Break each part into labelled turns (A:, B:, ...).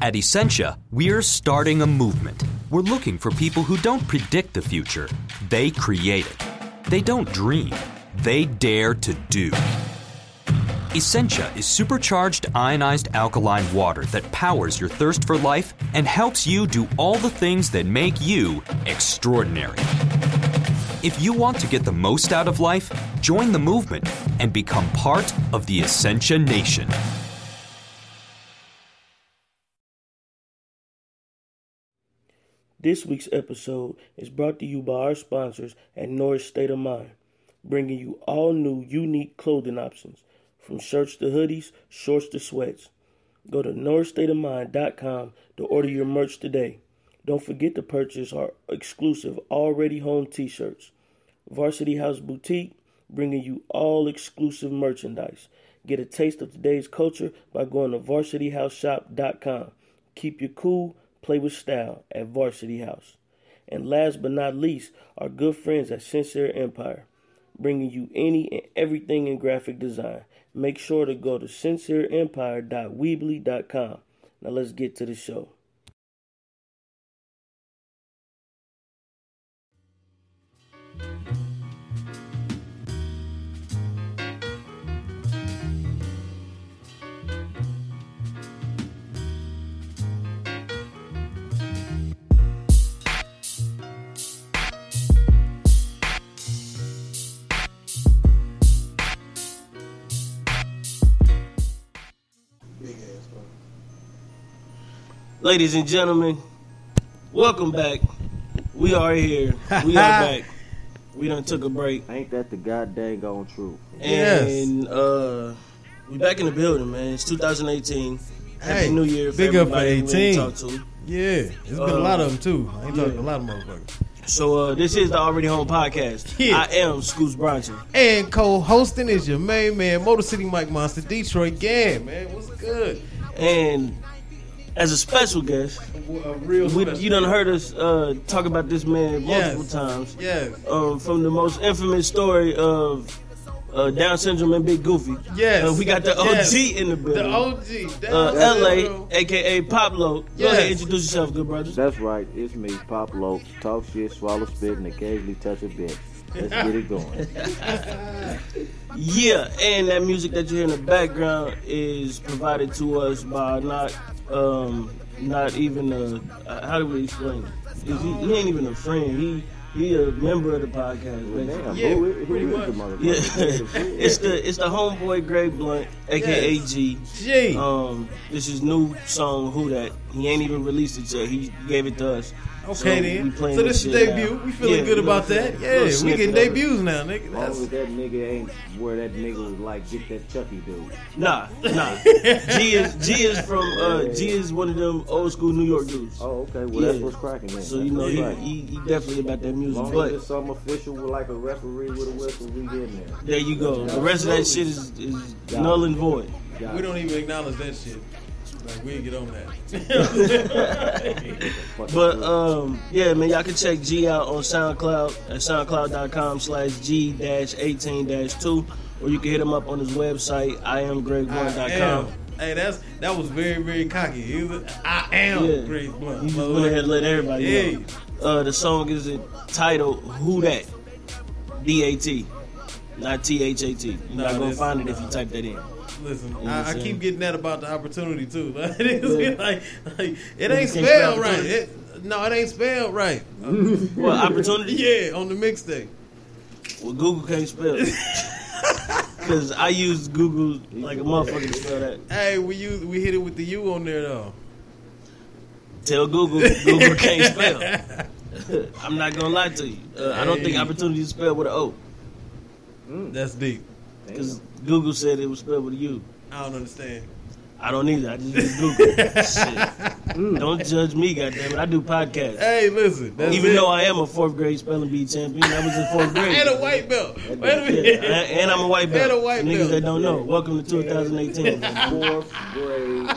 A: At Essentia, we're starting a movement. We're looking for people who don't predict the future, they create it. They don't dream, they dare to do. Essentia is supercharged ionized alkaline water that powers your thirst for life and helps you do all the things that make you extraordinary. If you want to get the most out of life, join the movement and become part of the Essentia Nation.
B: This week's episode is brought to you by our sponsors at Norris State of Mind, bringing you all new unique clothing options from shirts to hoodies, shorts to sweats. Go to norristateofmind.com to order your merch today. Don't forget to purchase our exclusive Already Home t shirts. Varsity House Boutique, bringing you all exclusive merchandise. Get a taste of today's culture by going to varsityhouseshop.com. Keep your cool play with style at Varsity House. And last but not least, our good friends at Sincere Empire, bringing you any and everything in graphic design. Make sure to go to sincereempire.weebly.com. Now let's get to the show. Ladies and gentlemen, welcome back. We are here. We are back. We done took a break.
C: Ain't that the goddamn on truth?
B: And uh we back in the building, man. It's 2018. Happy
D: Hey,
B: New Year. for
D: big up for
B: everybody we ain't
D: 18.
B: talked to.
D: Yeah, it's been a lot of them too. I ain't talking a lot of motherfuckers.
B: So uh this is the Already Home Podcast.
D: Yeah.
B: I am Scoots Bronson.
D: And co-hosting is your main man, Motor City Mike Monster, Detroit Gang, man. What's good?
B: And as a special guest,
D: A real
B: we, you done heard us uh, talk about this man multiple
D: Yes.
B: times.
D: Yes,
B: um, from the most infamous story of uh, Down syndrome and Big Goofy.
D: Yes.
B: Uh, we got the OG
D: Yes.
B: in the building.
D: the OG, that
B: uh, LA,
D: bro.
B: aka Pablo. Go
D: Yes.
B: ahead, introduce yourself, good brother.
C: That's right, it's me, Pop Lopes. Talk shit, swallow spit, and occasionally touch a bitch. Let's get it going.
B: Yeah, and that music that you hear in the background is provided to us by not um, not even a uh, how do we explain it? He, he ain't even a friend. He he a member of the podcast.
C: Well,
B: basically.
C: damn,
D: Yeah,
C: who, is- who
D: pretty
C: is
D: much.
C: the motherfucker?
B: Yeah, it's the it's the homeboy Gray Blunt, aka
D: Yes.
B: G.
D: G.
B: Um, this is new song Who That. He ain't even released it yet. He gave it to us.
D: okay
B: we
D: then.
B: playing
D: So this is
B: shit
D: debut.
B: now.
D: We feeling
B: Yeah,
D: good
B: we
D: about
B: gonna
D: that.
B: feel-
D: Yeah,
B: little
D: we
B: snippet
D: getting
B: of it.
D: debuts now, nigga.
C: Long as
D: That's
C: that nigga ain't where that nigga was like, get that Chucky dude.
B: Nah, nah. G is G is from uh, G is one of them old school New York dudes.
C: Oh, okay, well, that's
B: Yeah.
C: what's cracking, man.
B: So
C: That's
B: you know
C: what's
B: he,
C: cracking.
B: he, he definitely about that music.
C: Long as
B: But
C: it's some official with like a referee with a whistle, we getting there.
B: there you go. The rest of that shit is, is null and void.
C: Got
D: we
C: it.
D: don't even acknowledge that shit. Like we ain't get on that.
C: Fucking
B: But
C: good.
B: um, yeah, man, y'all can check G out on SoundCloud at soundcloud.com slash G dash eighteen dash two, or you can hit him up on his website
D: I
B: iamgreg1.com.
D: am. Hey, that's that was very very cocky. He was, I am
B: Yeah.
D: Grace Blunt.
B: You just went ahead and let everybody
D: Yeah.
B: know. Uh, the song is titled "Who That," D A T, not T H A T. You're not
D: Nah,
B: gonna
D: this-
B: find it if you type that in.
D: Listen,
B: know what
D: I, I
B: I'm saying?
D: keep getting that about the opportunity too. Like, it's like, like, it
B: can't
D: ain't
B: spell
D: spelled right.
B: opportunity.
D: It, no, it ain't spelled right.
B: Well, opportunity.
D: Yeah, on the mixtape.
B: Well, Google can't spell. it. Cause I use Google like a motherfucker to spell that.
D: Hey, we use we hit it with the U on there though.
B: Tell Google, Google can't spell. I'm not gonna lie to you. Uh, I don't think
D: Hey.
B: opportunity is spelled with an O, Hmm.
D: That's deep.
B: because Google said it was spelled with a U.
D: I don't understand.
B: I don't either. I just use Google. Shit. Don't judge me, goddammit. I do podcasts.
D: Hey, listen, that's
B: Even
D: it.
B: though I am a fourth grade spelling bee champion, I was in fourth grade.
D: and a white belt. Wait a
B: Yeah,
D: minute.
B: and and I'm a white belt.
D: And a white
B: Niggas
D: belt.
B: that don't know, welcome to 2018.
C: Fourth grade.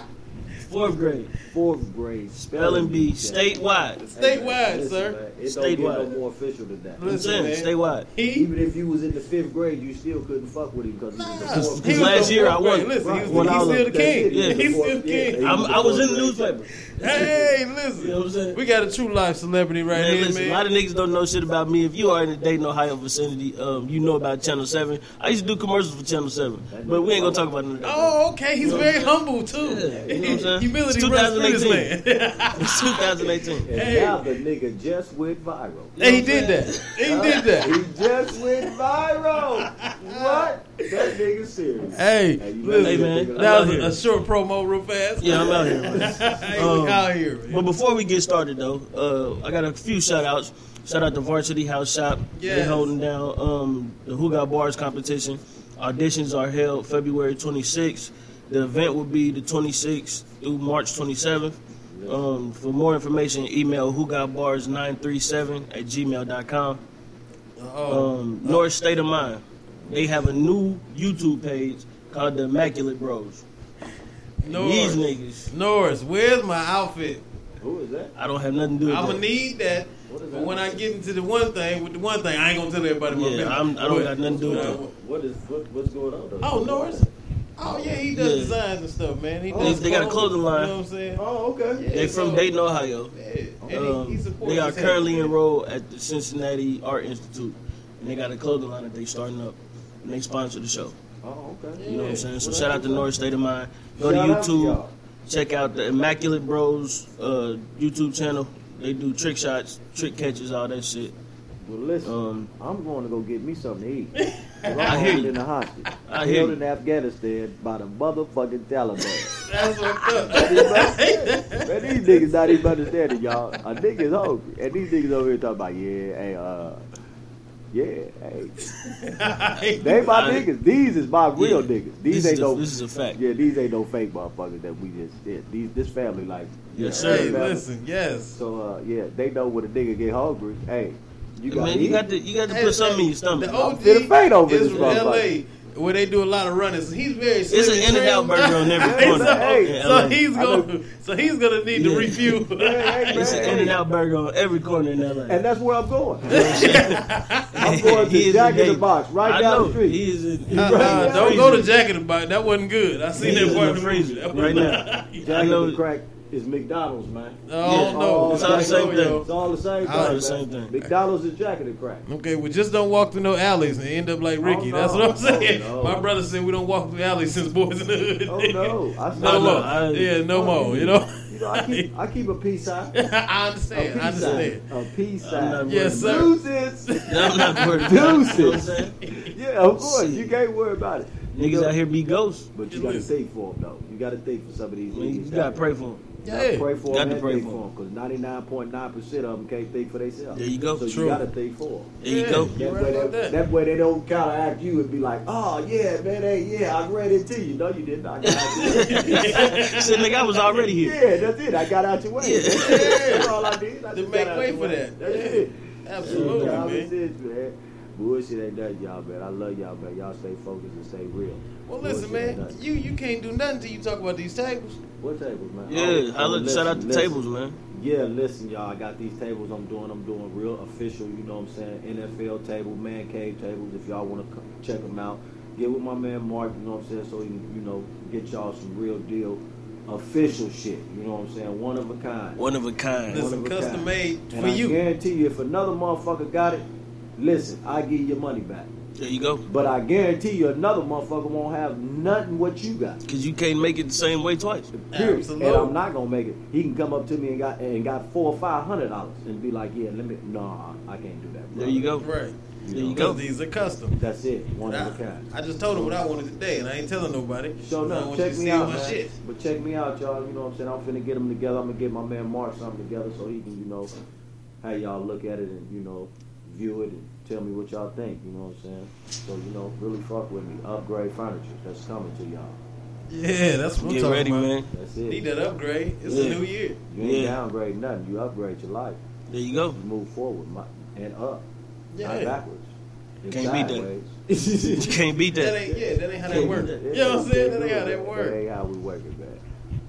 B: Fourth grade.
C: Fourth grade
B: Spelling bee
C: check.
B: statewide.
C: Hey, man,
D: Statewide,
C: listen,
D: sir.
C: man, It don't
B: Statewide.
C: get no more official than that.
B: I'm
D: Listen,
B: saying,
D: man.
B: statewide.
D: He
C: Even if you was in the fifth grade, you still couldn't fuck with him because he was the
D: He was
C: fourth
D: the
C: grade.
B: last
D: fourth
B: year I
D: grade.
B: won.
D: Listen, he was,
B: When
D: he's
B: I was-
D: still the king.
C: Yeah,
D: he's
C: before-
D: still the king.
C: yeah.
B: I'm, I was in the newspaper.
D: Hey, listen.
B: You know what I'm saying?
D: We got a true life celebrity right
B: Man,
D: here,
B: listen,
D: man.
B: a lot of niggas don't know shit about me. If you are in the Dayton, Ohio vicinity, um, you know about Channel 7. I used to do commercials for Channel 7, but we ain't gonna talk about none of that.
D: Oh, okay. He's very humble too.
B: you know what I'm saying?
D: Humility
B: It's
D: runs through this
B: 2018.
D: man.
B: It's 2018.
C: And
D: Hey.
C: now the nigga just went viral.
D: And he did that. He did that.
C: He just went viral. what? That nigga serious.
D: Hey,
C: Hey, you
D: listen,
C: better
B: man.
C: get the nigga
D: that
B: I'm out
D: was
B: here.
D: a, a short promo real fast.
B: Yeah, I'm out here. man.
D: hey,
B: Um,
D: we out here, man.
B: But before we get started though, uh, I got a few shout outs. Shout out to Varsity House Shop. They
D: Yes.
B: holding down um, the Who Got Bars competition. Auditions are held February 26th. The event will be the 26th through March 27th. Um, for more information, email who got bars 937 at gmail.com.
D: Oh,
B: Um, North State of Mind. They have a new YouTube page called the Immaculate Bros. These
D: Norris.
B: niggas,
D: Norris, where's my outfit?
C: Who is that?
B: I don't have nothing to do with
D: I'm
B: that.
D: gonna need that. But when I get into the one thing, with the one thing, I ain't gonna tell everybody my
B: Yeah,
D: business.
B: I'm- I don't got nothing to do with
D: But-
B: that.
C: What is what, what's going on? though?
D: Oh, Norris. Oh yeah, he does
B: Yeah.
D: designs and stuff, man. He
C: They-
D: does
B: they got a clothing line.
D: You know what I'm saying?
C: Oh, okay.
B: They from Dayton, Ohio.
D: Yeah, and
B: Um,
D: he, he supports
B: they are
D: his
B: currently
D: health.
B: enrolled at the Cincinnati Art Institute, and they got a clothing line that they starting up, and they sponsor the show.
C: Oh, okay.
B: You know what I'm saying? So
C: Well,
B: shout out to North State of Mind. Go to
C: Shout out to
B: YouTube,
C: y'all.
B: check out the Immaculate Bros uh, YouTube channel. They do trick shots, trick catches, all that shit.
C: Well, listen,
B: Um,
C: I'm going to go get me something to eat.
B: I
C: I'm
B: hear
C: held
B: you.
C: in a hostage.
B: I hear
C: held
B: you.
C: in Afghanistan by the motherfucking Taliban.
D: That's what's up.
C: Man, these niggas not even understanding, y'all. A nigga is hungry, and these niggas over here talking about, yeah, hey, uh, yeah, hey. They my
B: I-
C: niggas. These is my real
B: Yeah.
C: niggas. These
B: This is
C: ain't
B: a-
C: no.
B: this is a fact.
C: Yeah, these ain't no fake motherfuckers that we just. Yeah, these this family like. yeah,
B: Yes, sir.
D: hey,
C: family.
D: listen, yes.
C: So uh, yeah, they know when a nigga get hungry. Hey, you got
B: Man, you got to you got to
D: Hey,
B: put something in your stomach.
D: The OG
C: finna faint over
D: is
C: this
D: from
C: motherfucker.
D: LA, where they do a lot of runners. He's very
B: It's an in and out burger on every corner.
D: so,
C: Hey,
B: in
D: so
B: LA.
D: he's
C: I know-
D: gonna, so he's gonna need
B: Yeah.
D: to refuel.
B: It's an in and out burger on every corner in LA.
C: And that's where I'm going. I'm going
B: He is
C: to Jack in the
B: engaged.
C: Box right
B: I
C: down
B: know.
C: the street.
B: He is in,
D: Uh, uh,
C: Right now.
D: don't go to Jack in the Box. That wasn't good. I seen
B: He's
D: that
B: in the
D: part in the movie.
B: freezer
D: That
B: right
D: wasn't-
B: now.
C: Jack
B: I know-
C: in the Crack is McDonald's, man.
D: Oh
B: Yeah.
D: no,
B: It's all the same
D: no,
B: thing.
D: yo.
C: It's all the same
D: All
C: thing.
B: the same
C: man.
B: thing.
C: McDonald's is Jack in the Crack.
D: Okay, well, just don't walk through no alleys and end up like Ricky.
C: Oh, no.
D: That's what I'm saying.
C: Oh, no.
D: My brother said we don't walk through alleys since boys in the hood.
C: Oh no, Oh, I saw
D: no
B: No,
D: more.
B: no, I-
D: yeah, no more. You know.
C: You know, I keep I keep a peace sign. A
D: I
C: peace
D: understand. I
C: sign.
D: understand.
C: A peace
B: I'm not
C: sign.
B: worried
D: Yes,
B: about
D: sir.
C: Deuces.
B: I'm not worried about it. You know what I'm
C: Deuces.
B: saying?
C: Yeah, of course. You can't worry about it. You
B: Niggas
C: know,
B: out here be ghosts.
C: But you gotta think for them though. You gotta think for some of these
B: I mean, you
C: niggas. out
B: gotta
C: here.
B: pray for them.
C: You gotta
D: Yeah.
C: pray for
B: Got
C: them
B: to
C: and
B: pray
C: think
B: for 'em.
C: for them because 99.9% of them can't think for themselves.
B: There you go.
C: So
D: True.
C: you gotta think for them.
B: There
D: Yeah.
B: you go.
D: You
C: That
D: right
C: way,
D: about
C: that,
D: that.
C: that. way they don't counteract you and be like, oh, yeah, man, hey, yeah, I ran into you. No, you didn't. I got out your way.
B: Shit, nigga, I was already here.
C: yeah, that's it. I got out your way.
B: Yeah.
C: That's all I did. I
D: To
C: just
D: make
C: got out
D: way
C: your
D: for that.
C: That's
D: Yeah.
C: it.
D: Absolutely,
C: Y'all is
D: man.
C: it, man. Bullshit ain't nothing, y'all, man. I love y'all, man. Y'all stay focused and stay real.
D: Well, listen,
C: Bullshit ain't
D: man.
C: nothing.
D: You you can't do nothing till you talk about these tables.
C: What tables, man?
B: Yeah,
C: Oh,
B: I
C: oh,
B: look,
C: listen,
B: shout out the
C: listen.
B: tables, man.
C: Yeah, listen, y'all. I got these tables I'm doing. I'm doing real official, you know what I'm saying? NFL table, man cave tables. If y'all want to check them out, get with my man Mark, you know what I'm saying? So he, you know, get y'all some real deal official shit, you know what I'm saying? One of a kind.
B: One of a kind.
C: One
D: Listen,
C: of a
D: custom
C: kind.
D: made
C: and
D: for
C: I
D: you.
C: guarantee you, if another motherfucker got it, listen, I give you your money back.
B: There you go.
C: But I guarantee you, another motherfucker won't have nothing what you got.
B: Cause you can't make it the same way twice.
C: Period.
D: Absolutely.
C: And I'm not gonna make it. He can come up to me and got and got four or five hundred dollars and be like, yeah, let me. Nah, I can't do that.
B: There
C: brother."
B: you go.
D: Right.
B: There you
D: Because
B: go.
D: these are custom.
C: That's it. One
D: I,
C: of a kind.
D: I just told him what I wanted today, and I ain't telling nobody.
C: So
D: I
C: no,
D: want you
C: check
D: to
C: me
D: see
C: out,
D: my
C: man.
D: shit.
C: But check me out, y'all. You know what I'm saying? I'm finna get them together. I'm gonna get my man Mark something together so he can, you know, how y'all look at it and you know, view it and tell me what y'all think. You know what I'm saying? So you know, really fuck with me. Upgrade furniture. That's coming to y'all.
D: Yeah, that's what I'm
B: Get
D: talking
B: ready,
D: about.
B: man.
C: That's
D: Need
C: it.
D: that upgrade. It's
B: Yeah.
D: a new year.
C: You ain't
B: Yeah.
C: downgrade nothing. You upgrade your life.
B: There you go.
C: You move forward my, and up. Not
D: Yeah.
C: backwards.
B: Can't beat You can't beat
D: That
B: that.
D: ain't yeah, that ain't how
B: Yeah.
D: that work. You know what I'm saying? That ain't how that
C: That
D: work.
C: ain't how we work it, man.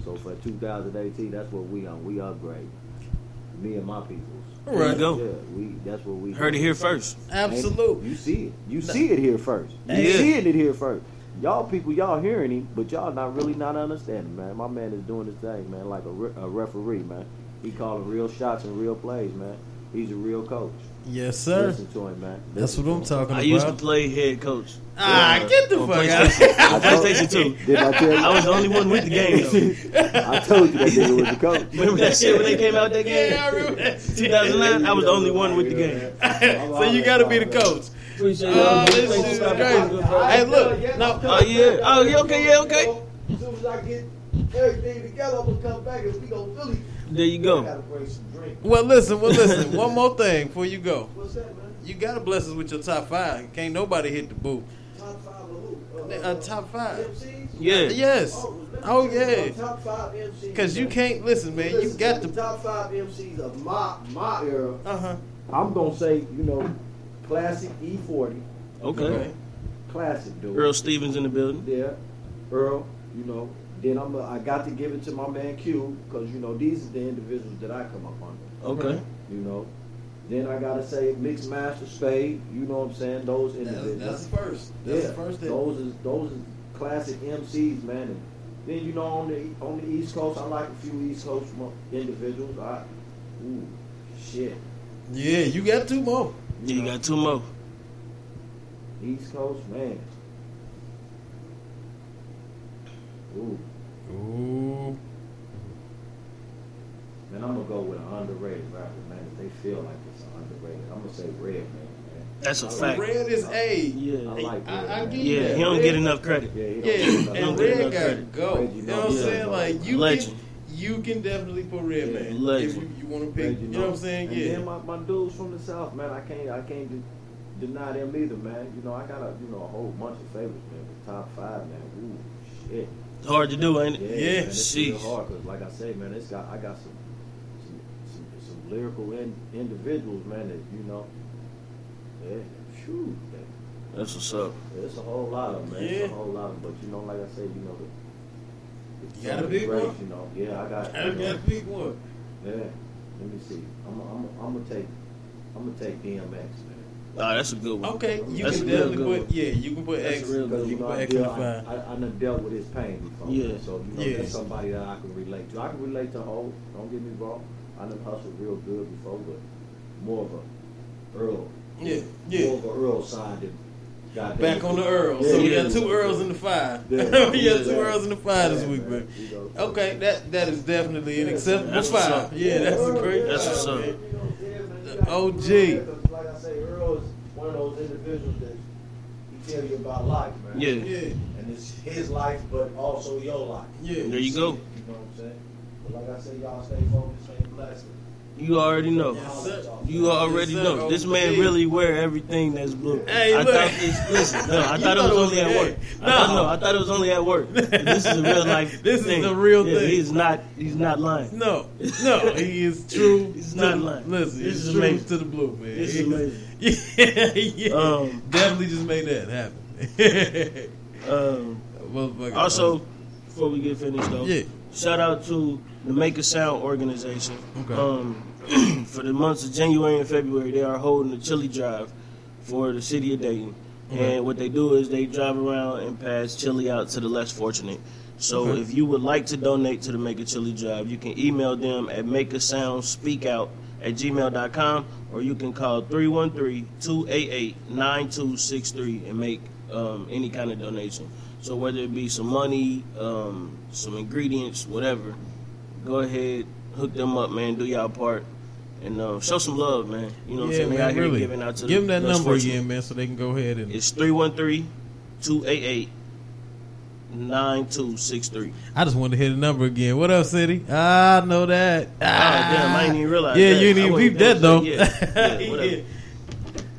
C: So for 2018, that's what we on. We upgrade. Me and my peoples.
D: All right.
C: Yeah,
B: There you
C: we that's what we
B: Heard it here first.
C: Ain't it?
D: Absolutely.
C: You see it. You see it here first. You
B: Yeah.
C: seeing it here first. Y'all people, y'all hearing him, but y'all not really not understanding, man. My man is doing his thing, man, like a, re- a referee, man. He calling real shots and real plays, man. He's a real coach.
D: Yes, sir.
C: Listen to him, man.
D: That's
C: Listen
D: what I'm
C: to him.
D: talking
B: I
D: about.
B: used to play head coach.
D: ah, get the
B: on
D: fuck out. of
B: PlayStation, on
C: told-
B: PlayStation 2.
C: Did I tell you?
B: I was the only one with the game, though.
C: I told you that nigga was the coach.
B: Remember that shit when they came out that
D: here.
B: game?
D: Yeah, I remember that.
B: 2009, I was the only one with the game.
D: so you got to be the coach.
E: Appreciate
D: Oh,
E: y'all.
D: this
E: Thank
D: shit is
E: you.
D: crazy. Hey, look. No,
B: Oh, yeah. Oh, yeah, okay, yeah, okay.
F: As soon as I get everything together, I'm gonna come back and we gonna Philly.
B: There you
F: I
B: go.
F: gotta bring some drink.
D: Well, listen, well, listen. One more thing before you go.
F: What's that, man?
D: You gotta bless us with your top five. Can't nobody hit the boo.
F: Top five of who? Uh,
D: Uh, top five.
F: MCs?
B: Yeah.
D: Yes.
F: Oh, let me
D: Oh
F: tell you
D: yeah.
F: about Top five MCs.
D: Cause you
F: man.
D: can't listen, man. You
F: Listen,
D: got
F: the
D: to.
F: top five MCs of my my era.
D: Uh huh.
C: I'm gonna say, you know, classic E40,
B: Okay.
C: classic dude.
B: Earl Stevens in the building.
C: Yeah, Earl. You know, then I'm. A, I got to give it to my man Q because you know these are the individuals that I come up on.
B: Okay.
C: You know, then I gotta say Mixed Master Spade. You know what I'm saying? Those individuals.
D: first.
C: yeah, those is those is classic MCs, man. And then you know on the on the East Coast, I like a few East Coast mo- individuals. I, ooh, shit,
D: Yeah, you got two more.
B: Yeah, you got two more.
C: East Coast, man. Ooh.
D: Ooh.
C: Man, I'm gonna go with an underrated rapper, man. If they feel like it's underrated, I'm gonna say Red Man.
B: That's a fact.
D: Red is A.
B: Yeah.
C: man. I like
D: I-
C: Red.
D: I
C: man.
D: give you
B: Yeah, he don't get enough credit.
C: Yeah, he
D: Yeah,
C: don't do
D: and
C: nothing.
D: Red got to go. You know what I'm
C: Yeah.
D: saying? Like you
B: Legend.
D: can, you can definitely put Red
B: Yeah,
D: man. If you,
B: legend.
D: you want to
C: Red,
D: pick, you know what I'm saying?
C: And
D: Yeah.
C: then my, my dudes from the south, man. I can't I can't de- deny them either, man. You know I got a you know a whole bunch of favorites, man. But top five, man. Ooh, shit.
B: It's hard to do, ain't
C: Yeah,
B: it?
D: Yeah,
C: man, it's real
B: sheesh.
C: hard 'cause like I say, man, it's got I got some some, some, some lyrical in, individuals, man. That you know, yeah, phew, that-
B: That's what's up.
C: It's a whole lot of them, man.
D: Yeah.
C: It's a whole lot of them. But you know, like I said, you know, the, the
D: You got a
C: some of the
D: big
C: greats,
D: one?
C: You know, yeah, I got.
D: I
C: you know,
D: got to pick one.
C: yeah. Let me see. I'm, I'm, I'm gonna take, I'm gonna take DMX, man.
B: Oh, that's a good one.
D: Okay, you
B: That's
D: can
B: a real
D: definitely
B: good
D: put. Yeah, you can put
B: That's
D: X.
B: a real
D: You
B: good
C: Because
D: can
C: you know,
D: put
C: I,
D: X in
C: deal,
D: the
C: I,
D: five.
C: I, I done dealt with his pain before.
B: Yeah.
C: So you know,
D: Yeah.
C: that's somebody that I can relate to. I can relate to Hov. Don't get me wrong. I done hustled real good before, but more of a Earl.
D: Yeah, yeah.
C: More of a Earl side than. goddamn-
D: Back on the Earl.
C: Yeah,
D: so we
B: yeah.
D: got two Earls in the five.
C: Yeah.
D: we got two
C: Yeah.
D: Earls in the five this
C: Yeah,
D: week,
C: man.
D: man.
C: You know,
D: Okay, that that is definitely an
C: Yeah,
D: acceptable
B: that's what's
D: five.
B: up.
D: Yeah, that's a great.
B: That's what's
D: five,
B: up.
D: man.
F: The
D: OG.
F: Like I say, Earl is one of those individuals that he tell you about life, man.
B: Yeah.
D: Yeah,
F: And it's his life, but also your life.
B: There
D: yeah.
B: you
F: You
B: go.
F: know what I'm saying? But like I say, y'all stay focused, stay blessed.
B: You already know.
D: Yes, sir.
B: You already
D: Yes, sir.
B: know. This man
D: Okay.
B: really wear everything that's blue.
D: Hey,
B: I
D: look.
B: thought it's, listen, no, I
D: You
B: thought it
D: thought
B: was
D: it
B: only
D: was-
B: at work.
D: hey,
B: I thought,
D: no.
B: no, I thought it was only at work. This is a real life.
D: This is
B: thing.
D: the real
B: Yeah,
D: thing.
B: He's not. He's not lying.
D: No, no, he is true.
B: He's
D: to
B: not
D: the-
B: lying.
D: Listen,
B: This
D: he's
B: is
D: true
B: amazing.
D: to the blue, man.
B: This is amazing.
D: yeah, yeah.
B: Um,
D: definitely just made that happen.
B: Um,
D: Motherfucker.
B: also, before we get finished though,
D: Yeah.
B: shout out to the Make a Sound organization.
D: Okay.
B: Um, for the months of January and February, they are holding a chili drive for the city of Dayton.
D: Okay.
B: And what they do is they drive around and pass chili out to the less fortunate. So
D: Okay.
B: if you would like to donate to the Make a Chili Drive, you can email them at makeasoundspeakout at gmail.com or you can call 313-288-9263 and make um, any kind of donation. So whether it be some money, um, some ingredients, whatever, go ahead, hook them up, man. Do y'all part. And uh, show some love, man. You know what I'm
D: yeah,
B: saying? We out
D: man,
B: here
D: really.
B: giving out to
D: Give him
B: the
D: that
B: less
D: number
B: fortunate.
D: again, man, so they can go ahead and.
B: It's 313 288 9263.
D: I just wanted to hit the number again. What up, City? I know that. Ah,
B: damn, I didn't even realize
D: Yeah,
B: that.
D: you
B: I
D: didn't even
B: wouldn't-
D: peep that though.
B: yeah, yeah, whatever.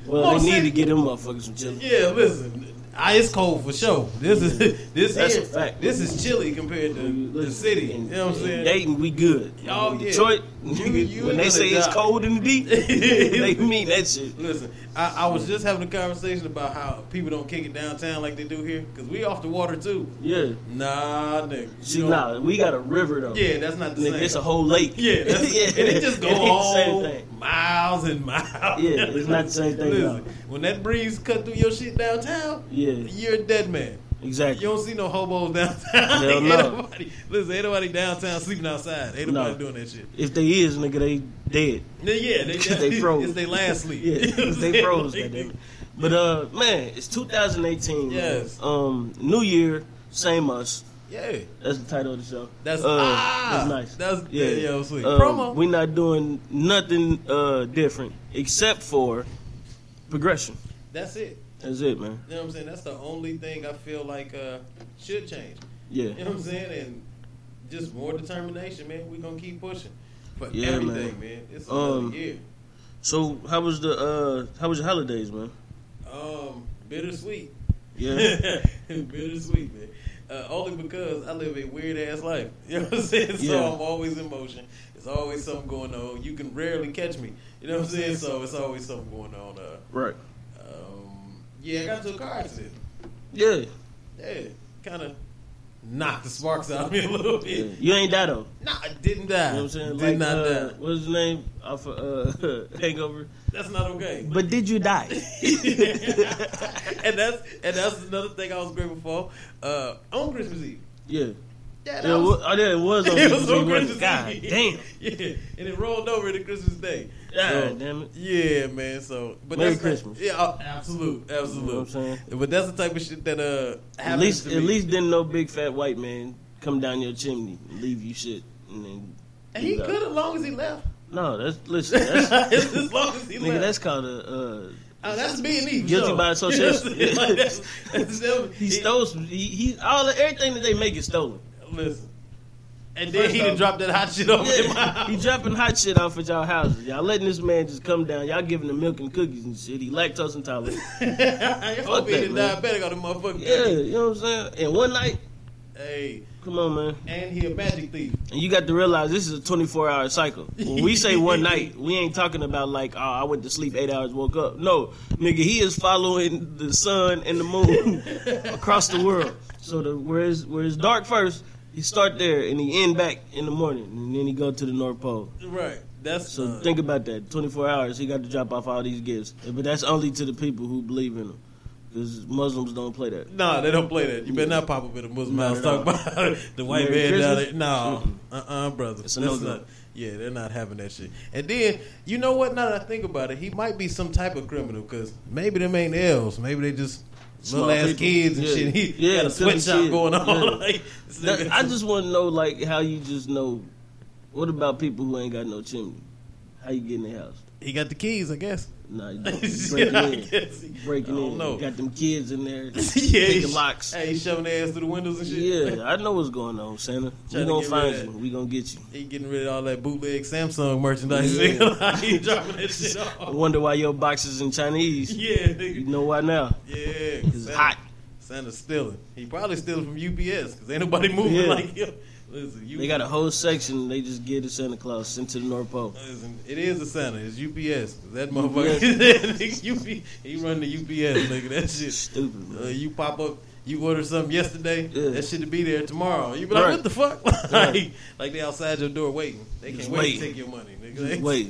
B: Well,
D: Oh,
B: they
D: see-
B: need to get them motherfuckers some chili.
D: Yeah, listen, I, it's cold for sure. This is this
B: That's
D: here,
B: a fact.
D: this is chilly compared to the
B: Listen,
D: city. You
B: in-
D: know what I'm
B: in
D: saying?
B: Dayton, we good.
D: Oh, yeah.
B: Detroit,
D: You-
B: nigga,
D: you
B: when they
D: got
B: say
D: a
B: it's
D: job.
B: cold in the deep, they mean that shit.
D: Listen, I, I was just having a conversation about how people don't kick it downtown like they do here because we off the water too.
B: Yeah.
D: Nah, nigga. you
B: See,
D: know-
B: nah, we got a river though.
D: Yeah, that's not the
B: Nigga,
D: same.
B: it's a whole lake.
D: Yeah, that's, and it just go
B: ain't the same
D: on
B: thing.
D: miles and miles.
B: Yeah, it's not the same thing,
D: Listen,
B: no.
D: when that breeze cut through your shit downtown,
B: Yeah.
D: you're a dead man.
B: Exactly.
D: You don't see no hobos downtown.
B: Hell
D: ain't
B: no.
D: nobody, listen, ain't nobody downtown sleeping outside. Ain't
B: No.
D: nobody doing that shit.
B: If they is, nigga, they dead.
D: Yeah, yeah they,
B: 'Cause they froze.
D: It's their last sleep.
B: Yeah,
D: You know what I'm
B: they
D: saying?
B: froze
D: Like,
B: that day. But uh, man, it's 2018. man.
D: Yes.
B: Um, New Year, same us.
D: Yeah.
B: That's the title of the show.
D: That's-
B: uh,
D: ah!
B: that's nice.
D: That's- yeah, yeah, sweet.
B: Um,
D: Promo.
B: We not doing nothing uh different except for progression.
D: That's it.
B: That's it, man.
D: You know what I'm saying? That's the only thing I feel like uh, should change.
B: Yeah.
D: You know what I'm saying? And just more determination, man. We're gonna keep pushing. For
B: Yeah,
D: everything, man.
B: man.
D: It's another
B: Um,
D: year.
B: So how was the uh how was your holidays, man?
D: Um, bittersweet.
B: Yeah.
D: bittersweet, man. Uh, only because I live a weird ass life. You know what I'm saying? So
B: Yeah.
D: I'm always in motion. There's always something going on. You can rarely catch me. You know what I'm saying? So it's always something going on. Uh,
B: right.
D: um, yeah, I got into a car accident.
B: Yeah.
D: Yeah, kind of knocked the sparks out of me a little bit.
B: You ain't that though.
D: Nah, I didn't die.
B: You know what I'm saying?
D: Did not
B: uh,
D: die.
B: What's his name? Off of, uh, Hangover.
D: That's not okay.
B: But did you die?
D: and that's and that's another thing I was grateful for. Uh, on Christmas Eve.
B: yeah.
D: Yeah,
B: Yeah, wa- oh, yeah, it was on
D: it
B: Christmas
D: was on
B: Eve, wasn't
D: Christmas
B: it? God
D: Eve.
B: damn.
D: Yeah, and it rolled over to Christmas Day.
B: God
D: So,
B: damn it.
D: Yeah, man. So, but
B: Merry
D: that's the-
B: Christmas.
D: yeah, uh, absolute, absolute.
B: You know what I'm
D: But that's the type of shit that uh
B: At
D: happens
B: least,
D: to
B: at
D: me.
B: least didn't no big fat white man come down your chimney and leave you shit. And then
D: And he
B: you
D: could
B: know.
D: as long as he left.
B: No, that's listen. That's,
D: as long as he
B: nigga,
D: left.
B: that's called a. Uh,
D: Uh, that's B and E.
B: Guilty by association.
D: that's, that's them.
B: he stole some. He, he all everything that they make is stolen.
D: Listen. And then
B: First
D: he done
B: off-
D: dropped that hot shit over in my
B: Yeah,
D: house.
B: he dropping hot shit off at y'all houses. Y'all letting this man just come down. Y'all giving him milk and cookies and shit. He lactose intolerant.
D: I hope he
B: that,
D: didn't
B: man.
D: diabetic on the motherfucker.
B: Yeah, you know what I'm saying. And one night,
D: Hey,
B: come on, man.
D: and he a magic thief.
B: And you got to realize this is a 24 hour cycle. When we say one night, we ain't talking about like, oh, I went to sleep eight hours, woke up. No, nigga, he is following the sun and the moon across the world. So the where it's, where it's dark first, he start there and he end back in the morning, and then he go to the North Pole.
D: Right. That's
B: So
D: uh,
B: think about that. 24 hours, he got to drop off all these gifts, but that's only to the people who believe in him, because Muslims don't play that.
D: Nah, they don't play that. You better not pop up in a Muslim
B: Not
D: house
B: at
D: talk
B: all.
D: about the white
B: Merry
D: man down
B: Christmas?
D: there. No, uh, uh brother.
B: It's a
D: That's
B: no-go.
D: not- yeah, they're not having that shit. And then you know what? Now that I think about it, he might be some type of criminal because maybe them ain't elves. Maybe they just
B: Small
D: little ass
B: people.
D: kids and
B: Yeah.
D: shit. He
B: Yeah,
D: got a
B: silly
D: sweatshop
B: kid.
D: going on.
B: Yeah.
D: like, this
B: That-
D: nigga-
B: I just want to know, like, how you just know. What about people who ain't got no chimney? How you get in the house?
D: he got the keys, I guess.
B: Nah, you breaking
D: Yeah, I
B: in,
D: guess.
B: breaking
D: I don't
B: in.
D: know.
B: Got them kids in there
D: yeah,
B: taking
D: he-
B: locks.
D: Hey, he shoving their ass through the windows and shit.
B: Yeah, I know what's going on, Santa.
D: Trying
B: we
D: to
B: gonna
D: get
B: find
D: rid
B: you.
D: of
B: We gonna get you.
D: He getting rid of all that bootleg Samsung merchandise.
B: Yeah.
D: nigga. he dropping that shit
B: I
D: off.
B: wonder why your box is in Chinese.
D: Oh. Yeah, nigga.
B: You know why now?
D: Yeah,
B: It's hot.
D: Santa's stealing. He probably stealing from UPS because ain't nobody moving
B: Yeah.
D: like him. Listen, you,
B: They got a whole section. They just give to Santa Claus sent to the North Pole.
D: Listen, it is a Santa. It's UPS. That motherfucker. UPS. he run the UPS, nigga. That shit.
B: Stupid. Man.
D: Uh, you pop up. You order something yesterday.
B: Yeah.
D: That shit to be there tomorrow. You be like,
B: Right.
D: what the fuck? like,
B: Right.
D: like they outside your door waiting. They
B: Just
D: can't wait
B: waiting.
D: to take your money, nigga. They-
B: Just wait.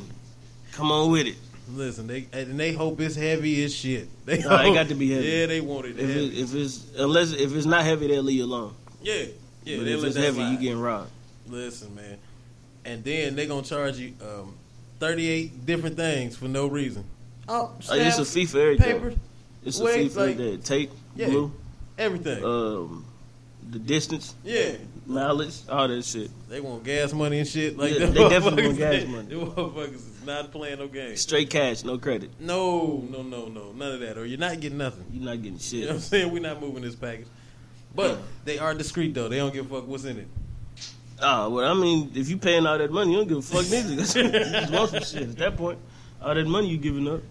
B: Come on with it.
D: Listen, they and they hope it's heavy as shit. They
B: Nah, it
D: hope-
B: got to be heavy.
D: Yeah, they want it
B: If, it,
D: heavy.
B: if it's unless if it's not heavy, they'll leave you alone.
D: yeah, yeah.
B: but
D: they
B: if
D: let
B: it's
D: that
B: heavy,
D: slide.
B: you getting robbed.
D: Listen, man. And then they gonna charge you um, thirty eight different things for no reason. Oh,
B: Like, it's a fee for everything.
D: paper,
B: It's
D: Wait,
B: a fee for
D: like-
B: everything. Tape,
D: Yeah.
B: glue,
D: everything.
B: um, the distance,
D: yeah,
B: mileage, all that shit.
D: they want gas money and shit. Like
B: Yeah,
D: them
B: they definitely want
D: motherfuckers-
B: gas money.
D: Them motherfuckers is not playing no games.
B: Straight cash, no credit.
D: No, no, no, no, none of that. Or you're not getting nothing.
B: You're not getting
D: You
B: shit.
D: know what I'm saying? We're not moving this package. But they are discreet though. They don't give a fuck what's in it.
B: Ah, well, I mean, if you paying all that money, you don't give a fuck neither. you just want some shit at that point. All that money you giving up,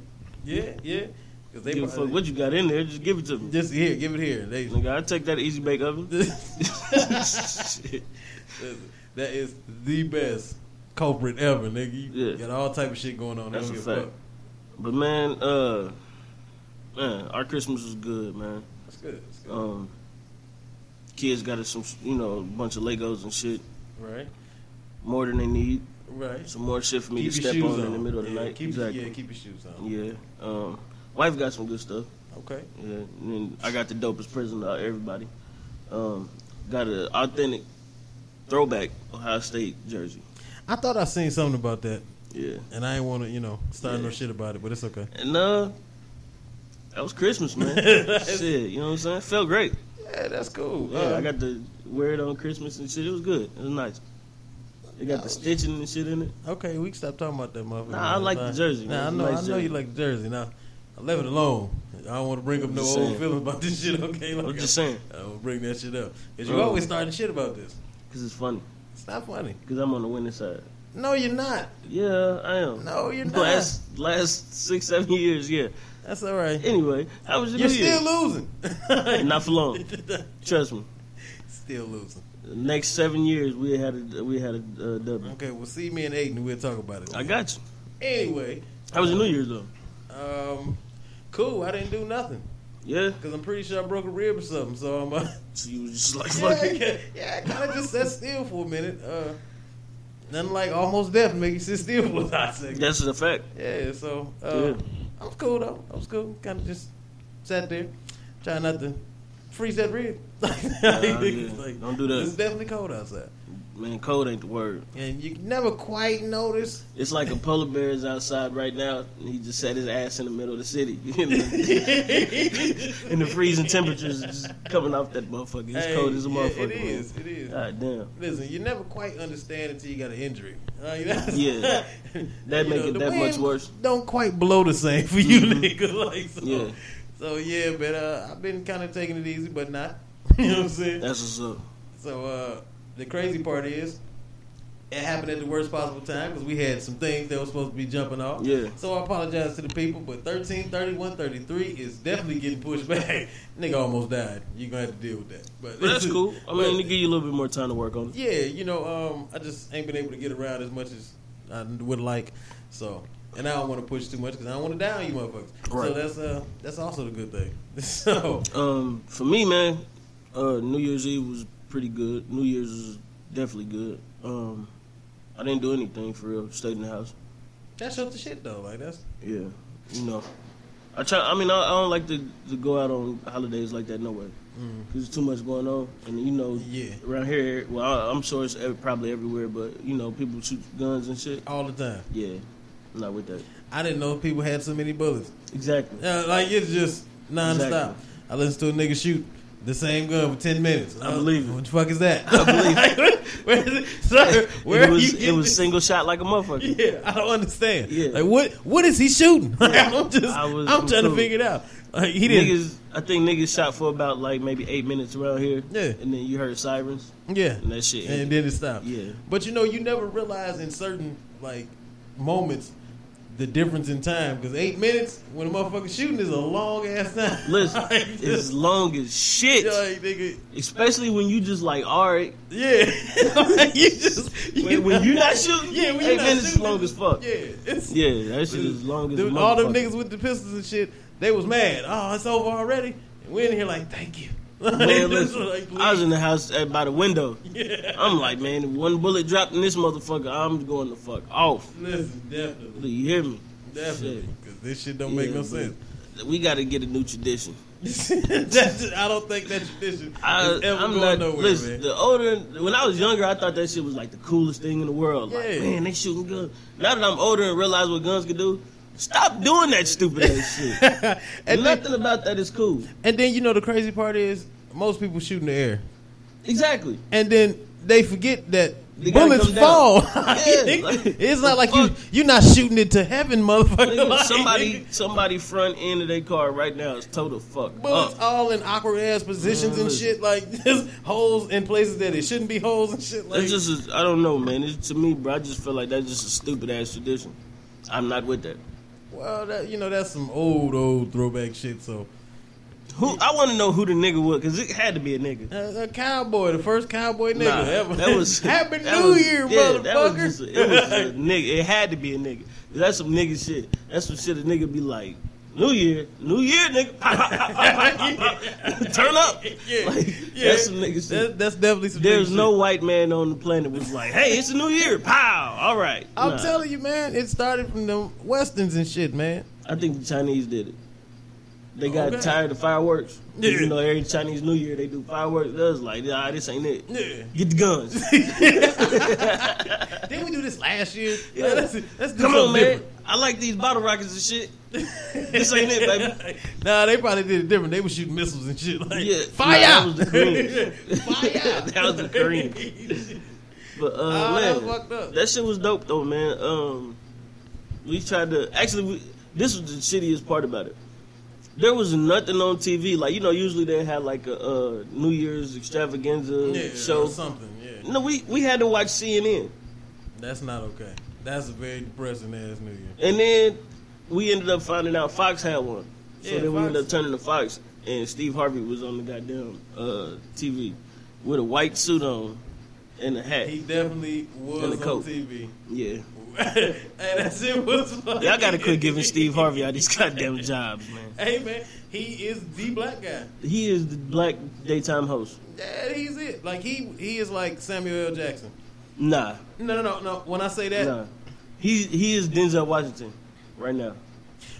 D: Yeah, yeah. Because they
B: give a
D: probably-
B: fuck what you got in there. Just give it to me.
D: just here, give it here. They
B: Nigga, I take that easy bake oven. Shit.
D: That is the best culprit ever, nigga. You
B: Yeah.
D: got all type of shit going on. They
B: That's
D: don't
B: a
D: give a
B: fact. But man, uh, man, our Christmas was good, man.
D: That's good. That's good.
B: Um, kids got us some, you know, a bunch of Legos and shit,
D: right.
B: more than they need.
D: Right.
B: Some more shit for me to
D: your
B: step
D: shoes
B: on, in the middle of the
D: yeah,
B: night.
D: Keep,
B: exactly.
D: Yeah, keep your shoes on.
B: Yeah. Um, wife got some good stuff.
D: Okay.
B: Yeah. And then I got the dopest present out of everybody. Um, got an authentic throwback Ohio State jersey.
D: I thought I seen something about that,
B: Yeah.
D: and I ain't want to, you know, start no
B: Yeah.
D: shit about it, but it's okay.
B: And uh, that was Christmas, man. shit, you know what I'm saying? Felt great.
D: Yeah, that's cool.
B: Yeah, I got to wear it on Christmas and shit. It was good. It was nice. It got the stitching and shit in it.
D: Uh, Okay, we can stop talking about that motherfucker.
B: Nah, I like the jersey,
D: Nah, I
B: man.
D: know,
B: Nice
D: I know you
B: jersey.
D: like the jersey. Now, I left it alone. I don't want to bring up no
B: Just
D: old
B: saying.
D: feelings about this shit. Okay, like
B: just saying.
D: I don't bring that shit up because you
B: Mm.
D: always starting shit about this.
B: Cause it's funny.
D: It's not funny.
B: Cause I'm on the winning side.
D: No, you're not.
B: Yeah, I am.
D: No, you're not.
B: Last last six seven years, yeah.
D: That's all right.
B: Anyway, how was your
D: You're
B: New
D: still
B: Year's?
D: losing.
B: Not for long. Trust me.
D: still losing.
B: The next seven years, we had a we had a uh, W.
D: Okay, well, see me and Aiden. We'll talk about it.
B: I got you.
D: Anyway,
B: How was your New Year's though?
D: um, cool. I didn't do nothing
B: Yeah.
D: because I'm pretty sure I broke a rib or something. So I'm. Uh,
B: So you was just like fuck it.
D: yeah, yeah, I kind of just sat still for a minute. Uh, nothing like almost death make you sit still for a hot second.
B: That's a fact.
D: Yeah, so
B: Yeah.
D: uh, I was cool though. I was cool. Kind of just sat there, trying not to freeze that rib. like,
B: yeah. Don't do that.
D: It's definitely cold outside,
B: Man, cold ain't the word.
D: and you never quite notice.
B: It's like a polar bear is outside right now, and he just sat his ass in the middle of the city, and the freezing temperatures is just coming off that motherfucker. It's
D: Hey,
B: cold as a
D: yeah,
B: motherfucker.
D: It is. It is.
B: God damn.
D: Listen, you never quite understand until you got an injury. Like, that's-
B: Yeah. That make it
D: the
B: that much
D: wind
B: worse. Mm-hmm.
D: Don't quite blow the same for you, nigga. Like so,
B: Yeah.
D: so yeah. But uh, I've been kind of taking it easy, but not. you know what I'm saying?
B: That's what's up.
D: so uh, the crazy part is, it happened at the worst possible time because we had some things that were supposed to be jumping off.
B: Yeah.
D: So I apologize to the people, but 13, 31, 33 is definitely getting pushed back. nigga almost died. You're gonna have to deal with that. But,
B: But that's cool. I mean,
D: but-
B: to give you a little bit more time to work on it.
D: yeah, you know, um, I just ain't been able to get around as much as I would like. So, and I don't want to push too much because I don't want to down you motherfuckers. So
B: Right.
D: that's uh, that's also the good thing. So,
B: Um, for me, man, uh, New Year's Eve was pretty good. New Year's was definitely good. Um, I didn't do anything for real. Stayed in the house.
D: that's up the shit though. Like that's
B: Yeah, you know, I try. I mean, I, I don't like to, to go out on holidays like that. No way, there's too much going on, and you know,
D: Mm. Yeah.
B: around here. Well, I, I'm sure it's ev probably everywhere, but you know, people shoot guns and shit.
D: all the time.
B: Yeah, I'm not with that.
D: I didn't know people had so many bullets.
B: Exactly.
D: Yeah, like it's just nonstop.
B: Exactly.
D: I listened to a nigga shoot the same gun for ten minutes. And
B: I
D: was
B: believe
D: like,
B: it.
D: What the fuck is that? I believe it. where is it? Sir, where
B: it
D: are
B: was
D: you
B: it
D: getting
B: was
D: this?
B: single shot like a motherfucker.
D: Yeah, I don't understand.
B: Yeah.
D: Like what? What is he shooting? I'm just,
B: I was
D: I'm trying to
B: confused.
D: figure it out. Like he didn't.
B: Niggas, I think niggas shot for about like maybe eight minutes around here.
D: Yeah.
B: and then you heard sirens.
D: yeah,
B: and that shit
D: and
B: ended.
D: then it stopped.
B: Yeah.
D: but you know, you never realize in certain like moments the difference in time because eight minutes when a motherfucker shooting is a long ass time.
B: Listen,
D: Like,
B: it's long as shit.
D: like, nigga,
B: Especially when you just like, all right,
D: yeah, you just
B: when, when you not shooting,
D: yeah, when you
B: eight
D: not
B: minutes is
D: shooting,
B: long as fuck.
D: Yeah, it's,
B: Yeah, that shit is long as a
D: Dude, all them
B: motherfucker.
D: niggas with the pistols and shit, they was mad. Oh, it's over already. And we in here like, thank you.
B: Man,
D: Just
B: listen,
D: like,
B: I was in the house at, by the window. I'm like, man, if one bullet dropped in this motherfucker, I'm going the fuck off.
D: listen, definitely,
B: Do you hear me?
D: definitely,
B: Shit.
D: because this shit don't make
B: Yeah,
D: no
B: but
D: sense.
B: We got to get a new tradition.
D: That's just- I don't think that tradition
B: I,
D: is ever
B: I'm not.
D: going nowhere,
B: listen,
D: man.
B: the older when I was younger, I thought that shit was like the coolest thing in the world.
D: Yeah.
B: Like, man, they shooting guns. Now that I'm older and realize what guns can do, stop doing that stupid ass shit.
D: and,
B: Nothing
D: then,
B: about that is cool.
D: and then you know the crazy part is most people shoot in the air,
B: Exactly.
D: and then they forget that.
B: They gotta
D: Bullets
B: come down.
D: fall.
B: Yeah, like,
D: it's not
B: the
D: like you
B: fuck?
D: you're not shooting it to heaven, motherfucker.
B: Nigga,
D: Like,
B: somebody, somebody front end of their car right now is total fuck
D: Bullets
B: up.
D: all in awkward ass positions and
B: listen.
D: shit, like just holes in places that it shouldn't be holes and shit. Like
B: That's just, I I don't know, man. It's, to me, bro, I just feel like that's just a stupid ass tradition. I'm not with that.
D: Well, that, you know that's some old old throwback shit. So
B: Who I want to know who the nigga was because it had to be a nigga.
D: uh, a cowboy, the first cowboy nigga
B: Nah,
D: ever.
B: that was
D: Happy
B: that
D: New
B: was-
D: Year,
B: yeah,
D: motherfucker.
B: That was just, a- it was just a nigga. It had to be a nigga. That's some nigga shit. That's some shit a nigga be like, New Year, New Year, nigga. Turn up.
D: Yeah,
B: Like,
D: yeah.
B: That's some nigga shit.
D: That, that's definitely some.
B: There's
D: nigga
B: no
D: shit.
B: white man on the planet was like, hey, it's a new year. Pow. All right.
D: I'm
B: Nah.
D: telling you, man. It started from the westerns and shit, man.
B: I think the Chinese did it. They got
D: Okay.
B: tired of fireworks. 'Cause,
D: Yeah.
B: You know, every Chinese New Year they do fireworks. They was like, nah, this ain't it.
D: Yeah.
B: Get the guns.
D: Didn't we do this last year?
B: Yeah.
D: Let's, let's do
B: Come
D: something
B: on, man.
D: different.
B: I like these bottle rockets and shit. this ain't it, baby.
D: Nah, they probably did it different. They were shooting missiles and shit. Like,
B: Yeah.
D: fire!
B: Nah, that was the Koreans.
D: fire!
B: That was the Koreans. But uh,
D: Ah,
B: man,
D: that's fucked up.
B: that shit was dope though, man. Um, we tried to actually. We, this was the shittiest part about it. There was nothing on TV. Like you know, usually they had like a uh, New Year's extravaganza
D: yeah,
B: show.
D: or something. Yeah,
B: No, we we had to watch CNN,
D: that's not okay. That's a very depressing ass New Year.
B: and then we ended up finding out Fox had one. So
D: Yeah,
B: then we ended
D: Fox.
B: up turning to Fox, and Steve Harvey was on the goddamn uh, TV with a white suit on and a hat.
D: He definitely
B: And
D: was
B: the
D: on
B: coat.
D: TV.
B: yeah.
D: hey, that's it. Was funny.
B: Y'all gotta quit giving Steve Harvey all these goddamn jobs, man.
D: Hey man, he is the black guy.
B: He is the black daytime host.
D: Yeah, he's it. Like he he is like Samuel L. Jackson.
B: Nah,
D: No, no, no, no. When I say that,
B: nah. He he is Denzel Washington right now.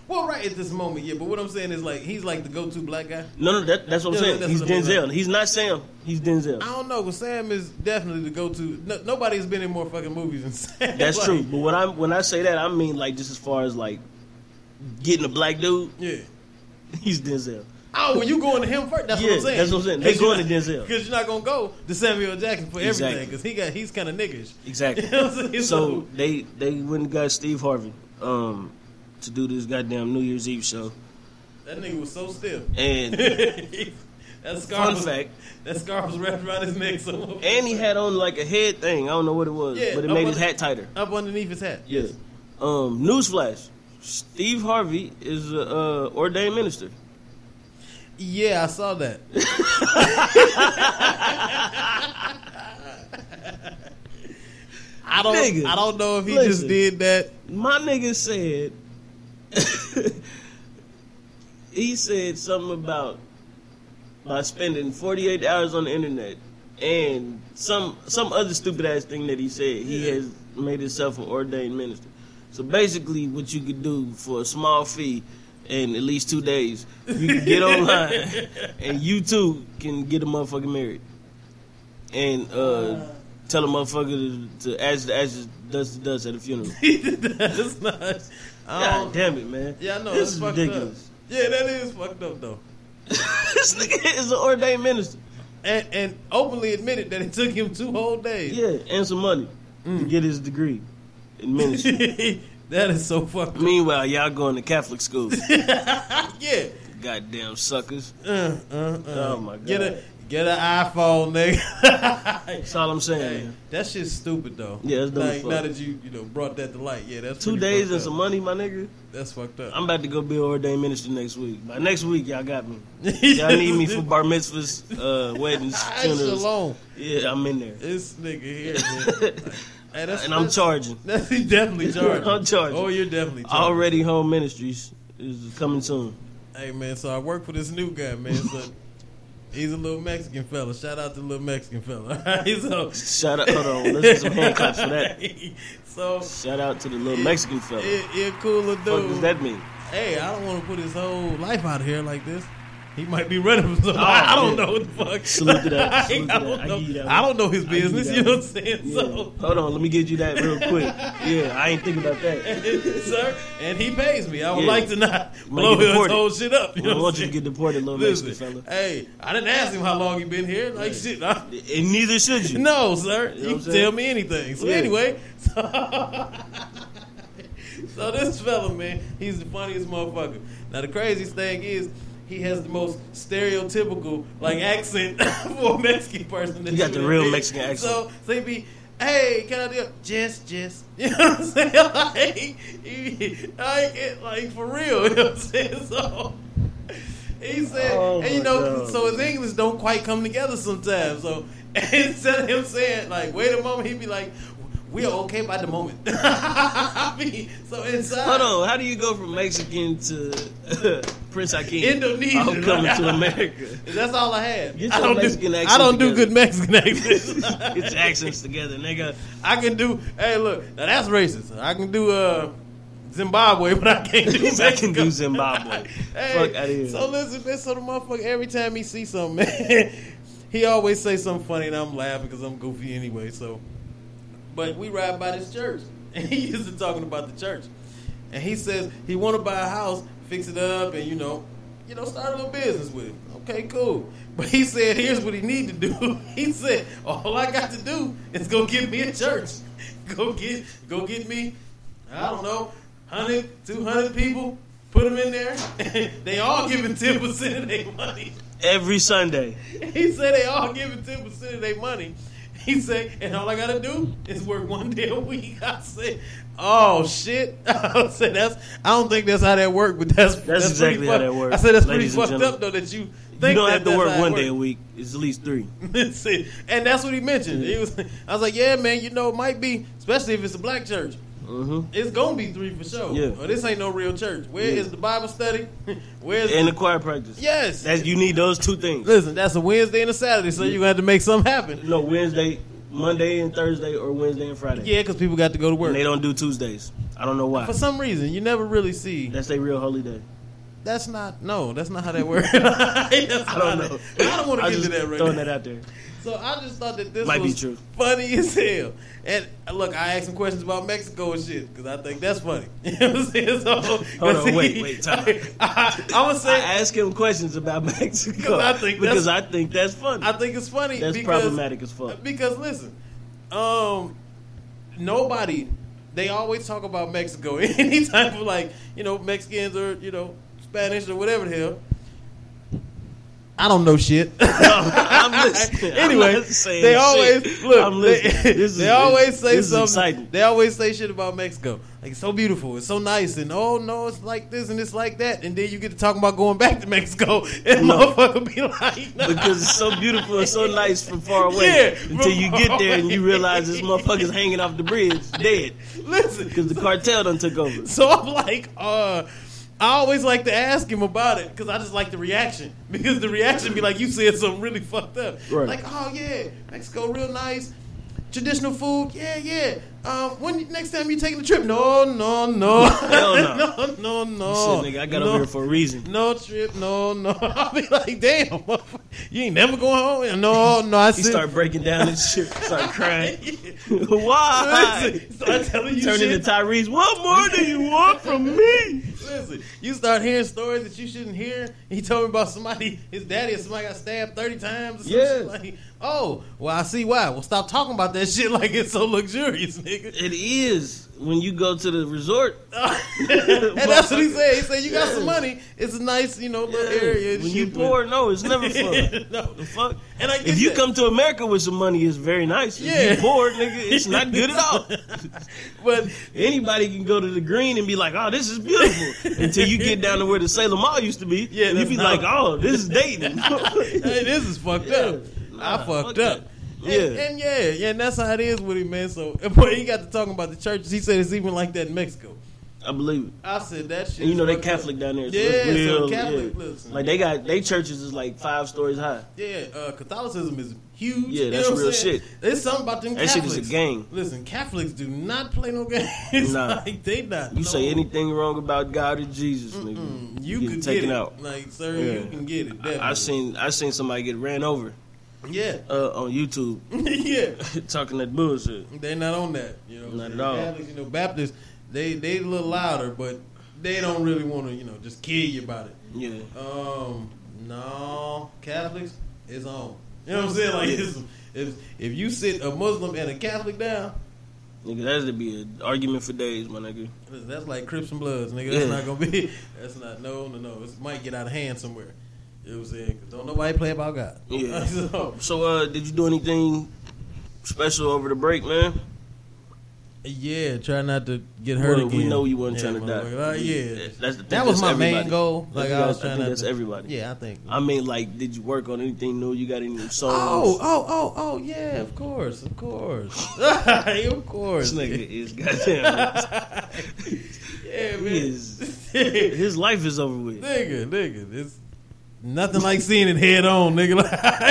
D: well, right at this moment, yeah. But what I'm saying is like he's like the go-to black guy.
B: No, no, that, that's what I'm
D: Yeah,
B: saying.
D: that's
B: He's
D: what I'm
B: Denzel.
D: saying.
B: He's not Sam. He's Denzel.
D: I don't know, but Sam is definitely the go-to. No, nobody's been in more fucking movies than Sam.
B: That's
D: Like,
B: true. But when I when I say that, I mean like just as far as like getting a black dude.
D: Yeah.
B: He's Denzel.
D: Oh, when you going to him first, that's
B: Yeah,
D: what I'm saying.
B: that's what I'm saying. They going to Denzel.
D: because you're not gonna go to Samuel L. Jackson for everything
B: Exactly.
D: because he got he's kind of niggish.
B: Exactly.
D: You know what I'm saying?
B: So they they went and got Steve Harvey um to do this goddamn New Year's Eve show.
D: that nigga was so stiff.
B: And
D: that scar
B: Fun
D: was,
B: fact.
D: That scar was wrapped around his neck. So
B: and he had on like a head thing. I don't know what it was,
D: Yeah,
B: but it
D: I
B: made his
D: wonder-
B: hat tighter.
D: up underneath his hat.
B: Yeah. Um, newsflash: Steve Harvey is a uh, ordained minister.
D: Yeah, I saw that. I don't.
B: Nigga,
D: I don't know if he
B: listen.
D: just did that.
B: My nigga said he said something about by spending 48 hours on the internet and some some other stupid ass thing that he said. He
D: Yeah.
B: has made himself an ordained minister. So basically, what you could do for a small fee in at least two days, you can get online and you too can get a motherfucker married and uh, tell a motherfucker to, to ask the ashes, dust to dust at a funeral.
D: He did that. That's not. I
B: God
D: don't,
B: damn it, man.
D: yeah, I know.
B: This
D: That's
B: is
D: fucked
B: ridiculous.
D: up. Yeah, that is fucked up though.
B: this nigga is an ordained minister.
D: And and openly admitted that it took him two whole days.
B: Yeah, and some money to
D: Mm.
B: get his degree in ministry.
D: that is so fucked up.
B: Meanwhile, y'all going to Catholic school.
D: Yeah.
B: Goddamn suckers.
D: Uh, uh, uh.
B: Oh my god.
D: Get a get an iPhone, nigga.
B: That's all I'm saying.
D: Hey,
B: man.
D: that shit's stupid though.
B: Yeah, it's dumb as
D: like,
B: fuck.
D: now that you you know brought that to light, yeah, that's
B: Two
D: pretty
B: days
D: fucked
B: and
D: up.
B: some money, my nigga.
D: That's fucked up.
B: I'm about to go be an ordained minister next week. By next week, y'all got me. Y'all need me for bar mitzvahs, uh, weddings,
D: Ay,
B: funerals.
D: Shalom.
B: Yeah, I'm in there.
D: This nigga here, man. Hey, that's,
B: And I'm
D: that's-
B: charging.
D: That's he definitely charged.
B: I'm charging.
D: Oh, you're definitely charged.
B: Already Home Ministries is coming soon.
D: Hey man, so I work for this new guy, man. So he's a little Mexican fella. Shout out to little Mexican fella. Alright, so
B: Shout out, hold on, let's get some hand claps for that.
D: so
B: Shout out to the little Mexican fella.
D: it, it cool little
B: What
D: dude.
B: does that mean?
D: hey, I don't want to put his whole life out here like this. He might be running for something.
B: Oh,
D: I, I don't
B: yeah.
D: know what the fuck.
B: Salute to that.
D: I,
B: Salute to that. I
D: don't know.
B: give you that
D: I
B: one.
D: don't know his
B: I give you
D: business.
B: that
D: You know
B: one.
D: what I'm saying?
B: Yeah.
D: So,
B: Hold on, let me get you that real quick. Yeah, I ain't think about that.
D: sir, and he pays me. I would
B: Yeah.
D: like to not blow his
B: deported.
D: whole shit up.
B: I
D: You know
B: want
D: what I'm
B: you to
D: saying?
B: get deported, little Mexican
D: Listen,
B: fella.
D: hey, I didn't ask him how long he been here. Like shit, I,
B: And neither should you.
D: no, sir,
B: know
D: you,
B: what I'm
D: can
B: saying?
D: tell me anything. So
B: Yeah.
D: anyway, so, so this fella, man, he's the funniest motherfucker. Now the craziest thing is. He has the most stereotypical like accent for a Mexican person. That
B: You got
D: you
B: the
D: would
B: real
D: think.
B: Mexican accent.
D: So, so he be, hey, can I do it? Just, just. You know what I'm saying? Like, he, like, it, like for real. You know what I'm saying? So he said,
B: Oh,
D: and you
B: my
D: know,
B: God.
D: so his English don't quite come together sometimes. So instead of him saying like, "Wait a moment," he'd be like, we are okay by the moment. I mean, so inside.
B: Hold on, how do you go from Mexican to Prince Akeem?
D: Indonesia.
B: I'm coming to America.
D: That's all I had.
B: Get
D: I
B: your
D: don't,
B: Mexican
D: do, I
B: accent
D: don't do
B: together.
D: good Mexican accents.
B: Get your accents together, nigga.
D: I can do. Hey, look, now that's racist. I can do uh, Zimbabwe, but I can't do
B: I can
D: Mexico.
B: do Zimbabwe.
D: Hey,
B: Fuck out of here.
D: So listen, man. So the motherfucker, every time he see something, man, he always say something funny, and I'm laughing because I'm goofy anyway. So, but we ride by this church, and he used to talking about the church, and he says he want to buy a house, fix it up, and you know, you know, start a little business with it. Okay, cool. But he said, here's what he need to do. He said, all I got to do is go get me a church. Go get, go get me. I don't know, 100, 200 people. Put them in there. they all giving ten percent of their money.
B: Every Sunday.
D: He said they all giving ten percent of their money. He said, and all I gotta do is work one day a week. I said, oh shit. I said that's. I don't think that's how that worked, but that's that's,
B: exactly
D: pretty
B: how
D: fucked-
B: that work,
D: I said that's
B: ladies and
D: pretty fucked
B: gentlemen.
D: up though that you think
B: You don't
D: that
B: have to
D: that's
B: work
D: how it
B: one
D: worked.
B: day a week. It's at least three.
D: That's it. and that's what he mentioned. He was, I was like, yeah, man, you know, it might be, especially if it's a black church.
B: Mm-hmm.
D: It's gonna be three for sure.
B: Yeah.
D: Oh, this ain't no real church. Where is
B: Yeah.
D: the Bible study? Where's
B: And the choir practice.
D: yes?
B: That's, you need those two things.
D: Listen, that's a Wednesday and a Saturday, so you're gonna have to make something happen.
B: No, Wednesday, Monday and Thursday, or Wednesday and Friday.
D: Yeah, because people got to go to
B: And
D: work.
B: they don't do Tuesdays. I don't know why.
D: For some reason, you never really see.
B: That's their real holy day.
D: That's not no. That's not how that works. I
B: I don't know.
D: I don't want to
B: I'm
D: get
B: just
D: into that right
B: throwing
D: now.
B: that out there.
D: So I just thought that this
B: Might be
D: was
B: true.
D: funny as hell. And uh, look, I asked some questions about Mexico and shit because I think that's funny. You know what I'm saying? So,
B: Hold on, wait, wait, time out.
D: I, I would say
B: I ask him questions about Mexico
D: 'Cause I think that's-
B: because I think that's funny.
D: I think it's funny.
B: that's
D: because,
B: problematic as fuck.
D: Because listen, um, nobody. They always talk about Mexico. Any type of like, you know, Mexicans or you know, Spanish or whatever the hell. I don't know shit.
B: I'm listening. I'm
D: anyway,
B: not saying
D: they
B: shit.
D: always look.
B: I'm listening.
D: They,
B: This is-
D: they always say
B: this is
D: something.
B: exciting.
D: They always say shit about Mexico. Like it's so beautiful, it's so nice, and oh no, it's like this and it's like that. And then you get to talking about going back to Mexico, and motherfucker be like, nah.
B: because it's so beautiful and so nice from far away
D: Yeah, from
B: until you get
D: far
B: there and you
D: away.
B: realize this motherfucker's hanging off the bridge dead
D: "Listen,
B: because the cartel done took over.
D: So I'm like, uh, I always like to ask him about it because I just like the reaction. Because the reaction be like, you said something really fucked up.
B: Right.
D: Like, oh yeah, Mexico real nice. Traditional food, yeah, yeah. Um, when you- next time you taking a trip? No, no, no,
B: Hell no.
D: no, no, no.
B: Oh, Shit, nigga, I got
D: no,
B: over here for a reason.
D: no trip, no, no. I'll be like, damn, motherfucker, you ain't never going home. No, no, I
B: He
D: said-
B: started breaking down his shit, started crying. Why?
D: Listen, start telling you
B: Turn
D: shit.
B: into Tyrese. What more do you want from me?
D: Listen, you start hearing stories that you shouldn't hear. He told me about somebody, his daddy or somebody got stabbed 30 times. Or some
B: Yeah.
D: shit. Like, oh, well, I see why. Well, stop talking about that shit like it's so luxurious, nigga.
B: It is when you go to the resort.
D: and that's what he said. He said, you got some money. It's a nice, you know, little area. and
B: When you
D: shit,
B: poor, no, it's never fun.
D: but- no.
B: The fuck?
D: And I get
B: If you
D: that.
B: come to America with some money, it's very nice.
D: Yeah.
B: If you poor, nigga, it's not good at all.
D: But
B: Anybody can go to the green and be like, "Oh, this is beautiful," until you get down to where the Salem Mall used to be.
D: Yeah,
B: and you
D: that's
B: be
D: not-
B: like, "Oh, this is Dayton."
D: hey, this is fucked up. I
B: Nah,
D: fucked
B: fuck
D: up.
B: that.
D: And,
B: Yeah.
D: and yeah, yeah, and that's how it is with him, man. So, and boy, he got to talking about the churches. He said it's even like that in Mexico.
B: I believe it.
D: I said that shit.
B: And you
D: is
B: know they
D: fucked up.
B: Catholic down there.
D: Yeah,
B: it's
D: so
B: real,
D: Catholic,
B: yeah.
D: listen.
B: Like they got they churches is like five stories high.
D: Yeah, uh, Catholicism is huge.
B: Yeah,
D: You
B: that's
D: know what I'm
B: real
D: saying?
B: shit.
D: There's something about them
B: That shit
D: Catholics.
B: is a gang.
D: Listen, Catholics do not play no games.
B: Nah.
D: like they not.
B: You
D: no.
B: say anything wrong about God or Jesus, nigga,
D: you
B: get
D: can
B: taken
D: get it.
B: out.
D: Like, sir,
B: Yeah.
D: you can get it. Definitely.
B: I seen I seen somebody get ran over
D: Yeah,
B: uh, on YouTube
D: yeah.
B: talking that bullshit.
D: They're not on that. You know,
B: Not at all.
D: Catholics, you know, Baptists, they they a little louder, but they don't really want to, you know, just kill you about it.
B: Yeah.
D: Um, no, Catholics is on. You know what I'm saying? Like, it's, if if you sit a Muslim and a Catholic down,
B: Nigga, that would be an argument for days, my nigga.
D: Listen, that's like Crips and Bloods, nigga. That's
B: Yeah.
D: not gonna be. That's not. No, no, no. It might get out of hand somewhere. You know what I'm saying? 'Cause Don't nobody play about God.
B: Yeah.
D: so,
B: So, uh, did you do anything special over the break, man?
D: Yeah, try not to get hurt
B: Well,
D: again.
B: we know you wasn't
D: yeah,
B: trying to die.
D: motherfucker. Uh, yeah,
B: That's- that's-
D: that
B: that's
D: was my main
B: everybody.
D: goal. Like I,
B: I
D: was
B: think
D: trying to.
B: that's everybody.
D: Yeah, I think.
B: I mean, like, did you work on anything new? You got any new songs?
D: Oh, oh, oh, oh, yeah, of course, of course. of
B: this
D: course.
B: nigga is goddamn.
D: Yeah, man.
B: he is- his life is over with.
D: nigga, nigga. It's nothing like seeing it head on, nigga. Like, I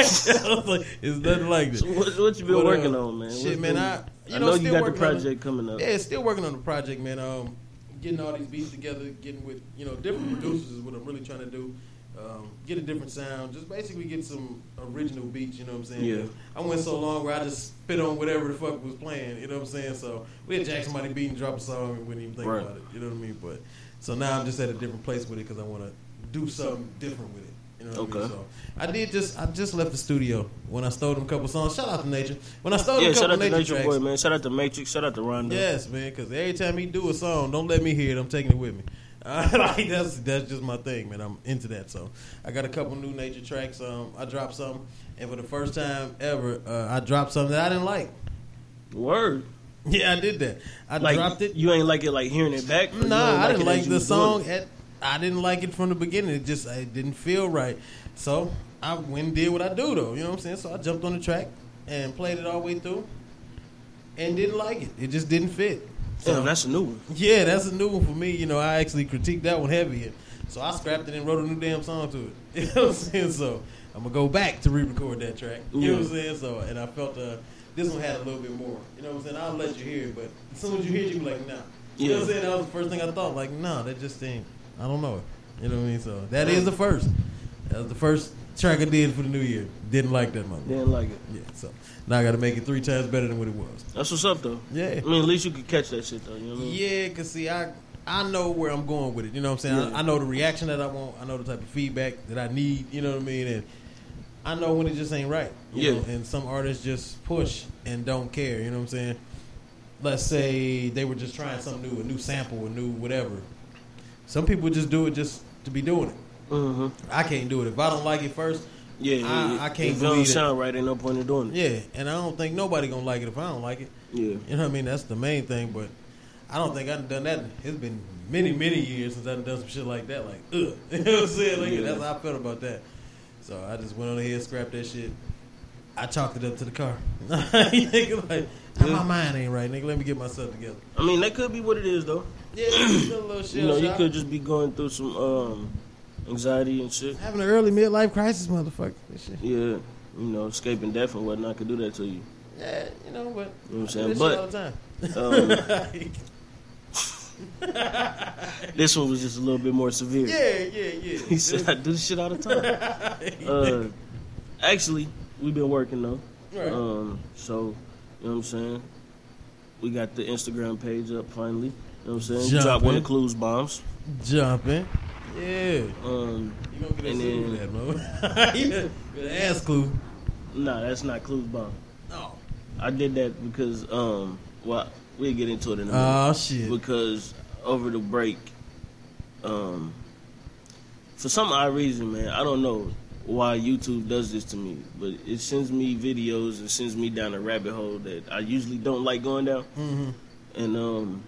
D: was like, it's nothing like this.
B: So what, what you been
D: But, uh,
B: working on, man?
D: shit,
B: What's
D: man,
B: been-
D: I- you
B: I
D: know,
B: know
D: still
B: you got the
D: working on it.
B: project coming up.
D: Yeah, still working on the project, man. Um, getting all these beats together, getting with you know different producers is what I'm really trying to do. Um, get a different sound, just basically get some original beats. You know what I'm saying?
B: Yeah.
D: 'Cause I went so long where I just spit on whatever the fuck was playing. You know what I'm saying? So we had jack somebody beat and drop a song and wouldn't even think
B: Right.
D: about it. You know what I mean? But so now I'm just at a different place with it because I want to do something different with it. You know what I mean?
B: Okay.
D: So I did just I just left the studio when I stole them a couple songs. Shout out to Nature. When I stole
B: Yeah,
D: them a
B: shout
D: couple
B: out to
D: Nature
B: Nature
D: tracks,
B: Boy, man. Shout out to Matrix. Shout out to Rondo.
D: Yes, man. Because every time he do a song, don't let me hear it. I'm taking it with me. Uh, like that's that's just my thing, man. I'm into that. So I got a couple new nature tracks. Um, I dropped something, and for the first time ever, uh, I dropped something that I didn't like.
B: Word.
D: Yeah, I did that. I
B: Like,
D: dropped it.
B: You ain't like it, like hearing it back. or you
D: Nah, I
B: it
D: didn't
B: as
D: like
B: you
D: the
B: was
D: song.
B: doing it?
D: At, I didn't like it from the beginning. It just it didn't feel right. So I went and did what I do though. You know what I'm saying? So I jumped on the track and played it all the way through, and didn't like it. It just didn't fit.
B: Damn, that's a new one.
D: Yeah, that's a new one for me. You know, I actually critiqued that one heavy, and so I scrapped it and wrote a new damn song to it. You know what I'm saying? So I'm gonna go back to re-record that track. You know what I'm saying? So and I felt uh, this one had a little bit more. You know what I'm saying? I'll let you hear it, but as soon as you hear it, you be like, nah. You know what
B: Yeah.
D: I'm saying? That was the first thing I thought. Like, nah, that just ain't. I don't know it. You know what I mean? So that is the first. That was the first track I did for the new year. Didn't like that much. Yeah.
B: Didn't like it.
D: So now I got to make it three times better than what it was.
B: That's what's up, though.
D: Yeah.
B: I mean, at least you could catch that shit, though. You know what I mean?
D: Yeah, cause see, I I know where I'm going with it. You know what I'm saying? I, I know the reaction that I want. I know the type of feedback that I need. You know what I mean? And I know when it just ain't right. you
B: Yeah.
D: know? And some artists just push and don't care. You know what I'm saying? Let's say they were just trying something new, a new sample, a new whatever. Some people just do it just to be doing it.
B: Mm-hmm.
D: I can't do it if I don't like it first.
B: Yeah,
D: I-
B: yeah.
D: I can't
B: If it
D: believe
B: don't
D: it.
B: sound right, ain't no point in doing it.
D: Yeah, and I don't think nobody gonna like it if I don't like it.
B: Yeah.
D: You know what I mean? That's the main thing, but I don't think I've done that. It's been many, many years since I've done some shit like that. Like, ugh. You know what I'm saying? Like,
B: Yeah.
D: That's how I felt about that. So I just went on ahead, scrapped that shit. I chalked it up to the car. Nigga, like, my mind ain't right, nigga. Let me get myself together.
B: I mean, that could be what it is, though.
D: Yeah, it's still a little shit.
B: You know, you could just be going through some um, anxiety and shit.
D: Having an early midlife crisis, motherfucker. This shit.
B: Yeah, you know, escaping death and whatnot could do that to you.
D: Yeah, you know, but
B: You know what I'm
D: I do
B: saying?
D: this shit all
B: But
D: the time.
B: um,
D: Like,
B: this one was just a little bit more severe.
D: yeah, yeah,
B: He
D: yeah.
B: said, I do this shit all the time. Uh, actually, we've been working, though.
D: Right.
B: Um, so, you know what I'm saying? We got the Instagram page up finally. You know what I'm saying?
D: Jump
B: Drop one
D: in.
B: of Clues bombs.
D: Jumping. Yeah.
B: Um,
D: You gonna get a
B: And
D: suit
B: then-
D: for that, man. you better ask Clue.
B: nah, that's not Clues bomb.
D: Oh.
B: I did that because, um, well, we'll get into it in a minute.
D: Oh shit.
B: because over the break, um, for some odd reason, man, I don't know why YouTube does this to me, but it sends me videos and sends me down a rabbit hole that I usually don't like going down.
D: Mm-hmm.
B: And um,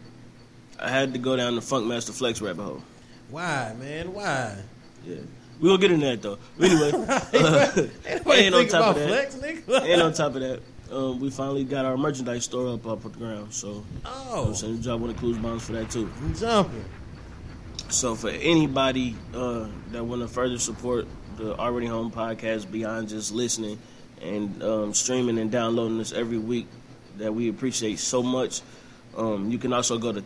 B: I had to go down the Funkmaster Flex rabbit hole.
D: Why, man? Why?
B: Yeah, we gonna get into that though. But anyway,
D: Wait,
B: and on
D: think
B: top of
D: about
B: that,
D: flex, nigga.
B: and on top of that, um, we finally got our merchandise store up off the ground. So,
D: oh,
B: so you drop one of the clues bombs for that too.
D: jumping.
B: So for anybody uh, that want to further support the Already Home podcast beyond just listening and um, streaming and downloading us every week, that we appreciate so much. Um, you can also go to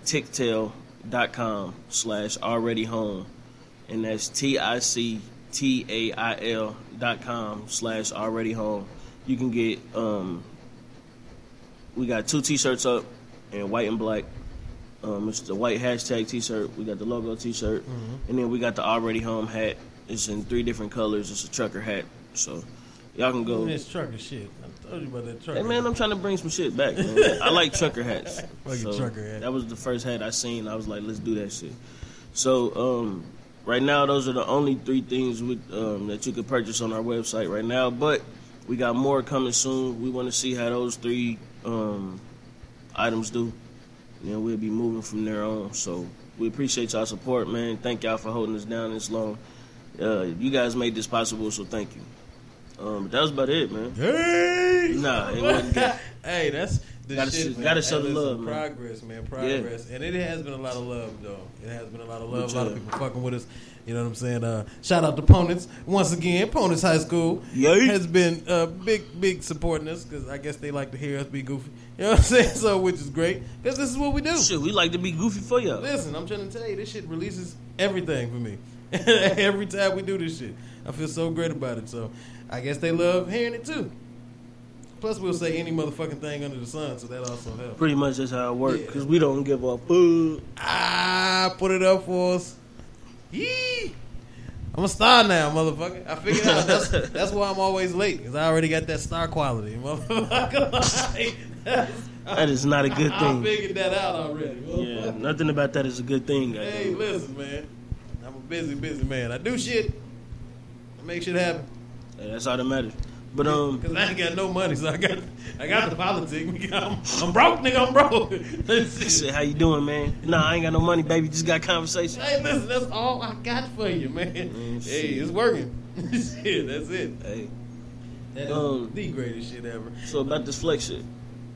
B: ticktail.com slash already home, and that's T I C T A I L dot com slash already home. You can get um, we got two t-shirts up in white and black. Um, it's the white hashtag T-shirt. We got the logo T-shirt, and then we got the already home hat. It's in three different colors. It's a trucker hat, so y'all can go.
D: Ooh, This trucker shit. I told you about that trucker.
B: Hey man, I'm trying to bring some shit back. Man. I like trucker hats.
D: Fucking trucker hat.
B: That was the first hat I seen. I was like, let's do that shit. So um, right now, those are the only three things with, um, that you could purchase on our website right now. But we got more coming soon. We want to see how those three um, items do. you know, we'll be moving from there on. So we appreciate y'all support, man. Thank y'all for holding us down this long. Uh, you guys made this possible, so thank you. Um, that was about it, man.
D: Hey,
B: Nah, it wasn't good.
D: hey, that's the
B: Gotta
D: shit.
B: sh-
D: man.
B: gotta show
D: Hey,
B: the
D: listen,
B: love, man.
D: Progress, man. Progress, and it has been a lot of love, though. It has been a lot of love. A lot of
B: job.
D: people fucking with us. You know what I'm saying? Uh, shout out to Ponents once again. Ponents High School
B: Yeah.
D: has been uh, big, big supporting us because I guess they like to hear us be goofy. You know what I'm saying? So, which is great because this is what we do.
B: Shit, we like to be goofy for y'all.
D: Listen, I'm trying to tell you, this shit releases everything for me. Every time we do this shit, I feel so great about it. So I guess they love hearing it too. Plus, we'll say any motherfucking thing under the sun, so that also helps.
B: Pretty much that's how it works,
D: Yeah.
B: because we don't give a fuck.
D: Ah, put it up for us. Yee. I'm a star now, motherfucker. I figured out that's, that's why I'm always late because I already got that star quality, motherfucker.
B: That is not a good
D: I
B: thing.
D: figured that out already.
B: Yeah, nothing about that is a good thing.
D: Hey,
B: goddamn.
D: listen, man. I'm a busy, busy man. I do shit. I make shit happen.
B: Hey, that's all that matters. But um,
D: Cause I ain't got no money, so I got I got the politics. nigga. I'm, I'm broke, nigga. I'm broke. Shit.
B: shit, how you doing, man? Nah, I ain't got no money, baby. Just got conversation.
D: hey, listen, that's all I got for you, man. hey,
B: Mm, shit.
D: it's working. shit, that's it.
B: Hey,
D: That is
B: Um,
D: the greatest shit ever.
B: so about this flex shit.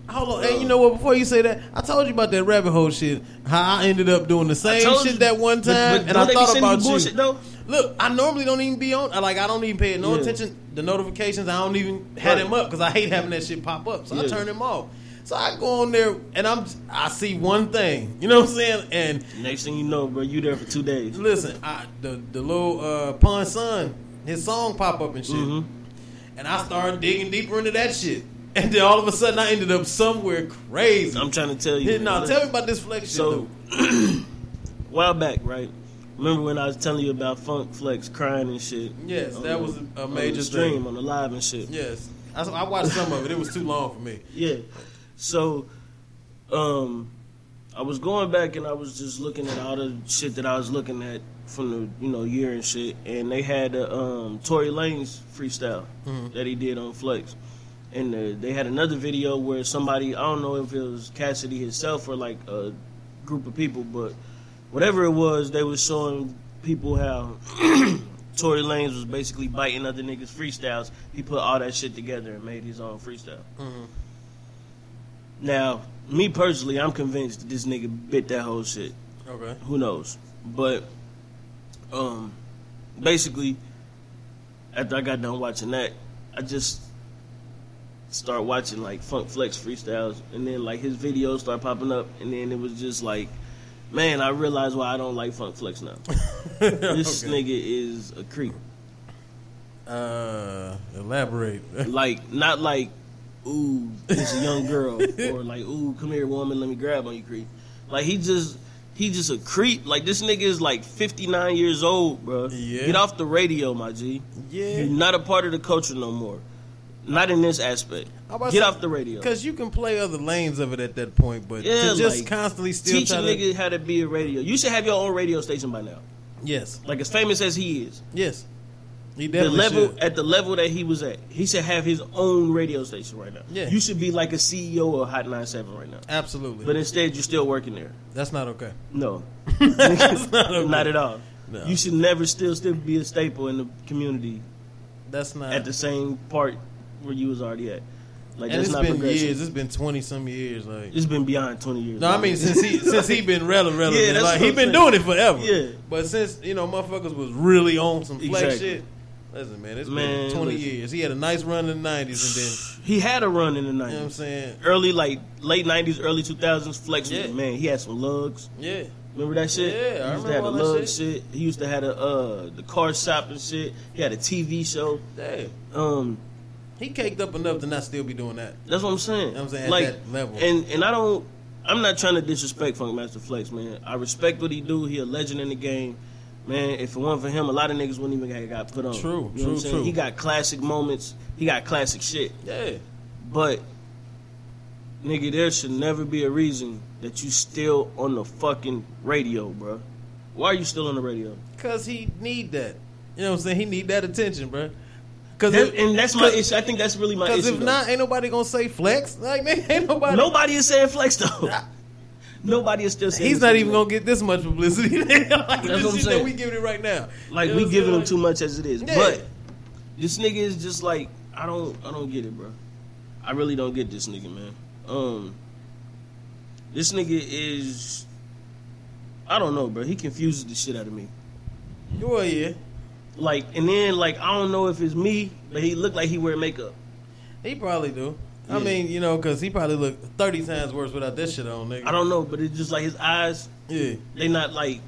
D: Hold on, hey, you know what? Before you say that, I told you about that rabbit hole shit. How I ended up doing the
B: I
D: same
B: told
D: shit
B: you-
D: that one
B: but-
D: time,
B: but
D: and
B: don't
D: I
B: they be
D: thought
B: sending
D: about
B: bullshit,
D: you.
B: Though?
D: Look, I normally don't even be on. Like I don't even pay no
B: Yeah.
D: attention. The notifications, I don't even have
B: Right.
D: them up because I hate having that shit pop up. So I
B: Yeah.
D: turn them off. So I go on there and I'm I see one thing. You know what I'm saying? And
B: Next thing you know, bro, you there for two days.
D: listen, I the the little uh, pun son, his song pop up and shit,
B: Mm-hmm.
D: and I started digging deeper into that shit. And then all of a sudden, I ended up somewhere crazy.
B: I'm trying to tell you.
D: Hey, Now
B: man.
D: tell me about this flex shit.
B: So,
D: though.
B: a while back, right? Remember when I was telling you about Funk Flex crying and shit?
D: Yes,
B: On the-
D: that was a
B: on
D: major
B: the stream
D: thing.
B: on the live and shit.
D: yes, I, I watched some of it. It was too long for me.
B: Yeah. So, um, I was going back and I was just looking at all the shit that I was looking at from the you know year and shit, and they had a um, Tory Lanez freestyle that he did on Flex, and uh, they had another video where somebody I don't know if it was Cassidy himself or like a group of people, but whatever it was, they was showing people how. Tory Lanez was basically biting other niggas' freestyles. He put all that shit together and made his own freestyle. Now, me personally, I'm convinced that this nigga bit that whole shit.
D: Okay.
B: Who knows? But, um, basically, after I got done watching that, I just start watching like Funk Flex freestyles, and then like his videos start popping up, and then it was just like, man, I realize why I don't like Funk Flex now. this
D: Okay.
B: nigga is a creep.
D: Uh, elaborate.
B: Like, not like, ooh, it's a young girl, or like, ooh, come here, woman, let me grab on you, creep. Like, he just, he just a creep. Like, this nigga is like 59 years old, bro.
D: Yeah.
B: Get off the radio, my G. You're
D: yeah,
B: not a part of the culture no more. Not in this aspect.
D: How about
B: Get
D: some-
B: off the radio.
D: because you can play other lanes of it at that point, but
B: Yeah,
D: to just
B: like,
D: constantly still
B: Teach a
D: try to.
B: nigga how to be a radio. You should have your own radio station by now.
D: Yes,
B: Like, as famous as he is,
D: yes. He
B: the
D: definitely
B: level
D: should.
B: at the level that he was at, he should have his own radio station right now.
D: Yeah.
B: You should be like a CEO of Hot 97 right now.
D: Absolutely,
B: But instead, you're still working there.
D: that's not okay.
B: No,
D: that's not okay.
B: not at all.
D: No.
B: You should never still still be a staple in the community
D: That's not.
B: at the same part where you was already at. Like
D: and
B: that's
D: it's
B: not
D: been
B: progression.
D: years. It's been twenty some years. Like
B: It's been beyond twenty years.
D: No, I mean since he since he been relevant,
B: Yeah,
D: relevant.
B: that's
D: like
B: what
D: he
B: I'm
D: been
B: saying.
D: doing it forever.
B: Yeah.
D: But since you know motherfuckers was really on some flex
B: Exactly.
D: shit. Listen, man, it's
B: Man,
D: been twenty
B: listen.
D: years. He had a nice run in the nineties,
B: he had a run in the
D: and then you know what I'm
B: nineties,
D: saying,
B: early like late nineties, early two thousands. Flex, was-
D: Yeah.
B: man, he had some lugs.
D: yeah,
B: Remember that shit?
D: Yeah, I
B: he used
D: remember
B: to have
D: all
B: the
D: that
B: lug
D: shit.
B: shit. He used to have the uh the car shop and shit. He had a TV show.
D: yeah.
B: Um,
D: He caked up enough to not still be doing that.
B: That's what I'm saying.
D: know what I'm saying? At that level.
B: And and I don't. I'm not trying to disrespect Funk Master Flex, man. I respect what he do. He a legend in the game, man. If it wasn't for him, a lot of niggas wouldn't even have got put on.
D: True,
B: you know what
D: true,
B: I'm saying?
D: true.
B: He got classic moments. He got classic shit.
D: Yeah,
B: But nigga, there should never be a reason that you still on the fucking radio, bro. Why are you still on the radio?
D: cause he need that. You know what I'm saying? He need that attention, bro. Cause
B: That-
D: if,
B: and that's my issue. I think that's really my issue.
D: cause if
B: though.
D: not, ain't nobody gonna say flex. Like man, ain't nobody.
B: Nobody is saying flex though. Nobody is still saying
D: He's
B: this
D: not
B: is
D: even
B: lame.
D: gonna get this much publicity. like
B: what
D: this
B: I'm
D: shit
B: saying.
D: that we giving it right now.
B: like
D: You know
B: we
D: what I'm
B: giving
D: saying?
B: him too much as it is.
D: Yeah.
B: But this nigga is just like I don't I don't get it, bro. I really don't get this nigga, man. Um, this nigga is I don't know, bro. He confuses the shit out of me.
D: Well, yeah.
B: Like and then like I don't know if it's me, but he looked like he wear makeup.
D: He probably do. I
B: Yeah.
D: mean, you know, because he probably looked 30 times worse without that shit on, nigga.
B: I don't know, but it's just like his eyes.
D: Yeah.
B: They not like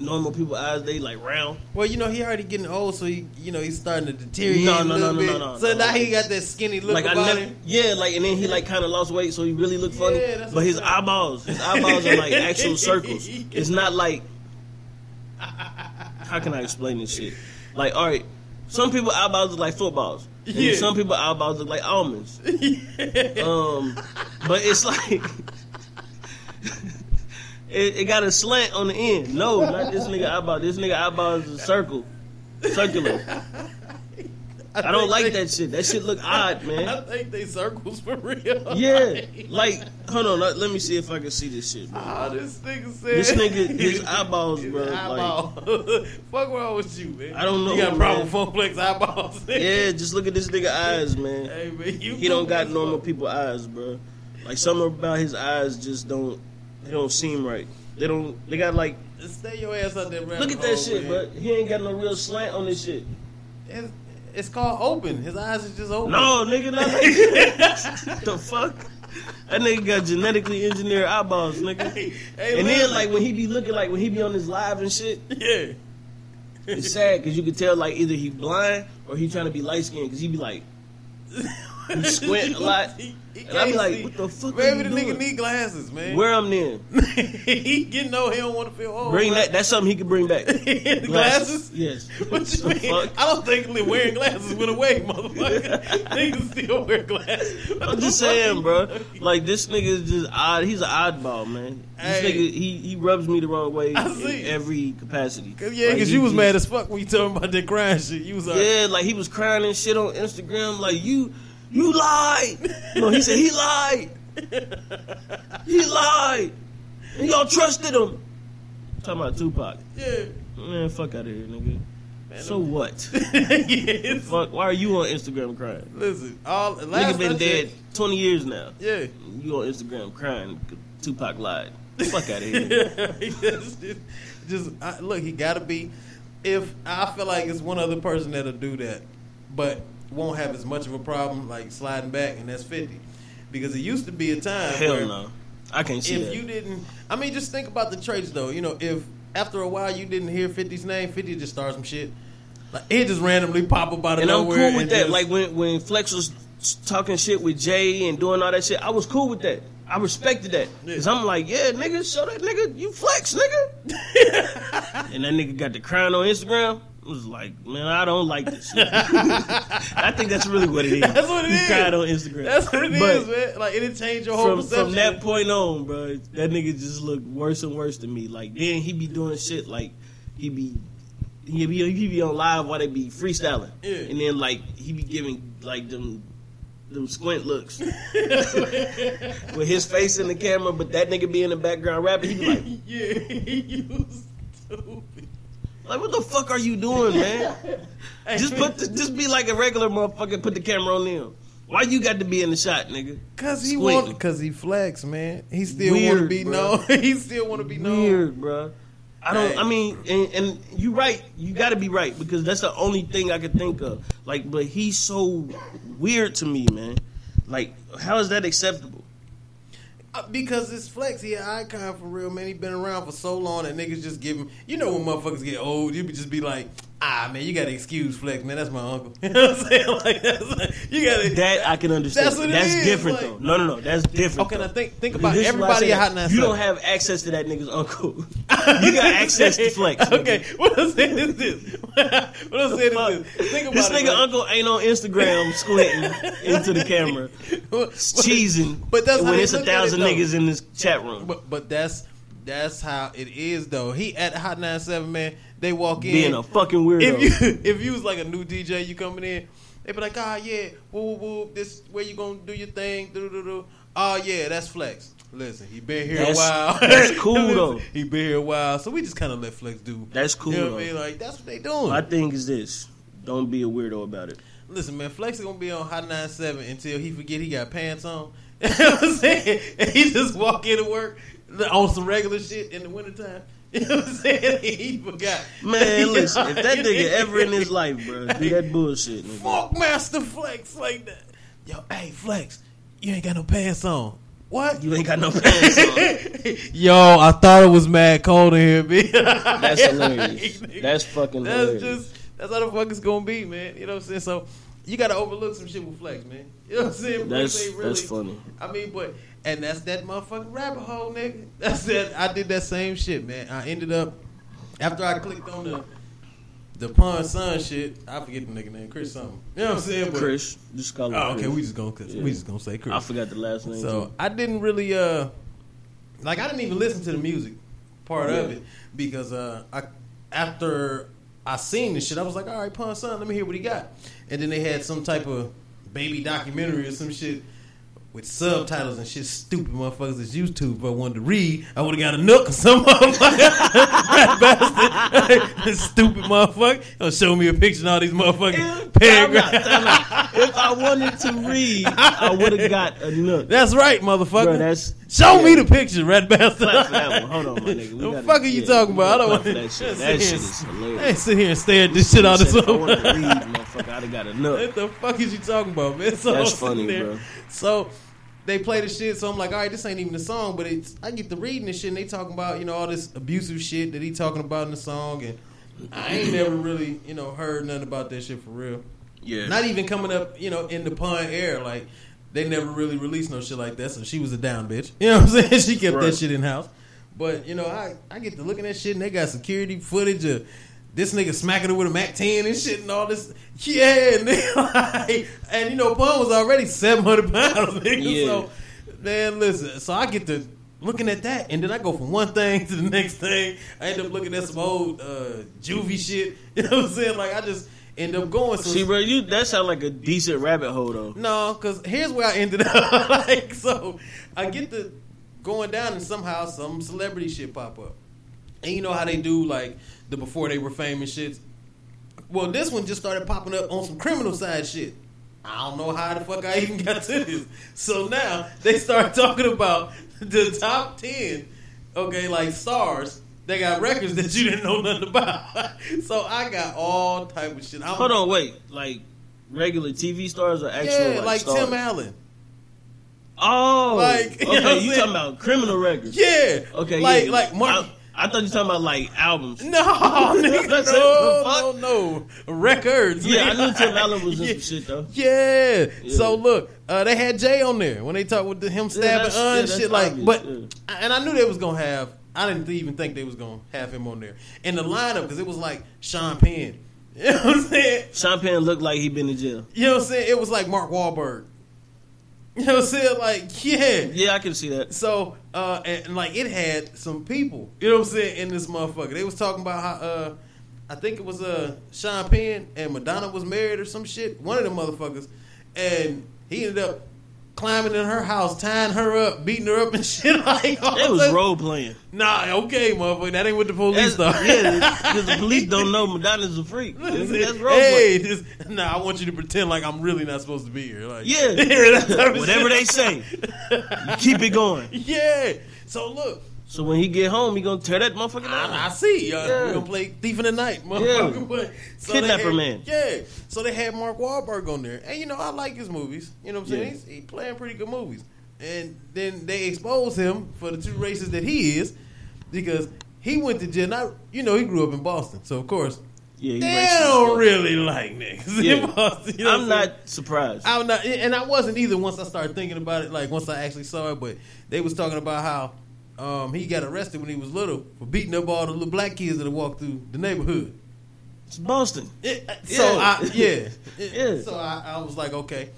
B: normal people eyes. They like round.
D: Well, you know, he already getting old, so he, you know, he's starting to deteriorate.
B: No, no,
D: a
B: no,
D: little
B: no,
D: bit.
B: no, no,
D: So
B: no.
D: now he got that skinny look
B: like I
D: about
B: never,
D: him.
B: yeah, like and then he like kind of lost weight, so he really looked
D: Yeah,
B: funny.
D: that's what
B: but his
D: I'm saying.
B: eyeballs, his eyeballs are like actual circles. It's not like how can I explain this shit? Like, all right, some people eyeballs look like footballs, and then
D: Yeah.
B: some people eyeballs look like almonds. Um, but it's like. It, it got a slant on the end. No, not this nigga eyeball. This nigga eyeball is a circle, circular. I don't
D: think
B: like
D: they-
B: that shit. That shit look odd, man.
D: I think they circles for real.
B: Yeah, like hold on, let, let me see if I can see this shit. Bro.
D: Oh, this nigga said.
B: This nigga, his eyeballs,
D: His
B: bro. Like,
D: eyeball. Fuck wrong with you, man.
B: I don't know,
D: You got a problem
B: man.
D: with Funplex eyeballs. nigga.
B: yeah, just look at this nigga eyes, man.
D: Hey, man, you
B: He don't
D: cool
B: got
D: as
B: normal
D: fuck.
B: people eyes, bro. Like something about his eyes just don't, they don't seem right. They don't, they got like,
D: Stay your ass out there.
B: look at that shit, bro. He ain't got no real slant on this shit.
D: It's, it's called open. His eyes is just open.
B: No, nigga, not like that. the fuck. That nigga got genetically engineered eyeballs, nigga.
D: Hey, hey,
B: and then
D: listen.
B: like when he be looking like when he be on his live and shit,
D: yeah.
B: It's sad because you could tell like either he blind or he trying to be light skinned because he be like he squint a lot.
D: He- he
B: And I be
D: can't
B: like,
D: see.
B: what the fuck
D: Maybe
B: are you
D: the
B: doing?
D: nigga need glasses, man.
B: Where I'm then?
D: he getting old, he don't want to feel old.
B: Bring
D: bro.
B: that. That's something he could bring back.
D: glasses.
B: Yes.
D: What you
B: The
D: mean?
B: fuck?
D: I don't think li- wearing glasses went away, motherfucker. Niggas still wear glasses. What
B: I'm
D: the
B: just
D: fuck?
B: saying, bro. Like this nigga is just odd. He's an oddball, man. This
D: Hey.
B: nigga, he he rubs me the wrong way
D: I see.
B: in every capacity.
D: Cause, yeah,
B: Like,
D: because
B: he
D: you was
B: just-
D: mad as fuck when you talking about that crying shit. You was like,
B: Yeah, like he was crying and shit on Instagram, like you, you lied. No, he said he lied. He lied. And y'all trusted him. Talking about Tupac.
D: yeah.
B: Man, fuck out of here, nigga. so what?
D: yes.
B: fuck, why are you on Instagram crying?
D: Listen, all last
B: Nigga been
D: I checked-
B: dead 20 years now.
D: Yeah.
B: You on Instagram crying 'cause Tupac lied. Fuck out of here.
D: just, just, just I, look, he gotta be. If I feel like it's one other person that'll do that, but won't have as much of a problem like sliding back, and that's fifty, because it used to be a time where
B: Hell no. I can't see
D: if
B: that.
D: you didn't, I mean, just think about the traits though. You know, if after a while you didn't hear 50's name, 50 just started some shit. Like it just randomly pop up out of
B: and I'm
D: nowhere.
B: cool with
D: and
B: that.
D: just-
B: Like when when Flex was talking shit with Jay and doing all that shit, I was cool with that. I respected that because I'm like, yeah, nigga, show that nigga you flex, nigga. and that nigga got the crying on Instagram. I was like, man, I don't like this. shit. I think that's really what it is.
D: That's what it
B: he
D: is.
B: Cried on Instagram.
D: that's what it is,
B: But
D: man. Like it'll change your whole
B: From,
D: perception.
B: from that point on, bro, that nigga just looked worse and worse to me. Like then he be doing shit like he be he be, he be on live while they be freestyling,
D: Yeah.
B: and then like he be giving like them them squint looks with his face in the camera, but that nigga be in the background rapping. He be like,
D: yeah, you stupid.
B: like what the fuck are you doing, man? Just put the, just be like a regular motherfucker. Put the camera on him. Why you got to be in the shot, nigga?
D: Cause he
B: Squinting.
D: want, cause he flex, man. He still want to
B: Weird,
D: be
B: bro.
D: known. he still want to be known.
B: weird, bro. I don't. I
D: Hey.
B: mean, and, and you right. You got to be right because that's the only thing I could think of. Like, but he's so weird to me, man. Like, how is that acceptable?
D: Uh, Because it's flex, he an icon for real, man. He been around for so long that niggas just give him. You know when motherfuckers get old, you be just be like, ah, man, you gotta excuse flex, man. That's my uncle. You know what I'm saying? Like, that's like you gotta.
B: That I can understand.
D: That's
B: That's,
D: what it is,
B: different
D: like-
B: though. No, no, no. That's different.
D: okay,
B: though.
D: now think think
B: And
D: about
B: this is why I
D: everybody
B: say
D: at Hot
B: that.
D: 97.
B: You don't have access to that nigga's uncle. you got access to flex. nigga.
D: Okay, what I'm saying is this. what I'm saying
B: Fuck.
D: is this. Think about
B: this
D: it,
B: nigga
D: like-
B: uncle ain't on Instagram squinting into the camera, cheesing.
D: But that's how
B: when
D: they
B: it's a
D: look at it,
B: thousand
D: though.
B: niggas in this chat room.
D: But but that's that's how it is though. He at Hot 97, man. They walk in
B: being a fucking weirdo.
D: If you if you was like a new DJ, you coming in, they be like, ah yeah, woo woo woo, this where you gonna do your thing, do do do. Oh yeah, that's flex. Listen, he been here
B: That's-
D: a while.
B: that's cool,
D: Listen,
B: though.
D: He been here a while, so we just kind of let Flex do.
B: That's cool,
D: You know what
B: though.
D: I mean? Like that's what they doing.
B: My thing is this: don't be a weirdo about it.
D: Listen, man, Flex is gonna be on Hot 97 until he forget he got pants on. you know what I'm saying? And he just walk into work on some regular shit in the wintertime. You know what I'm saying? He forgot. You
B: Man,
D: know?
B: listen, if that nigga ever in his life, bro, do that bullshit, nigga.
D: Fuck Master Flex like that. Yo, hey, Flex, you ain't got no pants on. What?
B: You ain't got no pants on.
D: Yo, I thought it was mad cold in here, B.
B: That's hilarious. That's fucking
D: That's
B: hilarious.
D: just that's how the fuck it's gonna be, man. You know what I'm saying? So you gotta overlook some shit with flex, man. You know what I'm saying? Flex
B: That's-
D: ain't
B: that's funny.
D: I mean, but and that's that motherfucking rabbit hole, nigga. That's that. I did that same shit, man. I ended up after I clicked on the the pun son shit. I forget the nigga name, Chris something. You know what I'm saying? But-
B: Chris, just call him.
D: Oh, okay.
B: Chris.
D: We just gonna we just gonna say Chris.
B: I forgot the last name.
D: So
B: too.
D: I didn't really uh like I didn't even listen to the music part of
B: Yeah.
D: it because uh I after I seen the shit I was like, all right, Pun Son, let me hear what he got. And then they had some type of baby documentary or some shit with subtitles and shit stupid motherfuckers that's YouTube if I wanted to read, I would have got a nook or something. bastard. stupid motherfucker. Don't show me a picture of all these motherfucking
B: Time
D: paragraphs.
B: out, time out. If I wanted to read, I would have got a nook.
D: That's right, motherfucker.
B: Bro, that's-
D: Show me
B: yeah.
D: the picture, rat bastard.
B: Clap for that one. Hold on, my nigga. We
D: The
B: gotta-
D: fuck are you
B: yeah,
D: talking
B: we
D: about? I
B: gotta
D: don't
B: clap
D: want
B: for that shit. That shit is hilarious.
D: I ain't sit here and stare at this shit all
B: He
D: this
B: said, if I
D: over.
B: wanted to read, motherfucker, I'd have got a nook.
D: What the fuck is you talking about, man? So
B: That's
D: I'm sitting
B: funny,
D: there.
B: bro.
D: So they play the shit, so I'm like, all right, this ain't even the song, but it's I get to reading this shit, and they talking about you know all this abusive shit that he talking about in the song, and I ain't never really you know heard nothing about that shit for real.
B: Yeah.
D: Not even coming up, you know, in the pun air. Like they never really released no shit like that. So she was a down bitch. You know what I'm saying? She kept
B: Right.
D: that shit in house. But you know, I I get to looking at shit and they got security footage of this nigga smacking her with a Mac 10 and shit and all this. Yeah, nigga. Like, and you know, Pun was already 700 pounds, nigga.
B: Yeah.
D: So, man, listen. So I get to looking at that and then I go from one thing to the next thing. I end up looking at some old uh, juvie shit. You know what I'm saying? Like, I just end up going. So
B: See, bro, you that sound like a decent rabbit hole, though.
D: no, because here's where I ended up. like, so I get to going down, and somehow some celebrity shit pop up. And you know how they do, like the before they were famous shits. Well, this one just started popping up on some criminal side shit. I don't know how the fuck I even got to this. So now they start talking about the top ten, okay, like stars. They got records that you didn't know nothing about. so I got all type of shit. I'm,
B: Hold on, wait. Like regular TV stars are actual
D: yeah, like
B: like, stars?
D: Tim Allen.
B: Oh,
D: Like, you know what
B: okay.
D: I'm
B: You
D: saying?
B: talking about criminal records?
D: Yeah.
B: Okay,
D: Like
B: yeah.
D: like Mark.
B: I, I thought you were talking about like albums.
D: no, nigga,
B: That's it. The
D: no, no,
B: fuck?
D: no, records.
B: Yeah, I
D: nigga.
B: knew Tim Allen was in
D: Yeah.
B: some shit though.
D: Yeah.
B: Yeah.
D: So look, uh, they had Jay on there when they talked with the, him stabbing
B: that's- yeah,
D: Un and
B: that's
D: shit. Like,
B: obvious,
D: but
B: yeah.
D: I- and I knew they was gonna have. I didn't even think they was gonna have him on there in the lineup because it was like Sean Penn. You know what I'm saying?
B: Champagne looked like he been in jail.
D: You know what I'm saying? It was like Mark Wahlberg. You know what I'm saying? Like, yeah.
B: Yeah, I can see that.
D: So, uh, and, and, like it had some people, you know what I'm saying, in this motherfucker. They was talking about how, uh, I think it was, uh, Sean Penn and Madonna was married or some shit, one of them motherfuckers. And he ended up climbing in her house, tying her up, beating her up and shit like all
B: It was
D: that.
B: role playing.
D: Nah, okay, motherfucker. That ain't what the police
B: That's,
D: thought.
B: yeah, because the police don't know Madonna's a freak. That's role playing.
D: hey, this, nah, I want you to pretend like I'm really not supposed to be here. Like,
B: Yeah,
D: that's how it's-
B: whatever they say, you keep it going.
D: Yeah. So look,
B: So when he get home, he gonna tear that motherfucker down.
D: I, I see. Uh,
B: Yeah.
D: We're gonna play Thief in the Night, motherfucker.
B: Yeah.
D: But, so
B: Kidnapper
D: they had-
B: Man.
D: Yeah. So they had Mark Wahlberg on there, and you know I like his movies. You know what I'm saying?
B: Yeah.
D: He's he playing pretty good movies. And then they expose him for the two races that he is, because he went to jail. Now you know he grew up in Boston, so of course
B: yeah, he
D: they
B: racist.
D: don't really like niggas
B: Yeah.
D: in Boston. you know
B: I'm
D: what saying?
B: not surprised.
D: I'm not, and I wasn't either. Once I started thinking about it, like once I actually saw it, but they was talking about how um, he got arrested when he was little for beating up all the little black kids that walked through the neighborhood.
B: It's Boston.
D: It- So
B: Yeah.
D: I, yeah,
B: Yeah.
D: So I, I was like, okay.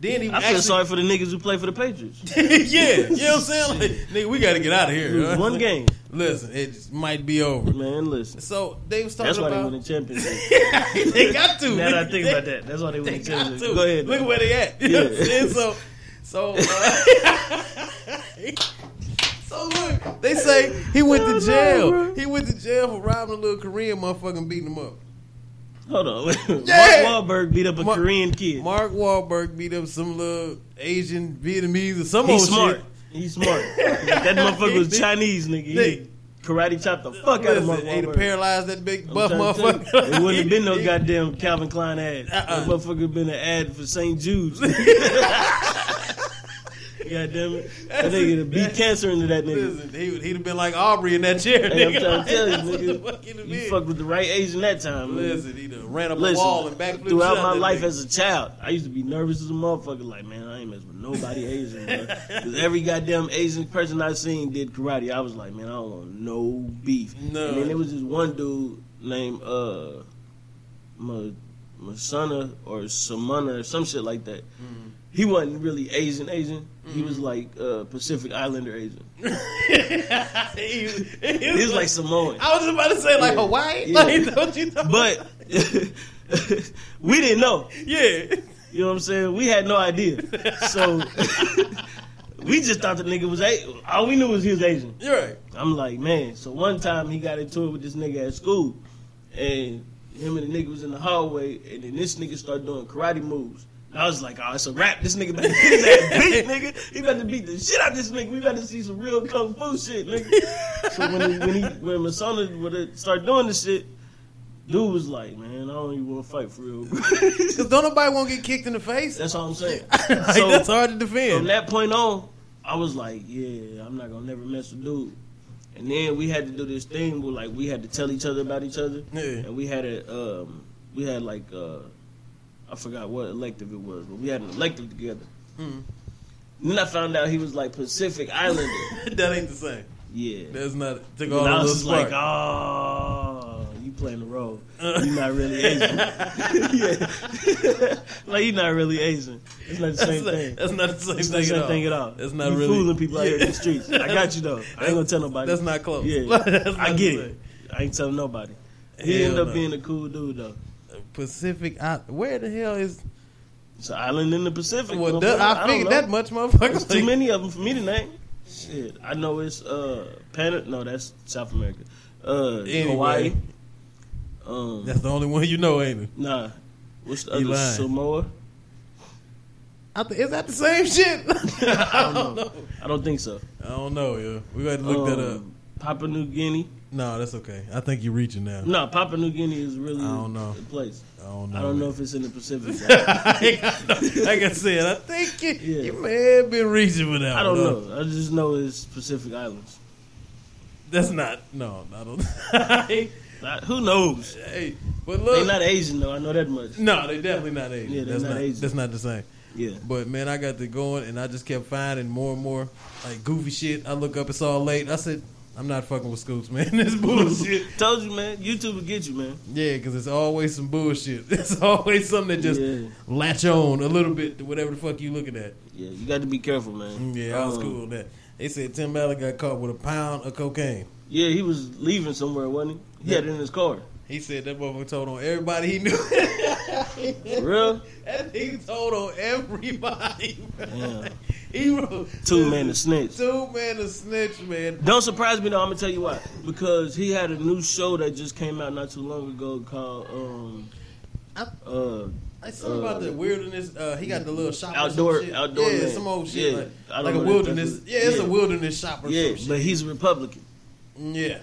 D: Then he
B: I feel
D: actually,
B: sorry for the niggas who play for the Patriots.
D: yeah, you know what I'm saying? Like, nigga, we got to get out of here.
B: Lose one game.
D: Listen, it just might be over.
B: Man, listen.
D: So they was talking
B: That's why they win the
D: about
B: championship.
D: they got to.
B: Now that I
D: nigga.
B: think
D: They-
B: about that, that's why they win
D: They
B: the
D: got
B: championship.
D: to.
B: Go ahead.
D: Look
B: though.
D: where they at. You know what I'm
B: Yeah.
D: saying? So, so uh, Oh, look. They say he went
B: Oh,
D: to jail. He went to jail for robbing a little Korean motherfucker and beating him up.
B: Hold on.
D: Yeah.
B: Mark Wahlberg beat up a
D: Mar-
B: Korean kid.
D: Mark Wahlberg beat up some little Asian Vietnamese or some
B: He's
D: old
B: smart.
D: shit.
B: He's smart. that motherfucker was Chinese, nigga.
D: Nigga.
B: He karate chopped the fuck out of Mark
D: Listen, he'd have
B: Wahlberg.
D: paralyzed that big
B: I'm
D: buff
B: trying to tell
D: motherfucker.
B: you, It wouldn't have been no
D: He-
B: goddamn Calvin Klein ad.
D: Uh-uh.
B: That motherfucker been an ad for St. Jude's. God damn it. That nigga to beat cancer into that nigga.
D: Listen, he, would- he'd have been like Aubrey in that chair,
B: Hey, I'm
D: nigga.
B: trying to tell you,
D: That's what the fuck he'd
B: nigga.
D: have
B: You
D: been.
B: fucked with the right Asian that time. nigga.
D: Listen, he done ran up a wall and
B: Listen,
D: backflipped.
B: throughout
D: shot
B: my
D: that
B: life
D: nigga.
B: as a child, I used to be nervous as a motherfucker. Like, man, I ain't mess with nobody Asian. bro. 'Cause every goddamn Asian person I seen did karate. I was like, man, I don't want no beef.
D: No.
B: And then there was this one dude named uh, Ma- Masana or Samana or some shit like that.
D: Mm-hmm.
B: He wasn't really Asian Asian. He was like uh, Pacific Islander Asian.
D: he,
B: He was like Samoan.
D: I was about to say like
B: Yeah.
D: Hawaii.
B: Yeah.
D: Like, don't you know?
B: But we didn't know.
D: yeah,
B: You know what I'm saying? We had no idea. So we just thought the nigga was Asian. All we knew was he was Asian.
D: you're right.
B: I'm like, man. So one time he got into it with this nigga at school, and him and the nigga was in the hallway, and then this nigga started doing karate moves. And I was like, oh, it's a rap. This nigga about to get his ass beat, nigga. He about to beat the shit out of this nigga. We about to see some real kung fu shit, nigga. So when he, when he when Masana would uh, start doing this shit, dude was like, man, I don't even want to fight for real.
D: Because don't nobody want to get kicked in the face.
B: That's all I'm saying.
D: Like,
B: So-
D: that's hard to
B: from
D: defend.
B: that point on, I was like, yeah, I'm not gonna never mess with dude. And then we had to do this thing where like we had to tell each other about each other,
D: Yeah.
B: and we had a um, we had like uh, I forgot what elective it was, but we had an elective together.
D: Mhm.
B: Then I found out he was like Pacific Islander.
D: that ain't the same.
B: yeah.
D: That's not. Took all
B: and I
D: the
B: was
D: little
B: just like,
D: spark.
B: oh, you playing the role. You're not really Asian. yeah. like, you're not really Asian. It's not the same
D: that's,
B: thing.
D: that's not the same,
B: It's
D: thing,
B: not the same
D: at
B: thing at all.
D: That's not
B: you
D: really
B: fooling people out here in
D: Yeah.
B: the streets. I got you though. I ain't gonna tell nobody.
D: That's not close.
B: Yeah,
D: That's
B: I
D: not
B: get
D: the
B: it. I ain't telling nobody. He
D: Hell
B: ended up
D: no.
B: being a cool dude though.
D: same. Pacific. I, where the hell is?
B: It's an island in the Pacific.
D: Well,
B: motherfucker.
D: duh, I
B: don't
D: figured
B: know.
D: that much, motherfucker.
B: There's too many of them for me tonight. Shit, I know it's uh Pan. No, that's South America. Uh,
D: Anyway.
B: Hawaii. Um,
D: That's the only one you know, ain't it?
B: nah. What's the
D: You
B: other
D: lying.
B: Samoa?
D: I th- is that the same shit? I don't know.
B: I don't think so.
D: I don't know, yo. We got to look that up.
B: Um, Papua New Guinea.
D: No, that's okay. I think you're reaching now.
B: No, Papua New Guinea is really
D: I don't know.
B: the place.
D: I don't know.
B: I don't know if it's in the Pacific.
D: like I said, I think you,
B: Yeah.
D: you may have been reaching for that.
B: I don't
D: one, huh?
B: know. I just know it's Pacific Islands.
D: That's not. No, I don't.
B: Not- who knows?
D: hey, but
B: They're
D: look.
B: not Asian though. I know that much.
D: no, they definitely not Asian.
B: Yeah, they're
D: that's
B: not Asian.
D: That's not the same.
B: Yeah.
D: But man, I got to going, and I just kept finding more and more like goofy shit. I look up, it's all late. I said, I'm not fucking with Scoops, man. this bullshit.
B: Told you, man. YouTube will get you, man.
D: Yeah, because it's always some bullshit. It's always something that just
B: Yeah.
D: latch on a little bit to whatever the fuck you looking at.
B: Yeah, you got to be careful, man.
D: Yeah, I was
B: Um,
D: cool with that. They said Tim Allen got caught with a pound of cocaine.
B: Yeah, he was leaving somewhere, wasn't he? He had it in his car.
D: He said that motherfucker told on everybody he knew.
B: For real?
D: that nigga told on everybody. bro.
B: Yeah.
D: He wrote
B: Two men to snitch.
D: Two men to snitch, man.
B: Don't surprise me though. I'm gonna tell you why. Because he had a new show that just came out not too long ago called um,
D: I-
B: uh,
D: Like something about the wilderness. Uh, he got the little shop. or some
B: Outdoor-
D: shit.
B: outdoor
D: Yeah,
B: man.
D: some old shit.
B: Yeah,
D: like-
B: I don't
D: like,
B: know
D: a
B: that
D: wilderness.
B: that's
D: Yeah,
B: what-
D: it's a
B: yeah.
D: wilderness shop or
B: yeah,
D: some shit.
B: but he's a Republican.
D: yeah.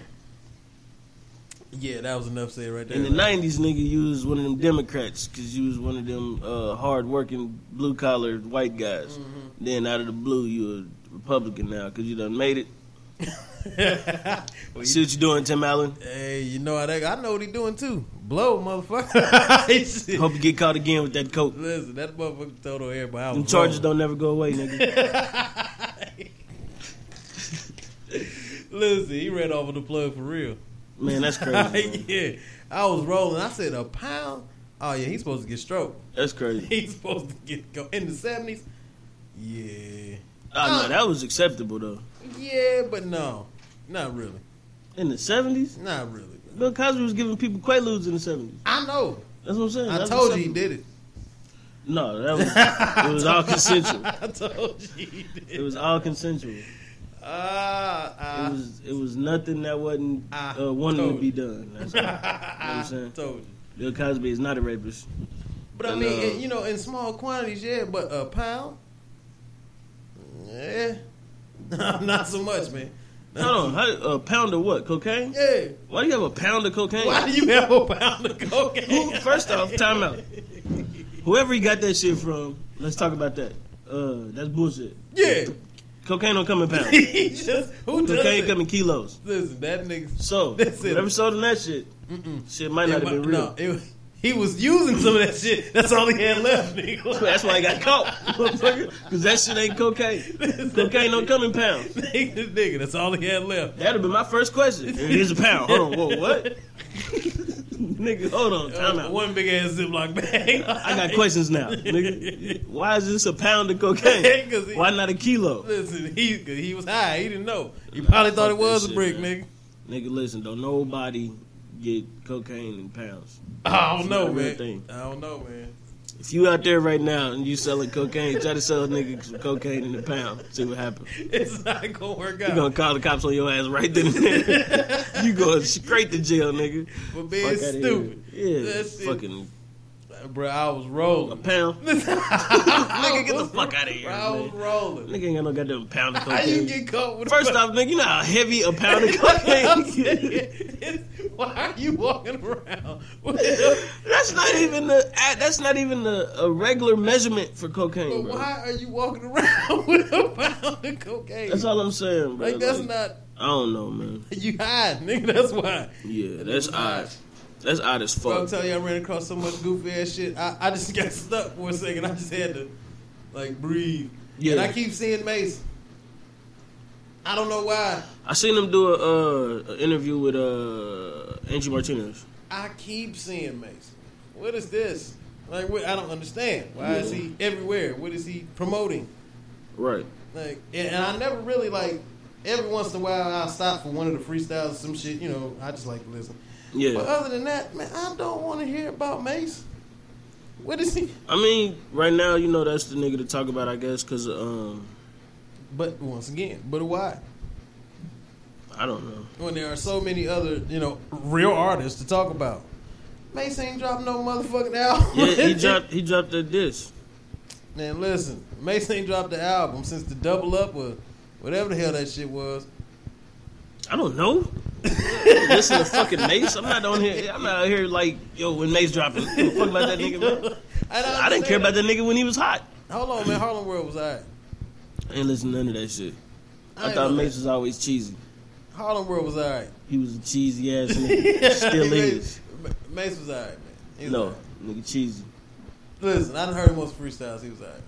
D: Yeah, that was enough said right there.
B: In the '90s, nigga, you was one of them Democrats because you was one of them uh, hard-working, blue-collar white guys.
D: Mm-hmm.
B: Then out of the blue, you a Republican now because you done made it.
D: Well, you-
B: See what you doing, Tim Allen?
D: Hey, you know how that? I know what he doing too. Blow, motherfucker. Shit.
B: Hope you get caught again with that coat.
D: Listen, that motherfucker told on everybody. I
B: Them
D: was
B: charges
D: wrong.
B: don't never go away, nigga.
D: Listen, he ran off of the plug for real.
B: Man, that's crazy. man.
D: yeah, I was rolling. I said a pound. Oh yeah, he's supposed to get stroke.
B: That's crazy.
D: He's supposed to get go in the seventies. Yeah,
B: Oh no, that was acceptable though.
D: yeah, but no, not really,
B: In the '70s,
D: not really.
B: Bill Cosby was giving people Quaaludes in the '70s.
D: I know.
B: That's what I'm saying.
D: I
B: That's
D: told you he
B: acceptable.
D: did it.
B: No, that was it was all consensual.
D: I told you he did.
B: It was all consensual.
D: Ah,
B: It
D: ah,
B: was it was nothing that wasn't
D: I
B: uh, wanting
D: Ah, told
B: to be done. That's all. You know what I'm
D: I
B: saying?
D: told you.
B: Bill Cosby is not a rapist.
D: But I
B: And,
D: mean,
B: uh,
D: in- you know, in small quantities, yeah. But a pound, yeah, not so much, man.
B: Hold on, how, a pound of what? Cocaine?
D: Yeah.
B: Why do you have a pound of cocaine?
D: Why do you have a pound of cocaine?
B: Who, first off, time out. Whoever you got that shit from, let's talk about that. Uh, that's bullshit.
D: yeah.
B: Cocaine don't come in pounds.
D: He just who does
B: cocaine
D: it?
B: come in kilos.
D: Listen, that nigga.
B: So
D: That's it.
B: whoever sold him that shit, shit might not
D: it
B: have
D: mu-
B: been real.
D: No, it, he was using some of that shit. That's all he had left, nigga.
B: That's why I got caught, motherfucker. Because that shit ain't cocaine. cocaine don't come in pounds.
D: nigga, nigga, that's all he had left.
B: That'd have been my first question. It is a pound. Hold on, whoa, what? nigga, hold on, time out.
D: One big ass Ziploc bag.
B: I got questions now, nigga. Why is this a pound of cocaine?
D: 'Cause he-
B: Why not a kilo?
D: Listen, he 'cause he was high. He didn't know. He probably thought it
B: fuck that
D: was a
B: shit,
D: brick,
B: man.
D: nigga.
B: Nigga, listen, don't nobody get cocaine in pounds.
D: I
B: not
D: don't know,
B: a real
D: man.
B: thing.
D: I don't know, man.
B: If you out there right now and you selling cocaine, try to sell a nigga some cocaine in a pound. See what happens.
D: It's not gonna work
B: You
D: out.
B: gonna call the cops on your ass right then and there. you going straight to jail, nigga.
D: For being
B: Fuck outta
D: stupid.
B: here. Yeah,
D: That's it.
B: fucking
D: Bro, I was
B: a
D: rolling.
B: pound. nigga, get the fuck out of here,
D: Bro, I was
B: man.
D: rolling.
B: Nigga ain't got no goddamn pound of
D: How you
B: cocaine.
D: get caught with a
B: First off, nigga, you know how heavy a pound of cocaine is.
D: Why are you walking around? with-
B: That's not even the. That's not even a, a regular measurement for cocaine,
D: But
B: bro.
D: why are you walking around with a pound of cocaine?
B: That's all I'm saying, bro.
D: like that's
B: Like,
D: not
B: I don't know, man.
D: you high, nigga. That's why.
B: Yeah, that's odd. That's odd as
D: Bro, I'm
B: fuck.
D: telling you, I ran across so much goofy ass shit. I, I just got stuck for a second. I just had to like breathe.
B: Yeah.
D: And I keep seeing Mason. I don't know why.
B: I seen him do a, uh, a interview with uh, Angie Martinez.
D: I keep seeing Mason. What is this? Like, what, I don't understand. Why is
B: Yeah.
D: he everywhere? What is he promoting?
B: Right.
D: Like, and, and I never really like. Every once in a while, I'll stop for one of the freestyles or some shit. You know, I just like to listen.
B: Yeah.
D: But other than that, man, I don't want to hear about Mace. What is he?
B: I mean, right now, you know, that's the nigga to talk about, I guess, because um,
D: But once again, but why?
B: I don't know.
D: When there are so many other, you know, real artists to talk about. Mace ain't dropped no motherfucking album.
B: Yeah, he dropped he dropped that disc.
D: Man, listen, Mace ain't dropped the album since the double up or whatever the hell that shit was.
B: I don't know. Listen to fucking Mace. I'm not on here. I'm not out here like yo when Mace dropping. Give a fuck about that nigga. Man.
D: I, don't
B: I didn't care about that nigga when he was hot.
D: Hold on, man. Harlem World was alright.
B: I ain't listen to none of that shit. I,
D: ain't
B: thought
D: know
B: Mace was always cheesy.
D: Harlem World was alright.
B: He was a cheesy ass nigga. Still is.
D: Mace was alright, man. He's
B: No,
D: alright.
B: nigga cheesy.
D: Listen, I done heard most freestyles. He was alright.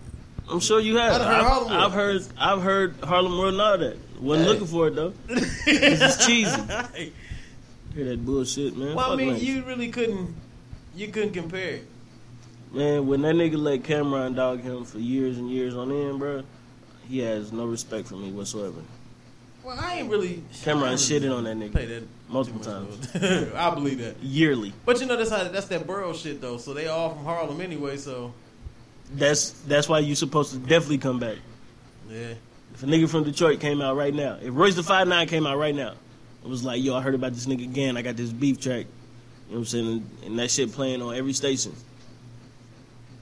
B: I'm sure you have.
D: I done heard
B: I've,
D: Harlem World.
B: I've heard I've heard Harlem World and all that. Wasn't
D: Hey.
B: looking for it though. It's cheesy.
D: Hey,
B: Hear that bullshit, man.
D: well, I
B: Fuck
D: mean,
B: Mace.
D: you really couldn't, you couldn't compare it.
B: Man, when that nigga let Cameron dog him for years and years on end, bro, he has no respect for me whatsoever.
D: Well, I ain't really.
B: Cameron
D: I really
B: shitted on that
D: play
B: nigga
D: that
B: multiple
D: too much,
B: times
D: though. I believe that.
B: yearly.
D: But you know that's how that's that borough shit though. So they all from Harlem anyway. So
B: That's that's why you supposed to definitely come back.
D: yeah,
B: If a nigga from Detroit came out right now, if Royce the Five Nine came out right now, it was like, yo, I heard about this nigga again. I got this beef track. You know what I'm saying? And, and that shit playing on every station.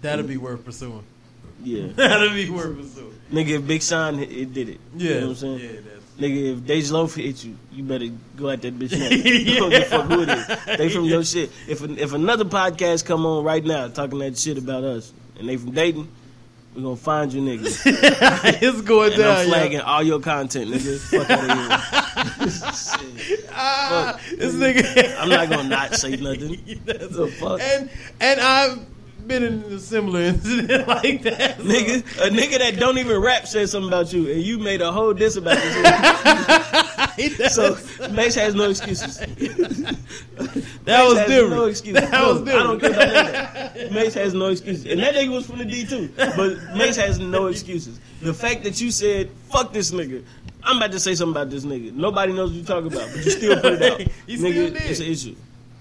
D: that'll be worth pursuing.
B: Yeah,
D: That'll be worth pursuing.
B: nigga, if Big Sean it, it did it.
D: Yeah,
B: you know what I'm saying?
D: yeah, that's.
B: Nigga, if Dej Loaf hit you, you better go at that bitch now. You don't give a fuck who it is. They from your shit. If if another podcast come on right now talking that shit about us, and they from Dayton, we gonna find you niggas.
D: it's going
B: And
D: down.
B: I'm
D: yo.
B: flagging all your content, nigga. Fuck outta here.
D: Ah, this nigga.
B: I'm not gonna not say nothing.
D: That's-
B: The fuck?
D: And and I've been in a similar incident like that, so-
B: Nigga, a nigga that don't even rap said something about you, and you made a whole diss about this. so Mace has no excuses.
D: that was
B: has
D: different.
B: No excuses.
D: That
B: No,
D: was different.
B: I don't care about none of that. Mace has no excuses, and that nigga was from the D too. But Mace has no excuses. The fact that you said "fuck this nigga," I'm about to say something about this nigga. Nobody knows what you talking about, but you still put it out. nigga,
D: You still did.
B: it's an issue.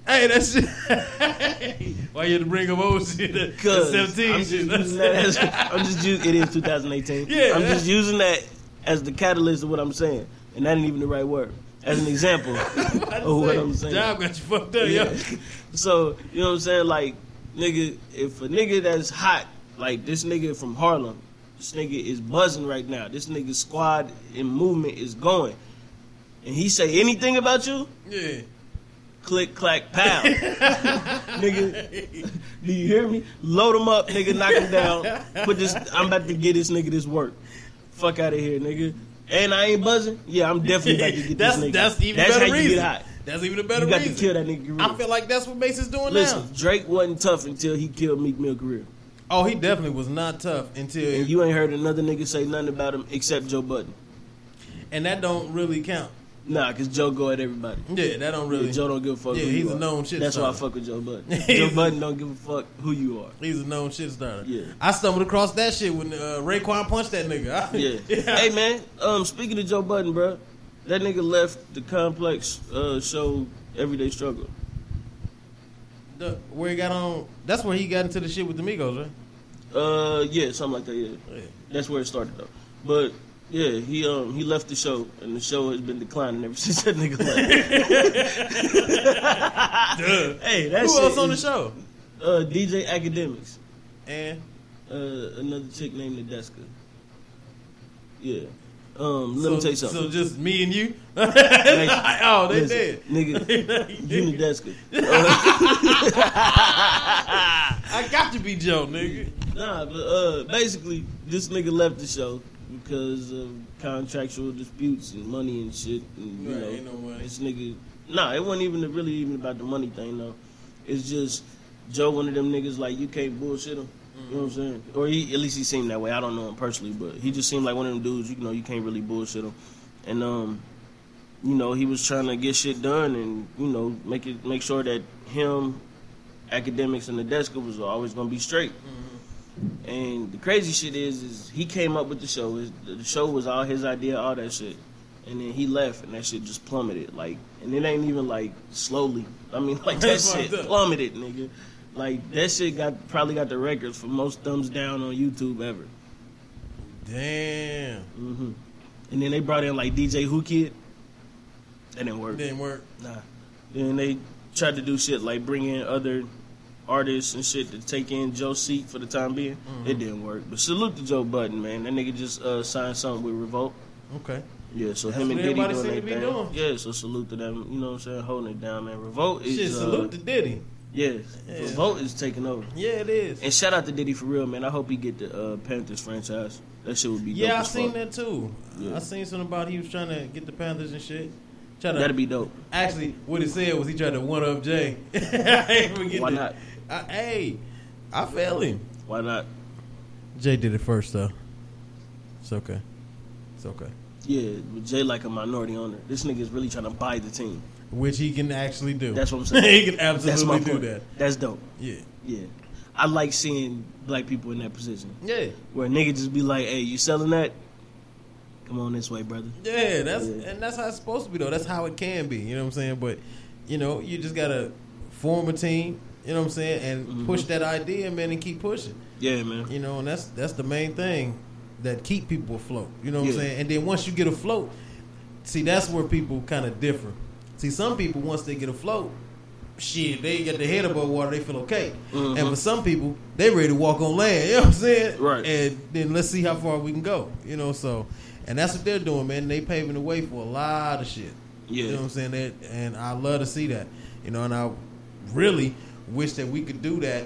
D: Hey, that shit. Why you had to bring up old shit? That- that
B: Cause
D: 17
B: I'm just
D: shit.
B: using
D: That's-
B: that. As, I'm just using. It is 2018.
D: Yeah,
B: I'm
D: that's-
B: just using that as the catalyst of what I'm saying, and that ain't even the right word. As an example of what I'm saying.
D: Job got you fucked up, yo.
B: So you know what I'm saying? Like, nigga, if a nigga that's hot, like this nigga from Harlem, this nigga is buzzing right now. This nigga squad and movement is going, and he say anything about you,
D: Yeah.
B: click clack pow, nigga. Do you hear me? Load him up, nigga. Knock him down. Put this. I'm about to get this nigga this work. Fuck out of here, nigga. And I ain't buzzing. Yeah, I'm definitely about to get
D: that's
B: this nigga.
D: that's even
B: that's
D: better
B: how
D: reason.
B: you get hot.
D: That's even a better
B: you got
D: reason.
B: to kill that nigga.
D: I feel like that's what Mace is doing
B: Listen,
D: now.
B: Drake wasn't tough until he killed Meek Mill career.
D: Oh, he definitely was not tough until
B: And you ain't heard another nigga say nothing about him except Joe Budden.
D: and that don't really count.
B: Nah, cause Joe go at everybody.
D: Yeah, that don't really.
B: And Joe don't give a fuck
D: Yeah,
B: who you
D: he's a
B: are.
D: known shit
B: That's why I
D: star.
B: fuck with Joe Budden.
D: He's
B: Joe
D: a-
B: Budden don't give a fuck who you are.
D: He's a known shit starter.
B: Yeah.
D: I stumbled across that shit when uh, Raekwon punched that nigga.
B: Yeah. Hey man, um speaking of Joe Budden, bro, that nigga left the complex uh show Everyday Struggle.
D: The- where he got on? That's where he got into the shit with the Migos, right?
B: Uh yeah, something like that, yeah.
D: Yeah.
B: That's where it started though. But yeah, he um he left the show and the show has been declining ever since that nigga left. hey, that
D: Who
B: shit
D: else on the
B: is-
D: show?
B: Uh, DJ Academics.
D: And
B: Uh, another chick named Nadeska. Yeah. Um, let me tell you something.
D: So just me and you.
B: Like,
D: oh, they
B: listen,
D: did.
B: Nigga, you Nadeska.
D: I got to be Joe, nigga.
B: Nah, but uh, basically, this nigga left the show because of contractual disputes and money and shit. And, you
D: Right,
B: know,
D: ain't no money.
B: This nigga, nah, it wasn't even really even about the money thing though. It's just Joe, one of them niggas like you can't bullshit him. You know what I'm
D: Mm-hmm.
B: saying? Or he, at least he seemed that way. I don't know him personally, but he just seemed like one of them dudes. You know, you can't really bullshit him. And um, you know, he was trying to get shit done and you know make it make sure that him, academics, and the desk was always gonna be straight.
D: Mm-hmm.
B: And the crazy shit is, is he came up with the show. Is the show was all his idea, all that shit. And then he left, and that shit just plummeted. Like, and it ain't even like slowly. I mean, like that
D: That's
B: shit
D: fucked up.
B: plummeted, nigga. Like that shit got probably got the records for most thumbs down on YouTube ever.
D: Damn.
B: hmm And then they brought in like DJ Who Kid. That didn't work.
D: Didn't work.
B: Nah. Then they tried to do shit like bring in other artists and shit to take in Joe's seat for the time being.
D: Mm-hmm.
B: It didn't work. But salute to Joe Budden, man. That nigga just uh, signed something with Revolt.
D: Okay.
B: Yeah, so
D: That's
B: him and
D: what
B: Diddy
D: everybody
B: doing
D: seem
B: their
D: to be
B: thing.
D: doing.
B: Yeah, so salute to them. You know what I'm saying? Holding it down, man. Revolt is
D: shit,
B: uh,
D: salute to Diddy.
B: yeah,
D: Yeah.
B: Revolt is taking over.
D: Yeah, it is.
B: And shout out to Diddy for real, man. I hope he get the uh, Panthers franchise. That shit would be dope
D: Yeah, I
B: as
D: seen
B: fuck.
D: that too.
B: Yeah.
D: I seen something about he was trying to get the Panthers and shit. Trying to
B: That'd be dope.
D: actually what he said was he tried to one up Jay. I ain't forget
B: Why not?
D: that. I, hey, I feel him.
B: Why not?
D: Jay did it first though. It's okay. It's okay.
B: Yeah, but Jay like a minority owner. This nigga is really trying to buy the team.
D: Which he can actually do.
B: That's what I'm saying.
D: he can
B: That's my
D: absolutely do
B: point.
D: that.
B: That's dope.
D: Yeah.
B: Yeah. I like seeing black people in that position.
D: Yeah.
B: Where a nigga just be like, hey, you selling that? Come on this way, brother.
D: Yeah, that's
B: Yeah.
D: and that's how it's supposed to be though. That's how it can be. You know what I'm saying? But you know, you just gotta form a team. You know what I'm saying? And push that idea, man, and keep pushing.
B: Yeah, man.
D: You know, and that's that's the main thing that keep people afloat. You know what I'm
B: Yeah.
D: saying? And then once you get afloat, see that's where people kind of differ. See, some people once they get afloat, shit, they get their head above water, they feel okay. And for some people, they ready to walk on land. You know what I'm saying?
B: Mm-hmm. Right.
D: And then let's see how far we can go. You know, so and that's what they're doing, man. They paving the way for a lot of shit. You
B: Yeah.
D: know what I'm saying? That, and I love to see that. You know, and I really wish that we could do that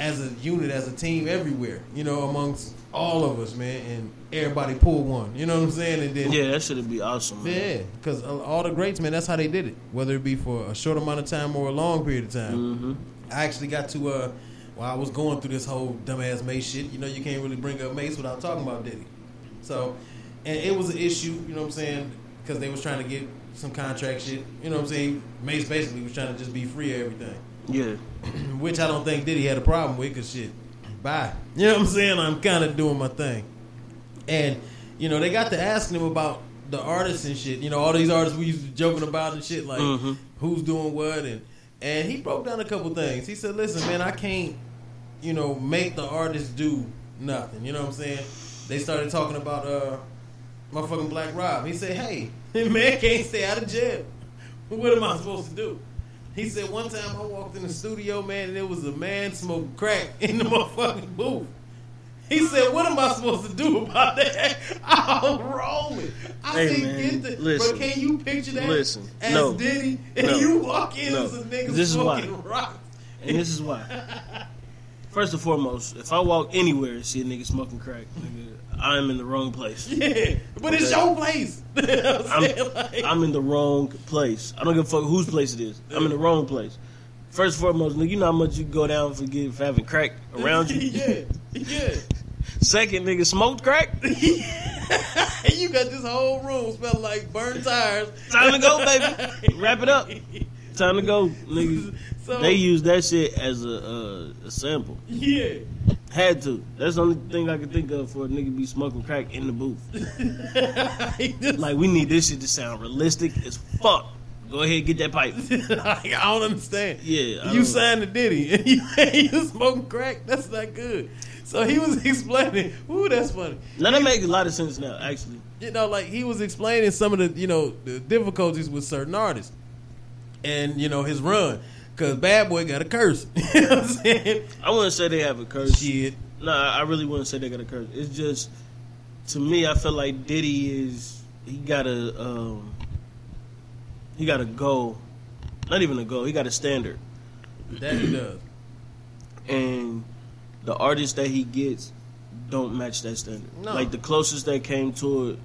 D: as a unit, as a team, everywhere. You know, amongst all of us, man, and everybody pull one. You know what I'm saying? And then
B: Yeah, that should be awesome, man.
D: yeah, because all the greats, man, that's how they did it. Whether it be for a short amount of time or a long period of time. I actually got to, uh, well, I was going through this whole dumbass Mace shit. You know, you can't really bring up Mace without talking about Diddy. So, and it was an issue, you know what I'm saying? Because they was trying to get some contract shit. You know what I'm saying? Mace basically was trying to just be free of everything
B: Yeah.
D: which I don't think Diddy had a problem with, cause shit, bye. You know what I'm saying? I'm kind of doing my thing, and you know they got to asking him about the artists and shit. You know all these artists we used to joking about and shit, like who's doing what, and and he broke down a couple things. He said, "Listen, man, I can't, you know, make the artists do nothing." You know what I'm saying? They started talking about uh motherfucking Black Rob. He said, hey, man can't stay out of jail. What am I supposed to do? He said one time I walked in the studio, man, and there was a man smoking crack in the motherfucking booth. He said, "What am I supposed to do about that? I'm rolling. I
B: Hey,
D: didn't
B: man,
D: get the.
B: listen.
D: but can you picture that?
B: Listen,
D: as
B: no,
D: Diddy, and
B: no,
D: you walk in
B: no.
D: as a nigga
B: This is why.
D: smoking rock.
B: And this is why. First and foremost, if I walk anywhere and see a nigga smoking crack, nigga, I'm in the wrong place.
D: Yeah, but it's
B: Okay.
D: your place. You know what I'm,
B: I'm,
D: saying? Like,
B: I'm in the wrong place. I don't give a fuck whose place it is. I'm in the wrong place. First and foremost, nigga, you know how much you go down for, get, for having crack around you.
D: yeah, yeah.
B: Second, nigga, smoked crack.
D: And you got this whole room smelling like burnt tires.
B: Time to go, baby. Wrap it up. Time to go, nigga.
D: So
B: They use that shit as a, uh, a sample.
D: yeah.
B: Had to. That's the only thing I can think of for a nigga be smoking crack in the booth.
D: He just-
B: Like we need this shit to sound realistic as fuck. Go ahead, get that pipe.
D: like, I don't understand.
B: Yeah, I
D: you
B: don't-
D: signed to Diddy and you, you smoking crack. That's not good. So he was explaining. Ooh, that's funny.
B: Now that makes a lot of sense now, actually.
D: You know, like he was explaining some of the you know the difficulties with certain artists, and you know his run because Bad Boy got a curse. you know what I'm saying?
B: I wouldn't say they have a curse.
D: Shit.
B: No, I I really wouldn't say they got a curse. It's just to me, I feel like Diddy is he got a um, he got a goal, not even a goal. He got a standard,
D: That he does.
B: and the artists that he gets don't match that standard.
D: No.
B: Like the closest that came to it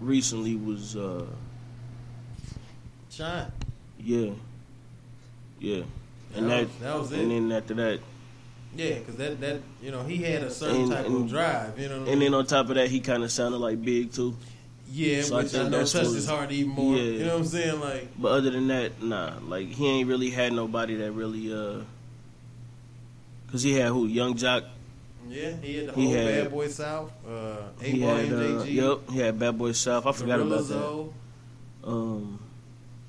B: recently was uh,
D: Shine.
B: yeah, yeah, and
D: That
B: that,
D: was- that was
B: And
D: it.
B: then after that,
D: Yeah, because that that you know he had a certain
B: And-
D: type
B: and-
D: of drive. You know. What I
B: and
D: mean?
B: then on top of that, he kind of sounded like Big too.
D: yeah,
B: so I
D: which I,
B: think
D: know
B: that's
D: touched
B: what-
D: his heart even more.
B: Yeah.
D: You know what I'm saying? Like.
B: But other than that, nah. Like he ain't really had nobody that really uh cause he had who, Young Jock.
D: Yeah, he had the
B: He
D: whole
B: had-
D: Bad Boy South, uh, Eight
B: He
D: Ball
B: had uh,
D: MJG,
B: Yep, he had Bad Boy South. I forgot
D: Gorilla
B: about that.
D: Zoe,
B: Um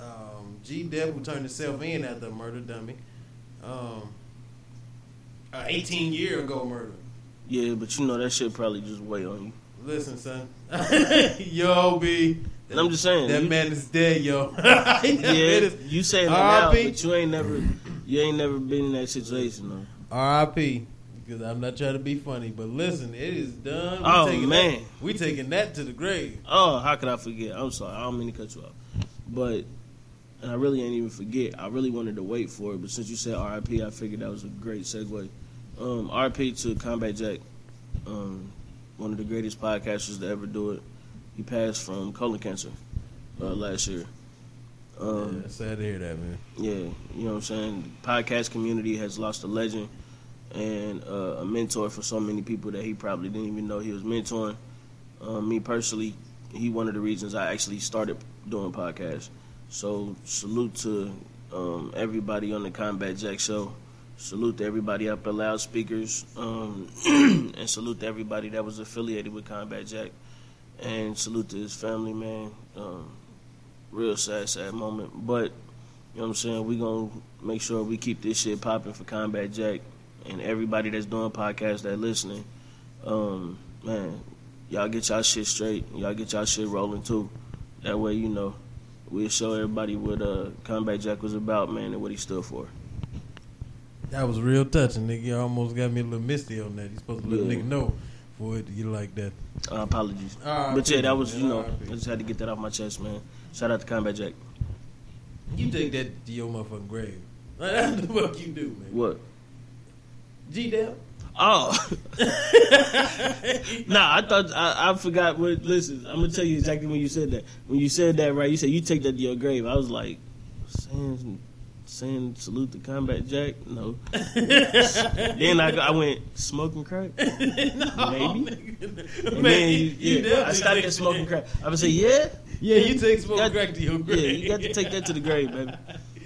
D: um, G Dep who turned himself in after a murder dummy, um, a 18 year ago murder.
B: yeah, but you know that shit probably just weigh on you.
D: Listen, son, yo, B,
B: And I'm just saying
D: that
B: you,
D: man is dead, yo. That man
B: Yeah,
D: is-
B: you saying that now,
D: R.I.P.
B: but you ain't never you ain't never been in that situation though.
D: R.I.P. Because I'm not trying to be funny, but listen, it is done. We
B: Oh,
D: taking
B: man.
D: that, we taking that to the grave.
B: Oh, how could I forget? I'm sorry, I don't mean to cut you off. But and I really ain't even forget. I really wanted to wait for it, but since you said RIP, I figured that was a great segue. Um, RIP to Combat Jack, um, one of the greatest podcasters to ever do it. He passed from colon cancer uh, last year. Um,
D: Yeah, sad to hear that, man.
B: yeah, you know what I'm saying? The podcast community has lost a legend and uh, a mentor for so many people that he probably didn't even know he was mentoring. Um, me personally, he one of the reasons I actually started doing podcasts. So salute to um, everybody on the Combat Jack show. Salute to everybody up at loudspeakers, um, and salute to everybody that was affiliated with Combat Jack, and salute to his family, man. Um, real sad, sad moment, but you know what I'm saying? We gonna make sure we keep this shit popping for Combat Jack and everybody that's doing podcasts that listening. Um, man, y'all get y'all shit straight. Y'all get y'all shit rolling too. That way, you know, we'll show everybody what uh Combat Jack was about, man, and what he stood for.
D: That was real touching, nigga. You almost got me a little misty on that. You supposed to let
B: Yeah.
D: a nigga know for it to get like that.
B: Uh, apologies,
D: R.I.P.,
B: but yeah, that was you
D: man,
B: know,
D: R.I.P..
B: I just had to get that off my chest, man. Shout out to Combat Jack.
D: You take that to your motherfucking grave. That's the fuck you do, man.
B: What?
D: G Dep.
B: Oh, nah, I thought I, I forgot. What? Listen, I'm gonna tell you exactly when you said that. When you said that, right? You said you take that to your grave. I was like, saying, saying salute to Combat Jack. No. then I, go- I went smoking crack. Maybe.
D: man,
B: And then
D: you,
B: you,
D: you
B: yeah,
D: definitely
B: I stopped
D: take
B: at smoking
D: that.
B: crack. I would say, yeah,
D: Yeah, you take smoking
B: Got-
D: crack to your
B: yeah.
D: grave.
B: You got to take that to the grave, baby.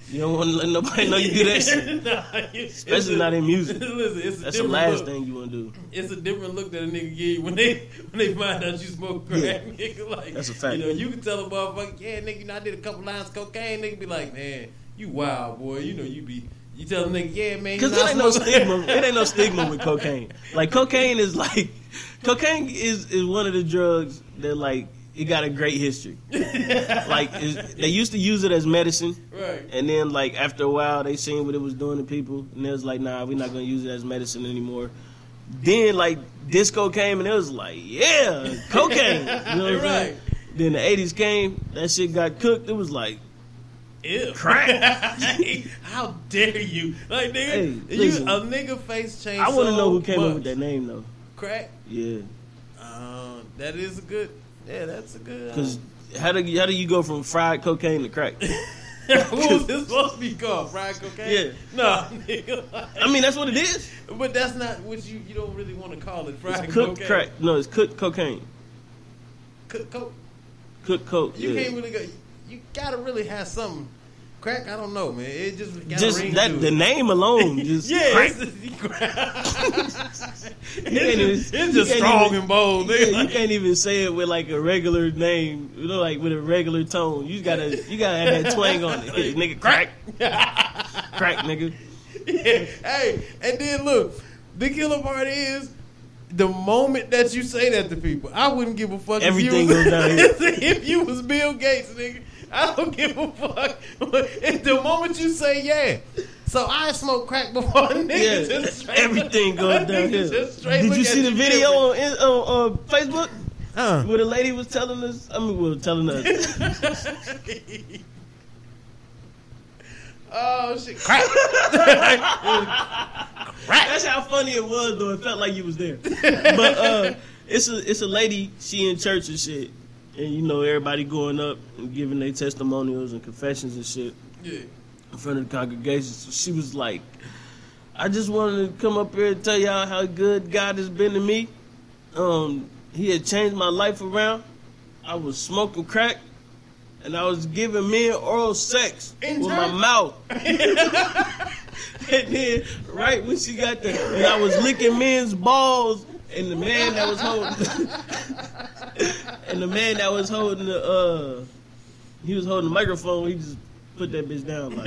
B: You don't want to let nobody know you do that shit, especially not in music.
D: Listen, it's
B: That's
D: a
B: the
D: different
B: last
D: look.
B: thing you want to do.
D: It's a different look that a nigga give you when they when they find out you smoke crack.
B: Yeah.
D: Nigga, like
B: That's a fact.
D: You know, you can tell a motherfucker, yeah, nigga, you know, I did a couple lines of cocaine. Nigga be like, man, you wild boy. You know, you be you tell a nigga, yeah, man, you
B: Because
D: know, I
B: it ain't no
D: smoke-
B: stigma. It ain't no stigma with cocaine. Like cocaine is like, cocaine is is one of the drugs that like it got a great history. like it's- they used to use it as medicine,
D: Right.
B: and then like after a while they seen what it was doing to people, and they was like, nah, we're not gonna use it as medicine anymore. Then like disco came, and it was like, yeah, cocaine. You know what I'm
D: Right.
B: saying? Then the '80s came, that shit got cooked. It was like,
D: Ew. Crack. How dare you? Like
B: Hey,
D: nigga, you
B: listen.
D: a nigga face change.
B: I want to
D: so
B: know who came
D: much.
B: up with that name though.
D: Crack.
B: Yeah,
D: Uh, that is a good. Yeah, that's a good. uh,
B: because how do how do you go from fried cocaine to crack?
D: what was this supposed to be called? Fried cocaine?
B: Yeah.
D: No, nigga. like-
B: I mean, that's what it is.
D: but that's not what you. You don't really want to call it fried
B: It's cooked
D: cocaine.
B: crack. No, it's cooked cocaine.
D: Cook, coke.
B: Cooked coke.
D: You
B: yeah.
D: can't really go. You gotta really have something. Crack. I don't know, man. It just got
B: just
D: ring to
B: that
D: it.
B: the name alone just
D: Yeah,
B: crack.
D: it's, it's,
B: can't
D: just,
B: even-
D: it's
B: you
D: just
B: can't
D: strong
B: even-
D: and bold.
B: Yeah,
D: nigga.
B: you can't even say it with like a regular name, you know, like with a regular tone. You gotta, you gotta have that twang on it, Yeah, nigga. Crack, crack, nigga.
D: Yeah. Hey, and then look, the killer part is the moment that you say that to people, I wouldn't give a fuck.
B: Everything
D: if you was,
B: goes down here.
D: if you was Bill Gates, nigga, I don't give a fuck. If the moment you say yeah. So I smoked crack before, nigga.
B: Yeah,
D: just straight-
B: everything goes
D: nigga
B: down here.
D: just straight
B: Did
D: look
B: you
D: at
B: see the video
D: different.
B: on, in- on, on Facebook
D: Huh.
B: where the lady was telling us? I mean, well, telling us.
D: oh shit! Crack.
B: That's how funny it was though. It felt like you was there. but uh, it's a it's a lady. She in church and shit, and you know everybody going up and giving their testimonials and confessions and shit
D: Yeah.
B: in front of the congregation. So she was like, "I just wanted to come up here and tell y'all how good God has been to me. Um, he had changed my life around. I was smoking crack." And I was giving men oral sex
D: In
B: with my
D: church?
B: mouth. And then, right when she got there, and I was licking men's balls, and the man that was holding, and the man that was holding the, uh, he was holding the microphone. He just put that bitch down like,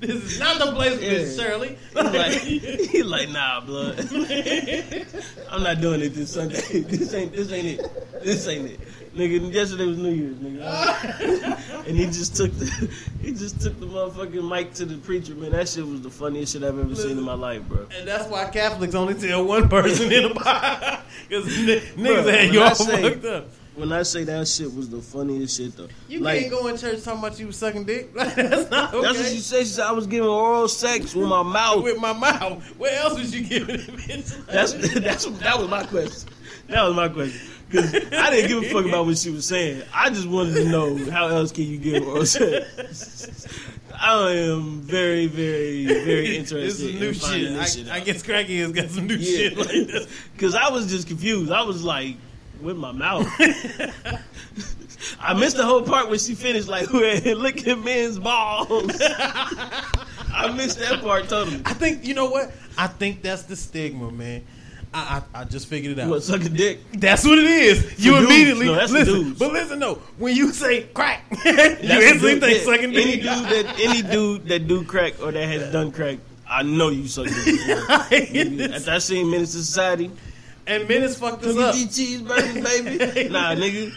D: This is not the place, Miss
B: Yeah.
D: Shirley.
B: like he like, nah, blood. I'm not doing it this Sunday. This ain't, this ain't it. This ain't it, nigga. Yesterday was New Year's, nigga. and he just took the, he just took the motherfucking mic to the preacher. Man, that shit was the funniest shit I've ever seen in my life, bro.
D: And that's why Catholics only tell one person in the Bible. Because niggas
B: Bruh,
D: had
B: when
D: you
B: I
D: all
B: say-
D: fucked up.
B: When I say that shit was the funniest shit though.
D: You
B: like,
D: can't go in church talking about you was sucking dick. that's not okay.
B: That's what she said. She said I was giving oral sex with my mouth.
D: With my mouth. Where else was you giving it, bitch?
B: That's that's that was my question. That was my question. Cause I didn't give a fuck about what she was saying. I just wanted to know how else can you give oral sex. I am very, very, very interested.
D: This is
B: in
D: new
B: finding
D: shit.
B: this
D: I,
B: shit
D: I
B: out.
D: guess Cracky has got some new shit like this.
B: Because I was just confused. I was like, with my mouth. I missed the whole part when she finished, like, licking men's balls. I missed that part totally.
D: I think, you know what? I think that's the stigma, man. I, I, I just figured it out.
B: What, suck a dick?
D: That's what it is. You
B: For dudes.
D: immediately
B: No, that's for
D: listen,
B: dudes.
D: but listen though. When you say crack, you instantly think
B: Yeah.
D: sucking
B: Any dude
D: dick.
B: that any dude that do crack or that has done crack, I know you suck dick. After I seen Minister Society,
D: and Menace fucked us
B: look at
D: up.
B: these cheeseburgers, baby. Nah, nigga,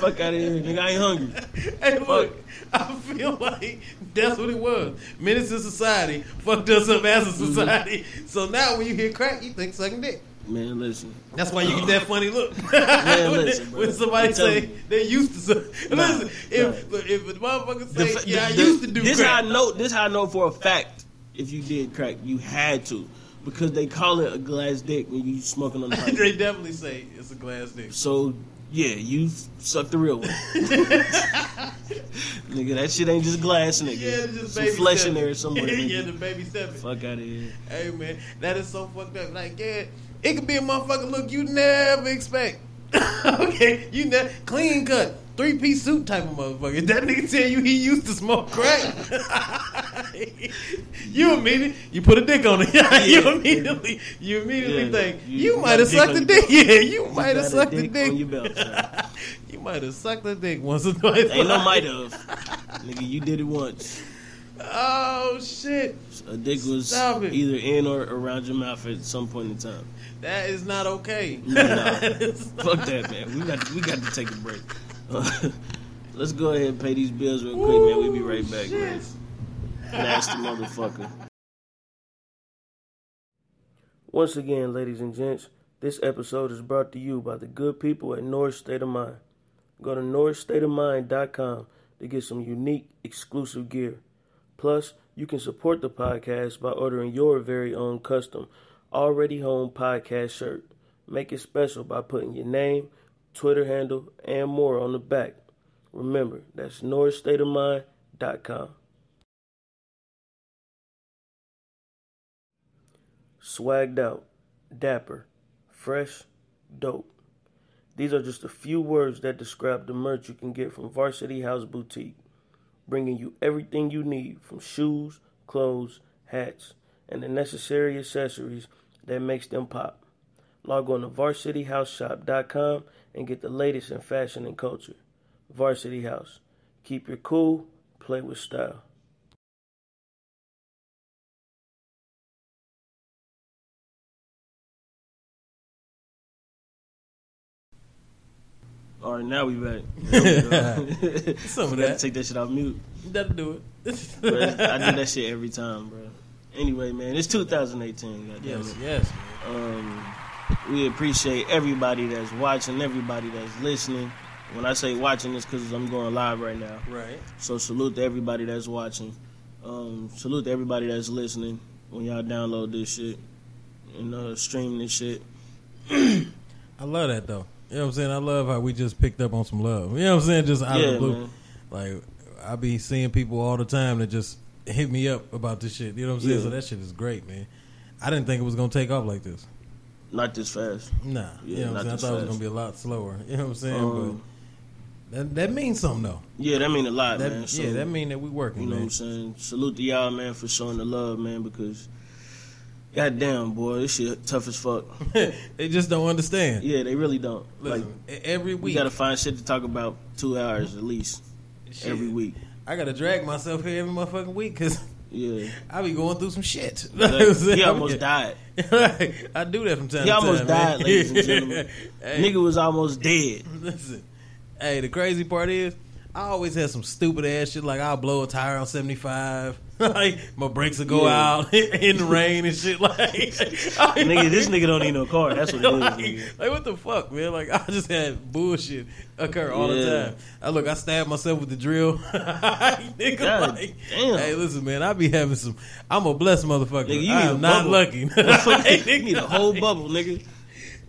B: fuck out of here, nigga. I ain't hungry.
D: Hey, look, I feel like that's what it was. Menace to society fucked us up as a society. So now when you hear crack, you think sucking dick.
B: Man, listen.
D: That's why you get that funny look when,
B: listen, bro.
D: when somebody
B: I'm telling
D: say
B: you.
D: they used to. Suck. listen, if look, if a motherfucker
B: The
D: say,
B: fa- the-
D: "Yeah, I
B: the-
D: used to do
B: this. How I
D: crack,"
B: know. This how I know for a fact. If you did crack, you had to because they call it a glass dick when you smoking on the pipe.
D: they definitely say it's a glass dick.
B: so yeah, you suck the real one, nigga. That shit ain't just glass, nigga.
D: Yeah, it's just
B: Some
D: baby
B: flesh
D: stepping.
B: in there somewhere. nigga.
D: yeah, the baby stepping.
B: Fuck out of here.
D: Hey man, that is so fucked up. Like, yeah, it could be a motherfucker look you never expect. okay, you ne- clean cut, three piece suit type of motherfucker. That nigga tell you he used to smoke crack. you immediately you put a dick on it. you immediately you immediately
B: Yeah,
D: think
B: you-
D: you,
B: you
D: might have
B: got a dick
D: sucked
B: on
D: a
B: your
D: dick.
B: belt.
D: Yeah, you might
B: got
D: have
B: a
D: sucked a
B: dick
D: dick.
B: on your belt, sir.
D: you might have sucked a dick once or twice.
B: Ain't no might of. Nigga, you did it once.
D: Oh Oh shit.
B: A dick was
D: Stop it.
B: either in or around your mouth at some point in time.
D: That is not okay.
B: Nah.
D: It's not-
B: Fuck that, man. We got we got to take a break. let's go ahead and pay these bills real quick, man. We'll be right back, man. Nasty motherfucker.
E: Once again, ladies and gents, this episode is brought to you by the good people at Norris State of Mind. Go to norrisstateofmind.com to get some unique, exclusive gear. Plus, you can support the podcast by ordering your very own custom, already home podcast shirt. Make it special by putting your name, Twitter handle, and more on the back. Remember, that's norrisstateofmind.com. swagged out, dapper, fresh, dope. These are just a few words that describe the merch you can get from Varsity House Boutique, bringing you everything you need from shoes, clothes, hats, and the necessary accessories that makes them pop. Log on to varsityhouseshop.com and get the latest in fashion and culture. Varsity House. Keep your cool, play with style.
B: All right, now we back. There we go.
D: Some of
B: Gotta
D: that.
B: take that shit off mute.
D: That'll do it.
B: Bro, I do that shit every time, bro. Anyway, man, it's 2018. Goddamn
D: Yes,
B: it.
D: yes.
B: Um, we appreciate everybody that's watching, everybody that's listening. When I say watching, it's because I'm going live right now.
D: Right.
B: So salute to everybody that's watching. Um, salute to everybody that's listening when y'all download this shit and uh, stream this shit.
D: I love that though. You know what I'm saying? I love how we just picked up on some love. You know what I'm saying? Just out of
B: Yeah,
D: the blue.
B: man.
D: Like I be seeing people all the time that just hit me up about this shit. You know what I'm saying?
B: Yeah.
D: So that shit is great, man. I didn't think it was gonna take off like this.
B: Not this fast.
D: Nah.
B: Yeah,
D: you know what
B: not
D: I'm saying? I
B: this
D: thought it was
B: fast.
D: gonna be a lot slower. You know what I'm saying?
B: Um,
D: but that that means something though.
B: Yeah, that mean a lot,
D: That,
B: man. So,
D: yeah, that mean that we working,
B: You know what
D: man.
B: I'm saying? Salute to y'all, man, for showing the love, man, because goddamn, boy, this shit tough as fuck.
D: they just don't understand.
B: Yeah, they really don't. like,
D: Listen, e- every
B: we
D: week
B: gotta find shit to talk about two hours at least
D: shit,
B: every week.
D: I gotta drag myself here every motherfucking week because
B: Yeah.
D: I be going through some shit.
B: Like, he almost died.
D: died. I do that from
B: He
D: time to time.
B: almost died,
D: man.
B: ladies and gentlemen.
D: hey,
B: Nigga was almost dead.
D: Listen, hey, the crazy part is, I always had some stupid ass shit. Like I'll blow a tire on seventy five. like my brakes will go
B: Yeah.
D: out in the rain and shit. Like,
B: Nigga, this nigga don't need no car. That's what it is,
D: like,
B: nigga.
D: like, what the fuck, man? Like I just had bullshit occur all the
B: Yeah.
D: time. I look, I stabbed myself with the drill. Nigga,
B: God
D: like,
B: damn.
D: Hey, listen, man, I be having some. I'm a blessed motherfucker.
B: Nigga, you
D: I
B: need
D: am
B: a
D: not
B: bubble.
D: lucky.
B: you need a whole bubble, nigga.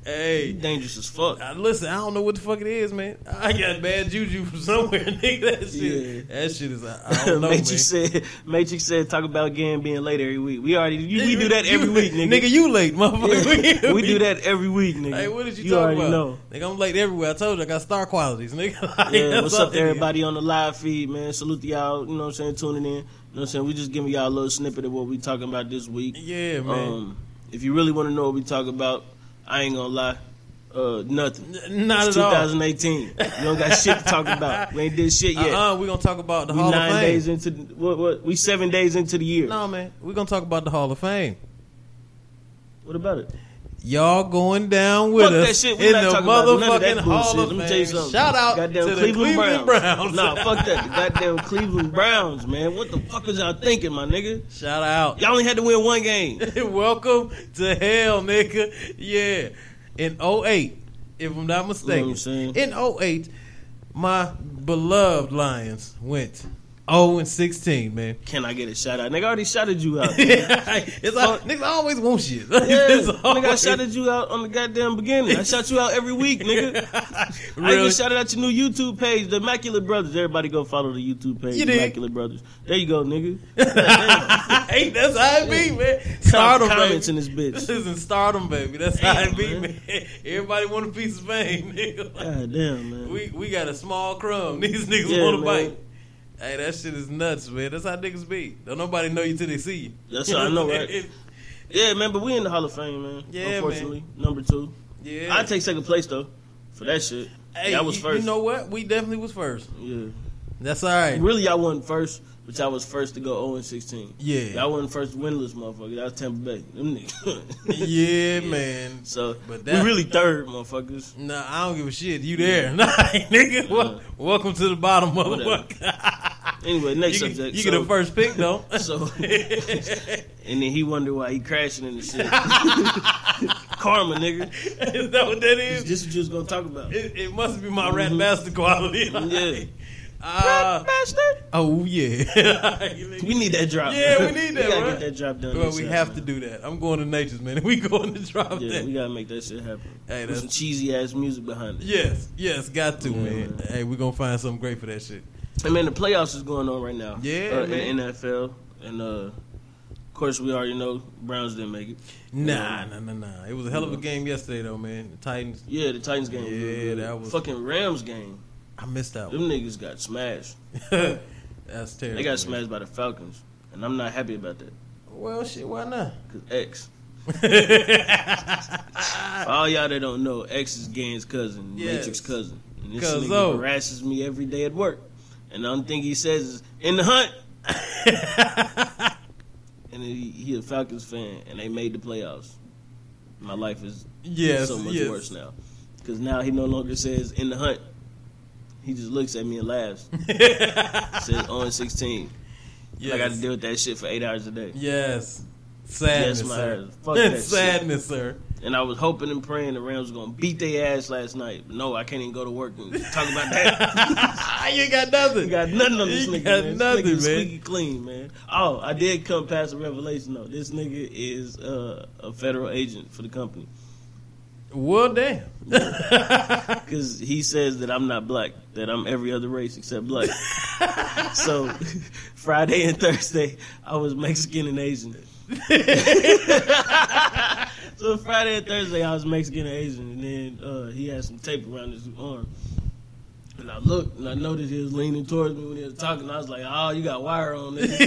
D: Hey,
B: You dangerous as fuck.
D: I- listen, I don't know what the fuck it is, man. I got bad juju from somewhere, nigga. That shit, that shit is. I, I don't know, man.
B: Matrix said, Matrix said, talk about again being late every week. We already, you, we do that every
D: You-
B: week, nigga.
D: Nigga, you late, motherfucker.
B: Yeah. we do that every week, nigga.
D: Hey, what did you, talk
B: already
D: about?
B: know.
D: Nigga, I'm late everywhere. I told you I got star qualities, nigga. Like,
B: Yeah,
D: that's
B: what's
D: all
B: up,
D: it is.
B: everybody on the live feed, man? Salute to y'all. You know what I'm saying? Tuning in. You know what I'm saying? We just giving y'all a little snippet of what we talking about this week.
D: Yeah, man.
B: Um, if you really want to know what we talk about, I ain't gonna lie. Uh, nothing.
D: N- not
B: It's
D: at all.
B: 2018. You don't got shit to talk about. We ain't did shit yet.
D: Uh-uh, we're gonna talk about the
B: We
D: Hall
B: nine
D: of Fame.
B: days into what? What? We seven days into the year.
D: No, man, we're gonna talk about the Hall of Fame.
B: What about it?
D: Y'all going down with
B: Fuck
D: us
B: that shit. We
D: in
B: not
D: the
B: talking about none of that
D: motherfucking Hall
B: bullshit. Let
D: of
B: me
D: Fame.
B: tell you something.
D: Shout out
B: goddamn
D: to the
B: Cleveland,
D: Cleveland Browns.
B: Nah, fuck that. The goddamn Cleveland Browns, man. What the fuck is y'all thinking, my nigga?
D: Shout out.
B: Y'all only had to win one game.
D: Welcome to hell, nigga. Yeah. In 08, if I'm not mistaken.
B: saying?
D: in 08, my beloved Lions went 0 and 16, man.
B: Can I get a shout out? Nigga, I already shouted you out. nigga,
D: it's all, niggas always want shit. It's
B: nigga, I
D: always-
B: shouted you out on the goddamn beginning. I shout you out every week, nigga. I
D: Really?
B: even shouted out your new YouTube page, The Immaculate Brothers. Everybody go follow the YouTube page,
D: You
B: The
D: did.
B: Immaculate Brothers. There you go, nigga.
D: Hey, that's how it be, man. Stardom,
B: comments
D: baby.
B: in this bitch.
D: Listen, stardom, baby. That's how it be,
B: Damn,
D: man. Everybody want a piece of fame, nigga. Like,
B: God damn, man.
D: We we got a small crumb. These niggas
B: Yeah,
D: want to
B: man.
D: bite. Hey, that shit is nuts, man. That's how niggas be. Don't nobody know you till they see you.
B: That's how I know, right?
D: It-
B: yeah, man, but we in the Hall of Fame, man.
D: Yeah, man.
B: unfortunately, number two.
D: yeah.
B: I take second place though for that shit.
D: Hey,
B: that was
D: you-
B: first.
D: You know what? We definitely was first.
B: yeah,
D: That's all right.
B: Really, I wasn't first, but y'all was first to go 0 and 16.
D: Yeah.
B: Y'all wasn't first winless, motherfucker. That was Tampa Bay. Them niggas.
D: Yeah, man.
B: So but
D: But that-
B: we really third, motherfuckers.
D: Nah, I don't give a shit. You there? Nah, nigga. Wel- welcome to the bottom, motherfucker.
B: Anyway,
D: you
B: next
D: get-
B: subject.
D: you
B: so,
D: get a first pick though.
B: So, and then he wonder why he crashing in the shit. Karma, nigga.
D: is that what that is?
B: This is what you was gonna talk about.
D: It, it must be my rat bastard quality.
B: Mm-hmm. Yeah.
D: Uh,
B: Bastard.
D: oh yeah. You nigga.
B: We need that drop.
D: Yeah, we need that,
B: We gotta
D: right?
B: get that drop done.
D: well,
B: next
D: we
B: time,
D: have
B: man.
D: to do that. I'm going to nature's man. We going to drop
B: Yeah,
D: that.
B: we gotta make that shit happen.
D: Hey,
B: Hey,
D: that's-
B: With some cheesy ass music behind it.
D: Yes, yes, got to man.
B: man.
D: Hey, we gonna find something great for that shit.
B: I mean, the playoffs is going on right now.
D: Yeah,
B: uh, in the
D: man.
B: NFL, and uh, of course we already know Browns didn't make it.
D: Nah, nah, nah, nah. It was a hell of a game yesterday though, man. The Titans.
B: Yeah, the Titans game. was
D: Yeah,
B: really good.
D: that was-
B: fucking Rams game.
D: I missed that
B: Them
D: one.
B: niggas got smashed.
D: That's terrible.
B: They got
D: man.
B: smashed by the Falcons, and I'm not happy about that.
D: Well, shit. Why not?
B: Cause X. For all y'all that don't know, X is Gang's cousin,
D: Yes. oh.
B: Matrix cousin, and this
D: Cuzzo.
B: nigga harasses me every day at work. And the only thing he says is in the hunt. and he, he a Falcons fan, and they made the playoffs. My life is
D: Yes,
B: so much
D: yes.
B: worse now because now he no longer says in the hunt. He just looks at me and laughs. says on sixteen.
D: yes.
B: I got to deal with that shit for eight hours a day.
D: Yes. Sadness,
B: Yes, my
D: sir.
B: ass. Fuck that shit.
D: Sadness, sir.
B: And I was hoping and praying the Rams were gonna beat their ass last night. But no, I can't even go to work and talk about that.
D: you ain't got nothing.
B: We got nothing on this
D: You
B: nigga.
D: got
B: man.
D: nothing,
B: this nigga is
D: man.
B: Squeaky clean, man. Oh, I did come past a revelation though. This nigga is uh, a federal agent for the company
D: Well, damn.
B: because he says that I'm not black, that I'm every other race except black. so Friday and Thursday, I was Mexican and Asian. so Friday and Thursday, I was Mexican and Asian, and then uh, he had some tape around his arm. And I looked and I noticed he was leaning towards me when he was talking. I was like, "Oh, you got wire on, nigga."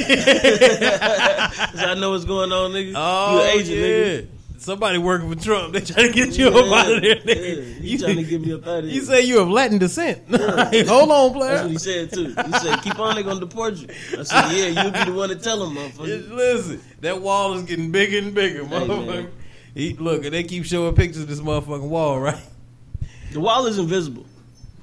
B: 'Cause I know what's going on, nigga.
D: Oh,
B: you an Asian,
D: yeah.
B: nigga.
D: Somebody working for Trump. They trying to get you up out of there, nigga.
B: You trying to get me up out of here?
D: you say you of Latin descent. Hey, hold
B: That's what
D: on, player.
B: he said too. He said, "Keep on, they gonna deport you." I said, "Yeah, you'll be the one to tell them, motherfucker."
D: Listen, that wall is getting bigger and bigger, motherfucker.
B: man.
D: He, look, and they keep showing pictures of this motherfucking wall, right?
B: The wall is invisible.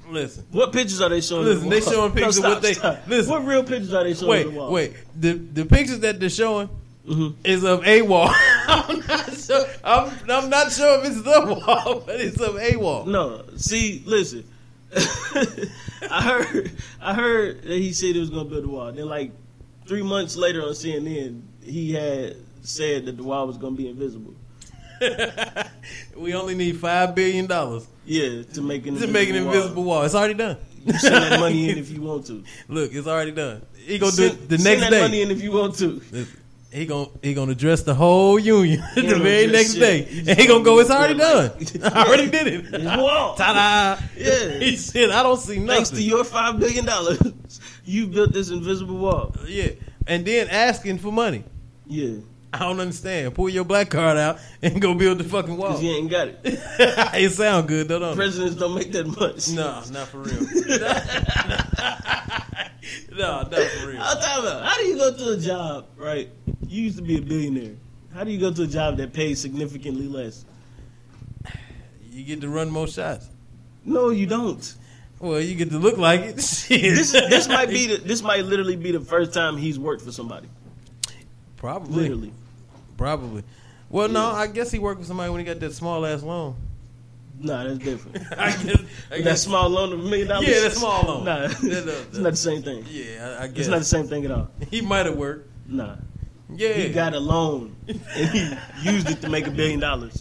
D: Listen,
B: What pictures are they showing? of
D: Listen,
B: the
D: they
B: wall?
D: showing pictures of
B: stop,
D: what they-
B: stop.
D: listen.
B: What real pictures are they showing?
D: wait,
B: of the wall?
D: wait. The the pictures that they're showing
B: Mhm.
D: is of a wall. I'm not sure. I'm, I'm not sure if it's the wall, but it's of a wall.
B: No, see, listen. I heard, I heard that he said he was gonna build a wall. Then, like three months later on CNN, he had said that the wall was gonna be invisible.
D: we only need five billion dollars
B: Yeah, to make an
D: to make an invisible wall. It's already done.
B: Wall. Send that money in if you want to.
D: Look, it's already done. He gonna do
B: Send-
D: it the
B: send
D: next
B: that money
D: day.
B: in if you want to.
D: Listen, He gonna he gonna address the whole union the
B: don't
D: very
B: address
D: next
B: shit.
D: day,
B: You just
D: and he
B: don't
D: gonna go. It's
B: do it
D: already done.
B: like-
D: I already did it.
B: It's wall.
D: Ta da!
B: Yeah.
D: He said, I don't see nothing.
B: Thanks to your five billion dollars, you built this invisible wall.
D: Yeah, and then asking for money.
B: Yeah,
D: I don't understand. Pull your black card out and go build the fucking wall.
B: because you ain't got it.
D: it sound good though, don't it?
B: Presidents don't make that much.
D: No, not for real. no, not for real.
B: I'm talking about how do you go to a job, right? You used to be a billionaire. How do you go to a job that pays significantly less?
D: You get to run more shots.
B: No, you don't.
D: Well, you get to look like it. Shit.
B: This this might be the, this might literally be the first time he's worked for somebody.
D: probably,
B: Literally,
D: probably. Well, no, I guess he worked with somebody when he got that small ass loan.
B: nah, that's different.
D: I guess. I
B: that
D: guess.
B: small loan of a million dollars.
D: Yeah, that small loan.
B: Nah,
D: That- that-
B: it's not the same thing.
D: Yeah, I, I guess.
B: It's not the same thing at all.
D: he might have worked.
B: Nah.
D: Yeah.
B: He got a loan and he used it to make a billion dollars.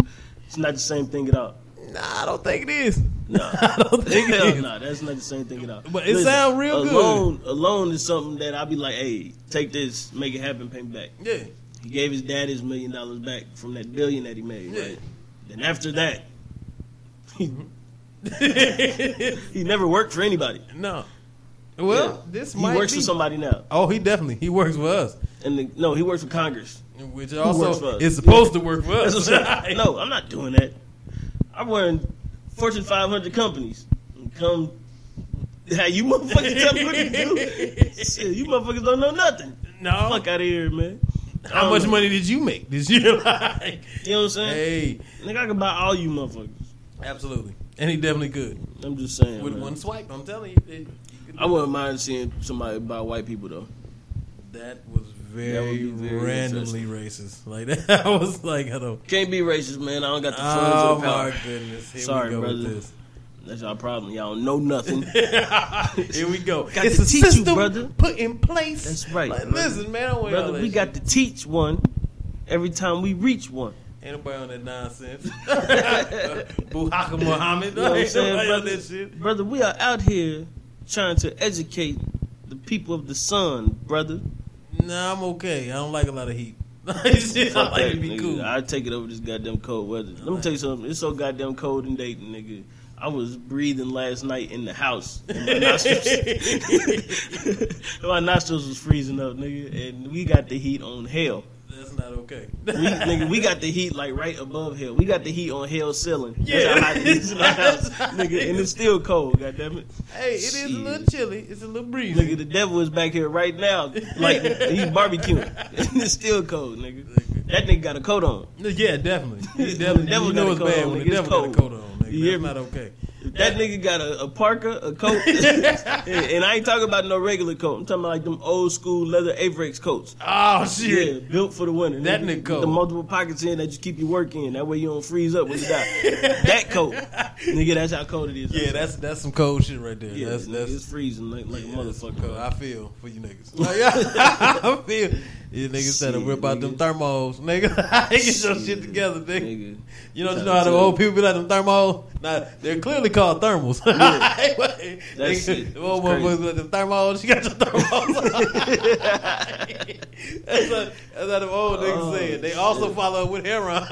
B: It's not the same thing at all.
D: Nah, I don't think it is.
B: No,
D: I don't think it
B: Hell
D: is.
B: no, that's not the same thing at all.
D: But it sound real
B: a
D: good.
B: Loan, a loan is something that I'd be like, hey, take this, make it happen, pay me back.
D: Yeah.
B: He gave his dad his million dollars back from that billion that he made.
D: Yeah.
B: Right? Then after that, he,
D: no.
B: he never worked for anybody.
D: Well,
B: Yeah.
D: this
B: he
D: might
B: works
D: be.
B: for somebody now,
D: Oh, he definitely he works for us,
B: and the, no, he works for Congress.
D: which
B: works for
D: also
B: us?
D: is supposed to work for
B: That's
D: us.
B: what I'm saying. no, I'm not doing that. I'm wearing Fortune 500 companies. And come How you motherfuckers tell me what to do? Shit, you motherfuckers don't know nothing.
D: No.
B: Fuck out of here, man.
D: Oh.
B: Um,
D: How much money did you make this year? like,
B: You know what I'm saying?
D: hey,
B: Nigga, I can buy all you motherfuckers.
D: absolutely. And he definitely could.
B: I'm just saying.
D: With
B: man.
D: one swipe, I'm telling you. It,
B: I wouldn't mind seeing somebody buy white people though.
D: that was very,
B: would be very
D: randomly racist. Like that, I was like, hello.
B: Can't be racist, man. I don't got the funds
D: Oh
B: or the power.
D: my goodness. Here
B: Sorry,
D: we go
B: brother.
D: with
B: That's our problem. Y'all don't know nothing.
D: this. Here we go.
B: Got
D: it's
B: to
D: a
B: teach you,
D: system
B: brother.
D: put in place.
B: That's right,
D: Like,
B: brother.
D: listen, man, I don't want all
B: Brother,
D: that
B: we
D: shit.
B: got to teach one every time we reach one.
D: Ain't nobody on that nonsense. Buhaka Muhammad.
B: You know what I'm
D: Ain't
B: saying,
D: nobody on
B: brother?
D: that shit.
B: Brother, we are out here trying to educate the people of the sun, brother.
D: Nah, I'm okay. I don't like a lot of heat. Shit, I like to be
B: Nigga,
D: cool.
B: I take it over this goddamn cold weather. Let me tell you something. It's so goddamn cold in Dayton, nigga. I was breathing last night in the house. And my, nostrils, my nostrils was freezing up, nigga. And we got the heat on hell.
D: That's not okay.
B: We, nigga, we got the heat like right above hell. We got the heat on hell ceiling.
D: Yeah.
B: That's how hot it is in our house, nigga. And it's still cold, goddamn it.
D: hey, it is a little
B: Shit.
D: chilly. It's a little breezy.
B: Nigga, the devil is back here right now. Like he's barbecuing. And it's still cold, nigga. That nigga got a coat on.
D: Yeah, definitely.
B: The
D: He definitely.
B: devil
D: you know
B: got a
D: it's
B: coat
D: bad
B: on,
D: when
B: nigga.
D: the
B: It's
D: devil got a
B: cold.
D: coat on. Nigga.
B: You hear
D: That's
B: me?
D: not okay.
B: If that nigga got a, a parka, a coat, and, and I ain't talking about no regular coat. I'm talking about like them old school leather Avrex coats.
D: Oh
B: Yeah,
D: shit.
B: built for the winter.
D: That
B: Nigga,
D: nigga
B: with
D: coat.
B: The multiple pockets in that you keep your work in. That way you don't freeze up when you die. that coat, nigga. That's how cold it is.
D: Yeah, that's that's some cold shit right there.
B: yeah.
D: that's
B: nigga,
D: that's
B: it's freezing like, like
D: yeah,
B: a
D: that's some
B: motherfucker.
D: cold. I feel for you niggas. Like, I feel you niggas trying to
B: Shit,
D: rip out them
B: nigga.
D: thermos, nigga. Get your shit
B: Shit,
D: together, nigga.
B: nigga.
D: You know, you
B: Tryna
D: know how the
B: tell
D: old
B: you.
D: people be like them thermos? Nah, they're clearly called thermals.
B: That's it.
D: The old
B: It's
D: motherfuckers like them thermals. She got your thermals. that's, what, that's how the old niggas
B: Oh,
D: say it. They also follow up with heron.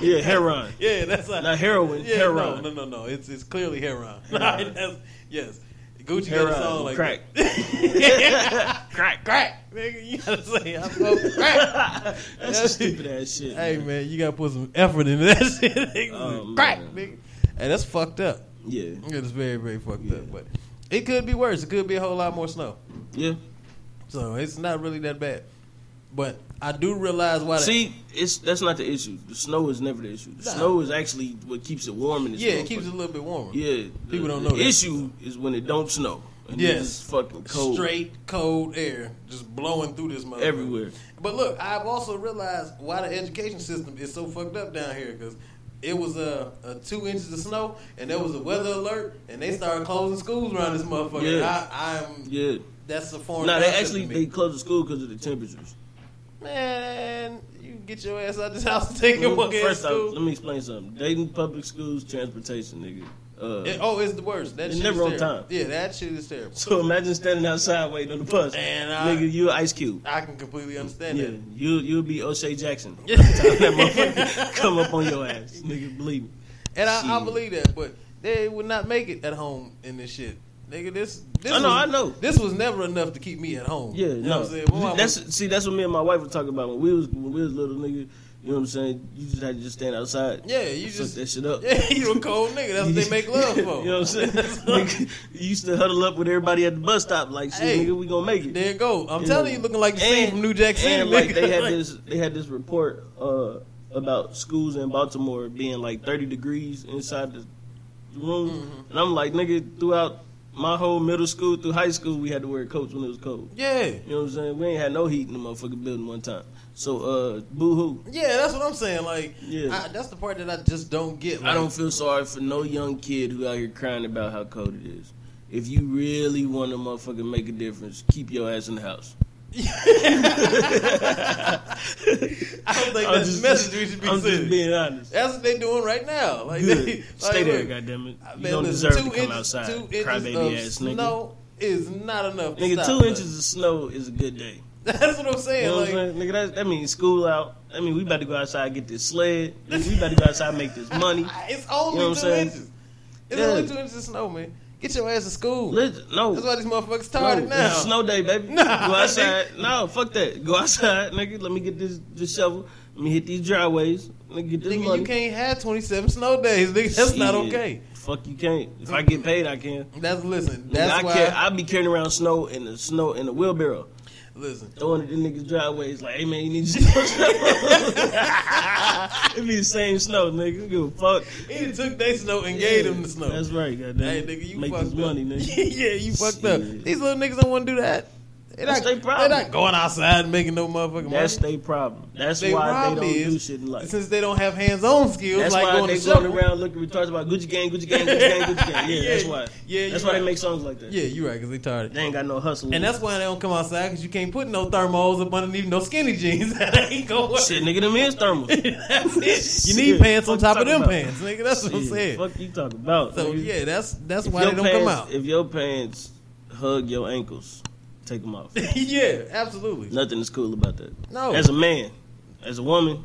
B: Yeah, heron.
D: yeah, that's how,
B: Not heroin,
D: Yeah,
B: heron.
D: No, no, no, no. It's it's clearly heron. that's, yes, Gucci got
B: Heron,
D: a song like
B: uh, crack.
D: that. crack, crack, nigga. You gotta say I smoke crack.
B: That's some stupid ass shit.
D: Hey
B: man.
D: man, you gotta put some effort into that shit. nigga.
B: Oh,
D: Crack,
B: man.
D: nigga. Hey, that's fucked up.
B: Yeah,
D: It's very, very fucked up. But it could be worse. It could be a whole lot more snow.
B: yeah.
D: So it's not really that bad. But I do realize why.
B: See, it's that's not the issue. The snow is never the issue. The
D: Nah.
B: snow is actually what keeps it warm in
D: that,
B: this.
D: yeah, it keeps
B: motherfucker.
D: it a little bit warmer.
B: Yeah,
D: People
B: the-
D: don't
B: the
D: know that.
B: issue is when it don't snow. And
D: Yes.
B: it's just fucking cold.
D: Straight cold air just blowing through this motherfucker
B: Everywhere.
D: But look, I've also realized why the education system is so fucked up down here because it was uh, uh, two inches of snow and there was a weather alert and they started closing schools around this motherfucker.
B: Yeah.
D: I, I'm
B: Yeah.
D: that's a
B: No,
D: foreign.
B: nah, they
D: concept to
B: actually
D: me.
B: they close the school because of the temperatures.
D: man, you get your ass out this house and take your fucking ass
B: First
D: to
B: off,
D: school.
B: let me explain something. Dayton public schools transportation, nigga. Uh,
D: It- oh, it's the worst. That
B: They're
D: shit
B: never
D: is
B: on
D: terrible.
B: time.
D: Yeah, that shit is terrible.
B: So imagine standing outside waiting on the bus,
D: And uh, I-
B: nigga. You Ice Cube.
D: I can completely understand
B: Yeah,
D: that.
B: you you'll be O'Shea Jackson. by the time that motherfucker come up on your ass, nigga. Believe me.
D: And I, I
B: Shit.
D: believe that, but they would not make it at home in this shit. Nigga, this, this
B: I know,
D: was,
B: I know.
D: This was never enough to keep me at home.
B: Yeah,
D: you know
B: no.
D: what I'm saying? My mama-
B: that's see, that's what me and my wife were talking about when we was when we was little, nigga. You know what I'm saying? You just had to just stand outside.
D: yeah, you
B: Fuck
D: just
B: that shit up.
D: yeah, you a cold nigga. That's what they make love for.
B: you know what I'm saying? Nigga, you used to huddle up with everybody at the bus stop, like, shit,
D: Hey.
B: nigga, we gonna make it.
D: There you go. I'm telling you, looking like the
B: And-
D: scene from New Jack City.
B: And like
D: nigga.
B: they had
D: Like,
B: this, they had this report uh, about schools in Baltimore being like 30 degrees inside the room, and I'm like, nigga, throughout my whole middle school through high school, we had to wear coats when it was cold.
D: yeah,
B: You know what I'm saying? We ain't had no heat in the motherfucking building one time. So, uh, boo hoo.
D: yeah, that's what I'm saying. Like,
B: Yeah.
D: I, that's the part that I just don't get. Like,
B: I don't feel sorry for no young kid who out here crying about how cold it is. If you really want to motherfucking make a difference, keep your ass in the house.
D: I don't think
B: I'm
D: that's
B: just-
D: the message we should be
B: I'm just
D: sending.
B: being honest.
D: that's what they doing right now. Like,
B: Good.
D: they,
B: Stay
D: like,
B: there,
D: look,
B: goddammit.
D: I-
B: You
D: man,
B: don't
D: listen,
B: deserve to
D: two
B: come
D: inches-
B: outside,
D: two inches
B: crybaby
D: of
B: ass nigga.
D: Snow is not enough. to
B: Nigga,
D: stop
B: two
D: us.
B: inches of snow is a good day.
D: That's what I'm saying.
B: You know what I'm
D: like,
B: saying? Nigga, that, that means school out. I mean, we about to go outside and get this sled. Nigga, we about to go outside and make this money.
D: it's only
B: You know what I'm
D: two
B: saying?
D: inches. It's
B: Yeah.
D: only two inches of snow, man. Get your ass to school.
B: Listen, no.
D: That's why these motherfuckers
B: No,
D: tired now.
B: It's a snow day, baby.
D: Nah,
B: Go outside. no, fuck that. Go outside, nigga. Let me get this, this shovel. Let me hit these driveways. Nigga, get this
D: Nigga,
B: money.
D: you can't have 27 snow days. Nigga, that's not
B: Shit.
D: okay.
B: Fuck, you can't. If I get paid, I can.
D: That's listen.
B: Nigga,
D: That's
B: I
D: why.
B: can't. I be carrying around snow in the snow in the wheelbarrow,
D: listen.
B: throwing it in niggas' driveways. Like, hey man, you need to It be the same snow, nigga. Give a fuck.
D: He took they snow and gave them the snow.
B: That's right, goddamn.
D: Hey, nigga, you
B: make
D: fucked
B: this
D: up.
B: money, nigga.
D: yeah, you fucked up.
B: Shit.
D: These little niggas don't want to do that. They're
B: That's
D: not,
B: they problem.
D: they're not going outside and making no motherfucking
B: That's
D: money.
B: their problem. That's
D: They
B: why they
D: problem
B: don't
D: is,
B: do shit in life.
D: Since they don't have hands-on skills,
B: That's
D: like
B: why
D: going
B: they
D: to
B: going
D: shovel.
B: around looking retarded about Gucci gang, Gucci gang, Gucci gang, Gucci gang. Yeah,
D: Yeah,
B: that's why.
D: yeah,
B: that's
D: you
B: why they
D: right.
B: make songs like that.
D: Yeah, you're right, because they tired.
B: They ain't got no hustle.
D: And that's why they don't come outside, because you can't put no thermos up underneath no skinny jeans. that ain't going
B: shit, nigga. Them is thermals.
D: That's it. You
B: Shit.
D: need pants on
B: Fuck you
D: top of them
B: talking
D: pants, nigga. That's what I'm
B: Shit,
D: saying.
B: Fuck you talking about.
D: So
B: nigga.
D: yeah, that's that's
B: If
D: why they
B: your
D: don't come
B: pants-
D: out.
B: If your pants hug your ankles, take them off.
D: yeah, absolutely.
B: Nothing is cool about that.
D: No.
B: As a man, as a woman,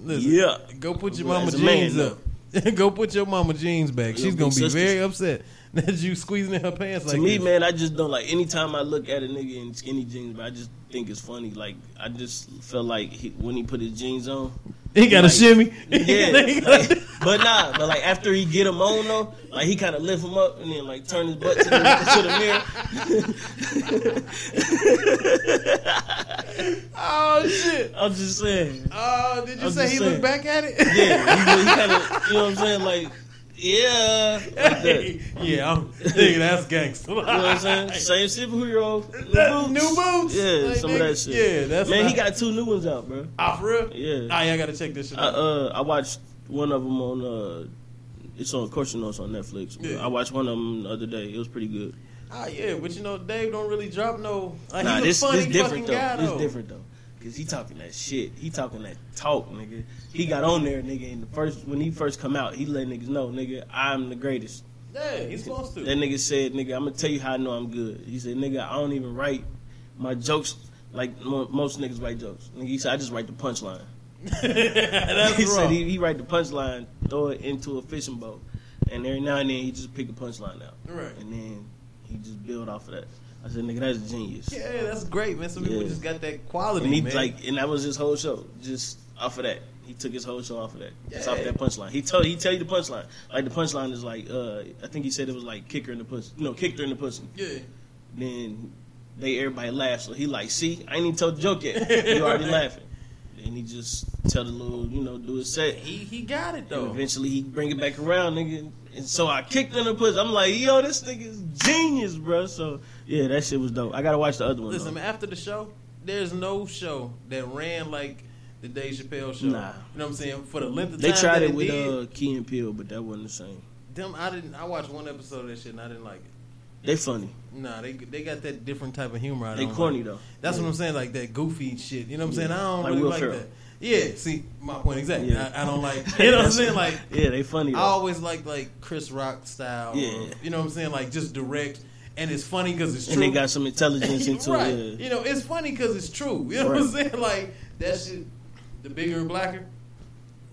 D: Listen,
B: Yeah.
D: Go put your
B: As
D: mama
B: a man,
D: jeans
B: no.
D: up. Go put your mama jeans back. She's
B: big
D: gonna be
B: sisters.
D: very upset that you squeezing in her pants like
B: to me,
D: this.
B: man, I just don't like. Anytime I look at a nigga in skinny jeans, but I just think it's funny. Like I just felt like he, when he put his jeans on,
D: He got a
B: like-
D: shimmy.
B: Yeah,
D: He got a-
B: like, but nah, but like after he get him on though, like he kind of lift him up and then like turn his butt to the, to the mirror.
D: oh shit.
B: I'm just saying,
D: Oh, did you
B: I'm
D: say
B: just
D: he
B: saying.
D: looked back at it?
B: yeah, he, he kind of, you know what I'm saying, like yeah, like that. you
D: yeah, I'm, nigga, that's gangster. you know
B: know what I'm saying, same shit for year old, new
D: That
B: boots,
D: new boots.
B: yeah,
D: Like,
B: some
D: nigga,
B: of that shit.
D: Yeah, that's
B: man,
D: not,
B: he got two new ones out, bro.
D: Ah, for real?
B: Yeah.
D: Ah, yeah, I gotta check this shit
B: I,
D: out.
B: uh, I watched one of them on. Uh, it's on, of course, you know it's on Netflix. but
D: Yeah.
B: I watched one of them the other day. It was pretty good.
D: Ah, yeah, but you know, Dave don't really drop no. Like,
B: nah,
D: he's
B: this
D: a funny
B: this different
D: fucking guy,
B: though.
D: though.
B: This different though, cause he talking that shit. He talking that talk, nigga. He got on there, nigga. In the first when he first come out, he let niggas know, nigga, I'm the greatest.
D: Yeah, he's supposed to.
B: That nigga said, nigga, I'm gonna tell you how I know I'm good. He said, nigga, I don't even write my jokes like mo- most niggas write jokes. Nigga, he said, I just write the punchline.
D: that's
B: he
D: wrong.
B: said he, he write the punchline, throw it into a fishing boat, and every now and then he just pick a punchline out,
D: Right.
B: and then he just build off of that. I said, nigga, that's genius.
D: Yeah, that's great, man. Some people
B: Yeah.
D: just got that quality,
B: And he
D: man.
B: like, and that was his whole show, just off of that. He took his whole show off of that, just off
D: Yeah.
B: that punchline. He told he tell you the punchline. Like the punchline is like, uh, I think he said it was like kicker in the pussy. No, kicked her in the pussy.
D: yeah,
B: Then they everybody laughed. So he like, see, I ain't even told the joke yet. You already
D: Right.
B: laughing. And he just tell the little, you know, do his set.
D: he he got it
B: And
D: though.
B: eventually he bring it back around, nigga. And so I kicked in the pussy. I'm like, yo, this nigga's genius, bro. So yeah, that shit was dope. I gotta watch the other one.
D: Listen,
B: though.
D: man, after the show, there's no show that ran like the Dave Chappelle show.
B: Nah.
D: You know what I'm saying? For the length of
B: They
D: time
B: tried
D: that
B: it with
D: did,
B: uh, Key and Peele, but that wasn't the same.
D: them. I didn't. I watched one episode of that shit and I didn't like it.
B: They funny.
D: Nah, they they got that different type of humor. I
B: They
D: don't
B: corny
D: like.
B: though.
D: That's what I'm saying, like that goofy shit. You know what I'm
B: Yeah.
D: saying? I don't
B: Like
D: really
B: Will
D: like
B: Ferrell.
D: that. Yeah, see, my point exactly.
B: Yeah.
D: I, I don't like. You know what I'm saying? Like,
B: Yeah, they funny.
D: I
B: Though.
D: always liked like Chris Rock style.
B: Yeah.
D: You know what I'm saying? Like just direct, and it's funny because it's true.
B: and they got some intelligence into
D: right.
B: it. Yeah.
D: You know, it's funny because it's true. You know what I'm
B: Right.
D: saying? Like that shit, the bigger and blacker.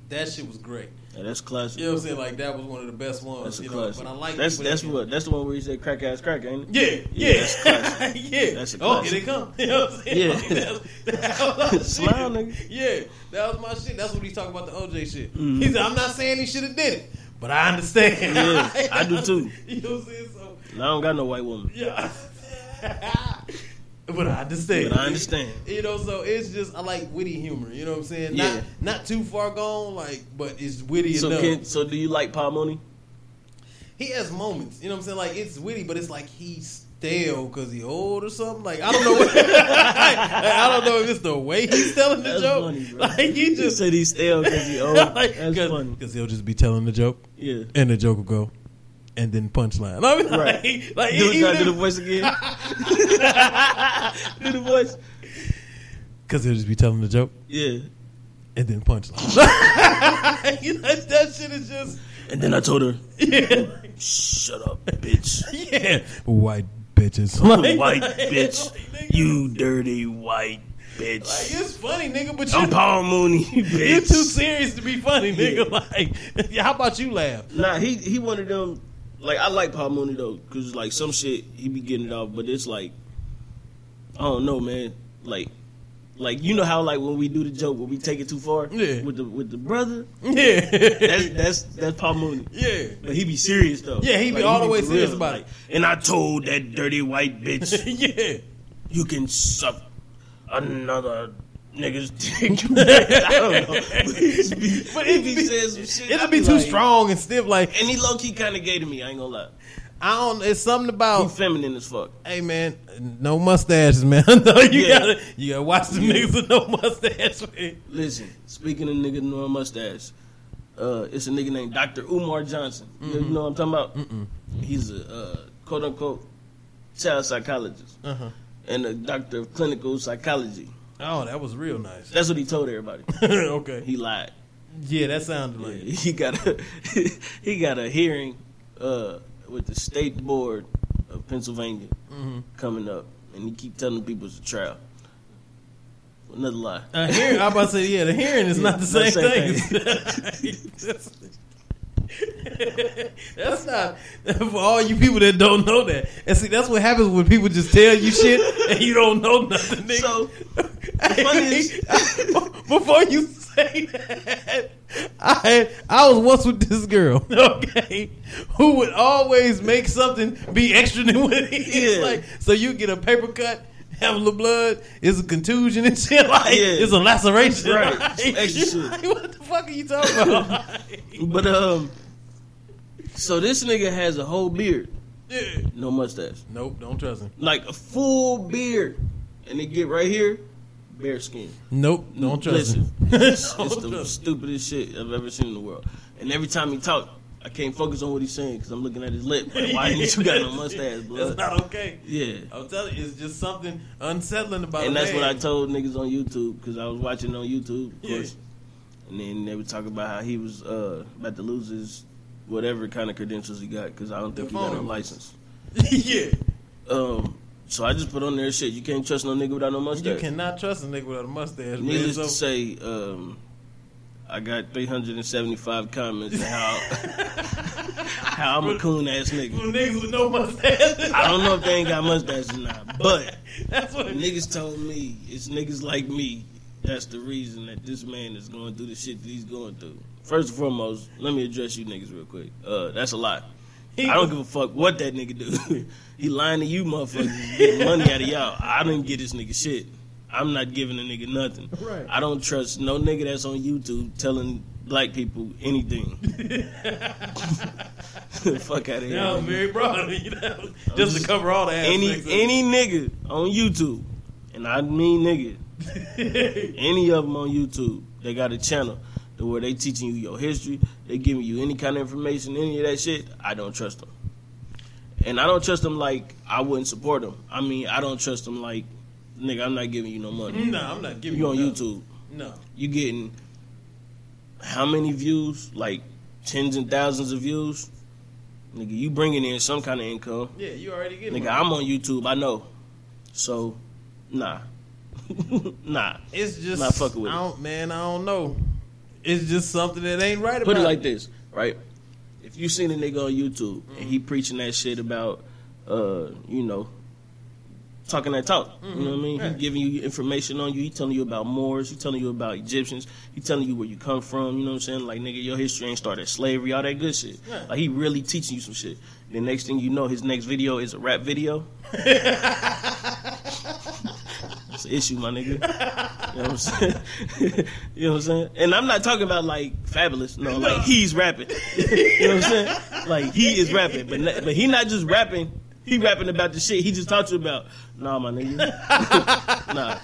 D: That shit was great.
B: Yeah, that's classic.
D: You know what I'm saying? Like that was one of the best ones.
B: that's a
D: you know,
B: classic.
D: but I like
B: that's
D: people
B: that's
D: that
B: what that's the one where you said crack ass crack, ain't it?
D: Yeah, yeah,
B: Yeah, that's classic.
D: yeah.
B: That's a
D: oh,
B: classic.
D: here they come. You know what I'm saying?
B: Yeah.
D: Like, that, that was my shit.
B: Smile, nigga.
D: Yeah, that was my shit. That's what he's talking about the OJ shit.
B: Mm-hmm.
D: He said, "I'm not saying he should have did it, but I understand."
B: Yeah, I do too.
D: You know what I'm saying? So,
B: And I don't got no white woman,
D: yeah. but I understand.
B: but I understand.
D: You know, so it's just I like witty humor. You know what I'm saying?
B: Yeah.
D: Not not too far gone, like, but it's witty
B: So
D: enough.
B: can, so do you like Pa Money?
D: he has moments. You know what I'm saying? Like it's witty, but it's like he's stale because he old or something. Like I don't know. What, I don't know if it's the way he's telling the
B: That's
D: joke.
B: funny, bro.
D: like he
B: You
D: just
B: said he's stale because he old.
D: like,
B: that's
D: cause,
B: funny.
D: 'cause he'll just be telling the joke,
B: Yeah.
D: and the joke will go, and then punchline. I mean,
B: Right.
D: like, like
B: do, do, I do the
D: even
B: voice again. do the voice.
D: because he'll just be telling the joke,
B: Yeah.
D: and then punchline. You know, that shit is just
B: And then I told her,
D: yeah,
B: "Shut up, bitch."
D: yeah. white bitches.
B: white
D: like,
B: bitch.
D: nigga,
B: You dirty white bitch.
D: Like, it's funny, nigga, but
B: I'm
D: you
B: Paul Mooney, bitch.
D: You're too serious to be funny, nigga. Like, yeah, how about you laugh?
B: Nah, he he one of them like I like Pop Mooney though, cause like some shit he be getting it off, but it's like I don't know, man. Like, like you know how like when we do the joke when we take it too far
D: Yeah.
B: with the with the brother,
D: Yeah.
B: that's that's that's Pop Mooney.
D: yeah.
B: But he be serious though.
D: Yeah, he be all the way
B: for
D: serious about it.
B: And I told that dirty white bitch,
D: yeah.
B: you can suck another nigga's dick. I don't know. But, he's be,
D: But
B: he
D: it'd
B: be,
D: be-
B: saying some shit.
D: It'll
B: I
D: be too
B: like-
D: strong and stiff. Like
B: And he low key kind of gay to me. I ain't gonna lie.
D: I don't. It's something
B: He
D: about.
B: feminine as fuck.
D: Hey man, no mustaches, man. no, you
B: Yeah.
D: gotta you gotta watch the niggas with no mustache. Man.
B: Listen, speaking of nigga no mustache, uh, it's a nigga named Dr. Umar Johnson. You,
D: Mm-hmm.
B: know, you know what I'm talking about? He's a uh, quote unquote child psychologist and a doctor of clinical psychology.
D: Uh-huh. Oh, that was real nice.
B: That's what he told everybody.
D: okay.
B: He lied.
D: Yeah, that sounded like. it.
B: He got a he got a hearing uh, with the state board of Pennsylvania
D: Mm-hmm.
B: coming up, and he keep telling people it's a trial. Another lie.
D: A hearing, I'm about to say, yeah, the hearing is not the
B: not
D: same,
B: the
D: thing. that's not for all you people that don't know that. And see, that's what happens when people just tell you shit and you don't know nothing. Nigga.
B: So,
D: Hey,
B: funniest-
D: before you say that, I I was once with this girl, okay, who would always make something be extra than what it is.
B: Yeah.
D: Like, so you get a paper cut. Have a little blood. It's a contusion and shit. Like
B: Yeah.
D: it's a laceration.
B: Right.
D: Like,
B: Some extra shit.
D: like, what the fuck are you talking about? Like,
B: But um, so this nigga has a whole beard,
D: yeah.
B: no mustache,
D: Nope. Don't trust him.
B: like a full beard, and it get right here, bare skin.
D: Nope. Don't trust
B: Listen,
D: him.
B: it's,
D: Don't
B: it's the
D: trust
B: stupidest shit I've ever seen in the world. And every time he talk, I can't focus on what he's saying because I'm looking at his lip. Like, why ain't you got no mustache,
D: That's
B: blood?
D: not okay.
B: Yeah.
D: I'm telling you, it's just something unsettling about.
B: And
D: a
B: that's what I
D: Oh, man.
B: told niggas on YouTube because I was watching on YouTube, of
D: Yeah.
B: course. And then they were talking about how he was uh, about to lose his whatever kind of credentials he got because I don't
D: The
B: think he got a
D: phone.
B: license.
D: yeah.
B: Um, so I just put on there shit. You can't trust no nigga without no
D: You
B: mustache.
D: cannot trust a nigga without a mustache. Man.
B: Needless to
D: So,
B: say, um, I got 375 comments on how how I'm a coon ass nigga.
D: niggas with no mustache.
B: I don't know if they ain't got mustaches or not, but
D: That's what.
B: niggas told me it's niggas like me. That's the reason that this man is going through the shit that he's going through. First and foremost, let me address you niggas real quick. Uh, that's a lie.
D: He-
B: I don't give a fuck what that nigga do. he lying to you motherfuckers getting money out of y'all. I didn't get this nigga shit. I'm not giving a nigga nothing.
D: Right.
B: I don't trust no nigga that's on YouTube telling black people anything. fuck out of here.
D: Yeah, I'm
B: nigga.
D: very broad. You know, just to cover all the
B: any
D: aspects.
B: any nigga on YouTube, and I mean nigga,
D: any.
B: any of them on YouTube, they got a channel to where they teaching you your history, they giving you any kind of information, any of that shit, I don't trust them. And I don't trust them like I wouldn't support them. I mean, I don't trust them like, nigga, I'm not giving you no money.
D: no, I'm not giving
B: You on
D: nothing.
B: YouTube,
D: No.
B: you getting how many views? Like tens and thousands of views? Nigga, you bringing in some kind of income.
D: Yeah, you already getting.
B: Nigga,
D: it.
B: I'm on YouTube. I know. So, nah, nah.
D: It's just
B: Not fucking with
D: I
B: it.
D: don't, man. I don't know. It's just something that ain't right
B: Put
D: about
B: it like this, right? If you seen a nigga on YouTube and he preaching that shit about, uh, you know, talking that talk, you know what I mean?
D: Yeah.
B: He giving you information on you. He telling you about Moors. He telling you about Egyptians. He telling you where you come from. You know what I'm saying? Like nigga, your history ain't started slavery, all that good shit.
D: Yeah.
B: Like he really teaching you some shit. The next thing you know, his next video is a rap video. It's an issue, my nigga. You know what I'm saying? you know what I'm saying? And I'm not talking about like fabulous. No, like he's rapping. you know what I'm saying? Like he is rapping, but not, but he not just rapping. He rapping about the shit he just talked to you about. Nah, my nigga. nah,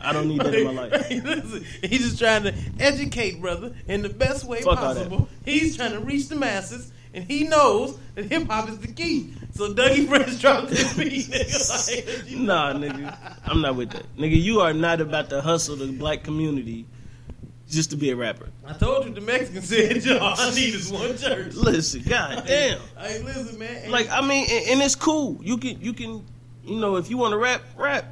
B: I don't need that in my life.
D: Listen, he's just trying to educate brother in the best way
B: Fuck all that.
D: possible. He's trying to reach the masses, and he knows that hip hop is the key. So Dougie Fresh dropped this beat. Nigga, like, you
B: Nah,
D: know,
B: nigga. I'm not with that. Nigga, you are not about to hustle the black community just to be a rapper.
D: I told you the Mexican said, "Yo, all I need is one church."
B: Listen, god damn.
D: Hey, listen, man. ain't-
B: Like I mean, and, and it's cool. You can you can you know if you want to rap, rap.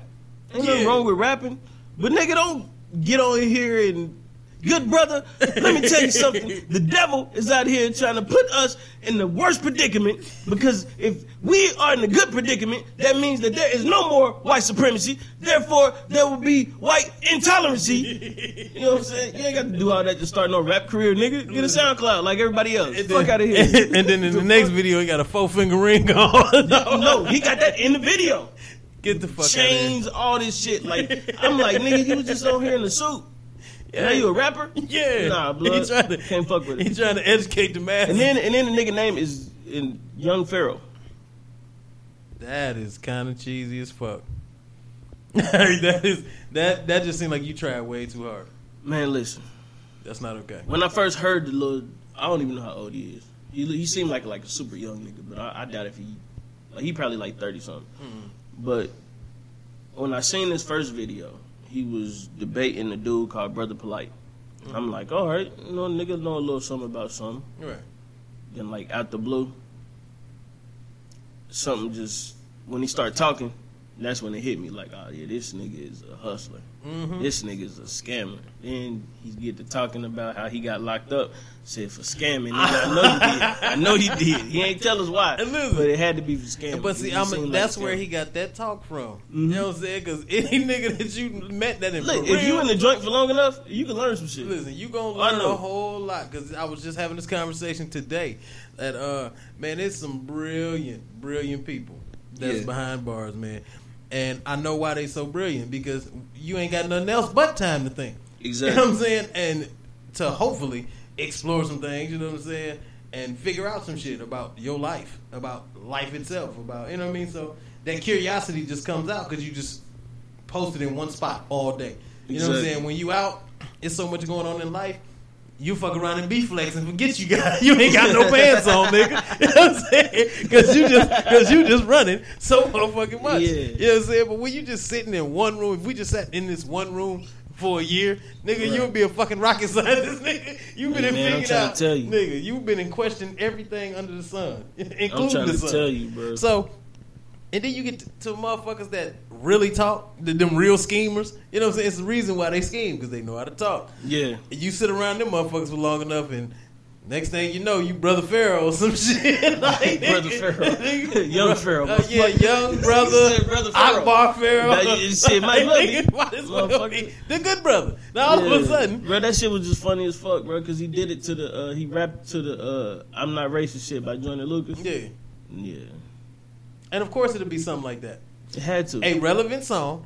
B: Ain't nothing
D: Yeah.
B: wrong with rapping, but nigga, don't get on here and Good brother, let me tell you something. The devil is out here trying to put us in the worst predicament because if we are in the good predicament, that means that there is no more white supremacy. Therefore, there will be white intolerancy. You know what I'm saying? You ain't got to do all that to start no rap career, nigga. Get a SoundCloud like everybody else. Fuck out of here.
D: and then in the next video, he got a four finger ring on.
B: No, he got that in the video.
D: Get the fuck
B: Chains, all this shit. Like I'm like, nigga, you was just on here in the suit.
D: out
B: Now
D: of
B: you a
D: here.
B: rapper?
D: Yeah.
B: Nah,
D: He
B: blood.
D: trying to,
B: Can't fuck with it.
D: He trying to educate the masses.
B: And then and then the nigga name is in Young Pharaoh.
D: That is kind of cheesy as fuck. that is that that just seemed like you tried way too hard.
B: Man, listen.
D: That's not okay.
B: When I first heard the little, I don't even know how old he is. He, he seemed like like a super young nigga, but I, I doubt if he like, he probably like thirty something. But when I seen his first video, he was debating a dude called Brother Polite. I'm like, all right, you know, nigga know a little something about something.
D: You're right.
B: Then like out the blue, something just when he started talking, that's when it hit me like, oh yeah, this nigga is a hustler.
D: Mm-hmm.
B: This nigga is a scammer. Then he get to talking about how he got locked up. Said for scamming. Nigga, I know you did. I know you did. He ain't tell us why,
D: And listen-
B: but it had to be for scamming.
D: But
B: It
D: see,
B: just
D: I'm
B: seemed like
D: that's
B: a
D: where
B: scammer.
D: he got that talk from. You know what I'm saying? Because any nigga that you met that in
B: Look,
D: for
B: if you
D: real-
B: in the joint for long enough, you can learn some shit.
D: Listen, you gonna
B: I
D: learn
B: know.
D: a whole lot because I was just having this conversation today. That uh, man, it's some brilliant, brilliant people that's
B: Yeah.
D: behind bars, man. And I know why they so brilliant because you ain't got nothing else but time to think. You know what I'm saying? And to hopefully explore some things, you know what I'm saying? And figure out some shit about your life, about life itself, about, you know what I mean? So that curiosity just comes out because you just posted in one spot all day. You know what I'm
B: Exactly.
D: saying? When you out, it's so much going on in life. You fuck around and be flex and forget you got you ain't got no pants on, nigga. You know what I'm saying? Because you just because you just running so motherfucking much.
B: Yeah.
D: You know what I'm saying? But when you just sitting in one room, if we just sat in this one room for a year, nigga, you'll be a fucking rocket scientist, nigga. You've been
B: Hey,
D: in
B: man, I'm trying
D: figured
B: to
D: out,
B: tell you.
D: nigga. You've been in question everything under the sun,
B: I'm
D: including
B: trying
D: the
B: to
D: sun.
B: tell you, bro.
D: So, and then you get to, to motherfuckers that really talk, th- them real schemers. You know what I'm saying? It's the reason why they scheme because they know how to talk.
B: yeah.
D: And You sit around them motherfuckers for long enough, and next thing you know, you brother Pharaoh or some shit. like,
B: Brother
D: nigga,
B: Pharaoh.
D: nigga.
B: Young Pharaoh.
D: Uh, yeah, young brother,
B: said brother Pharaoh.
D: Akbar Pharaoh.
B: That is- shit, might
D: Like,
B: be.
D: nigga, might as well be the good brother. Now all of
B: Yeah.
D: a sudden,
B: bro, that shit was just funny as fuck, bro. Because he did it to the, uh, he rapped to the, uh, I'm not racist shit by Joyner Lucas.
D: yeah,
B: yeah,
D: and of course it'll be something like that.
B: it had to.
D: A relevant song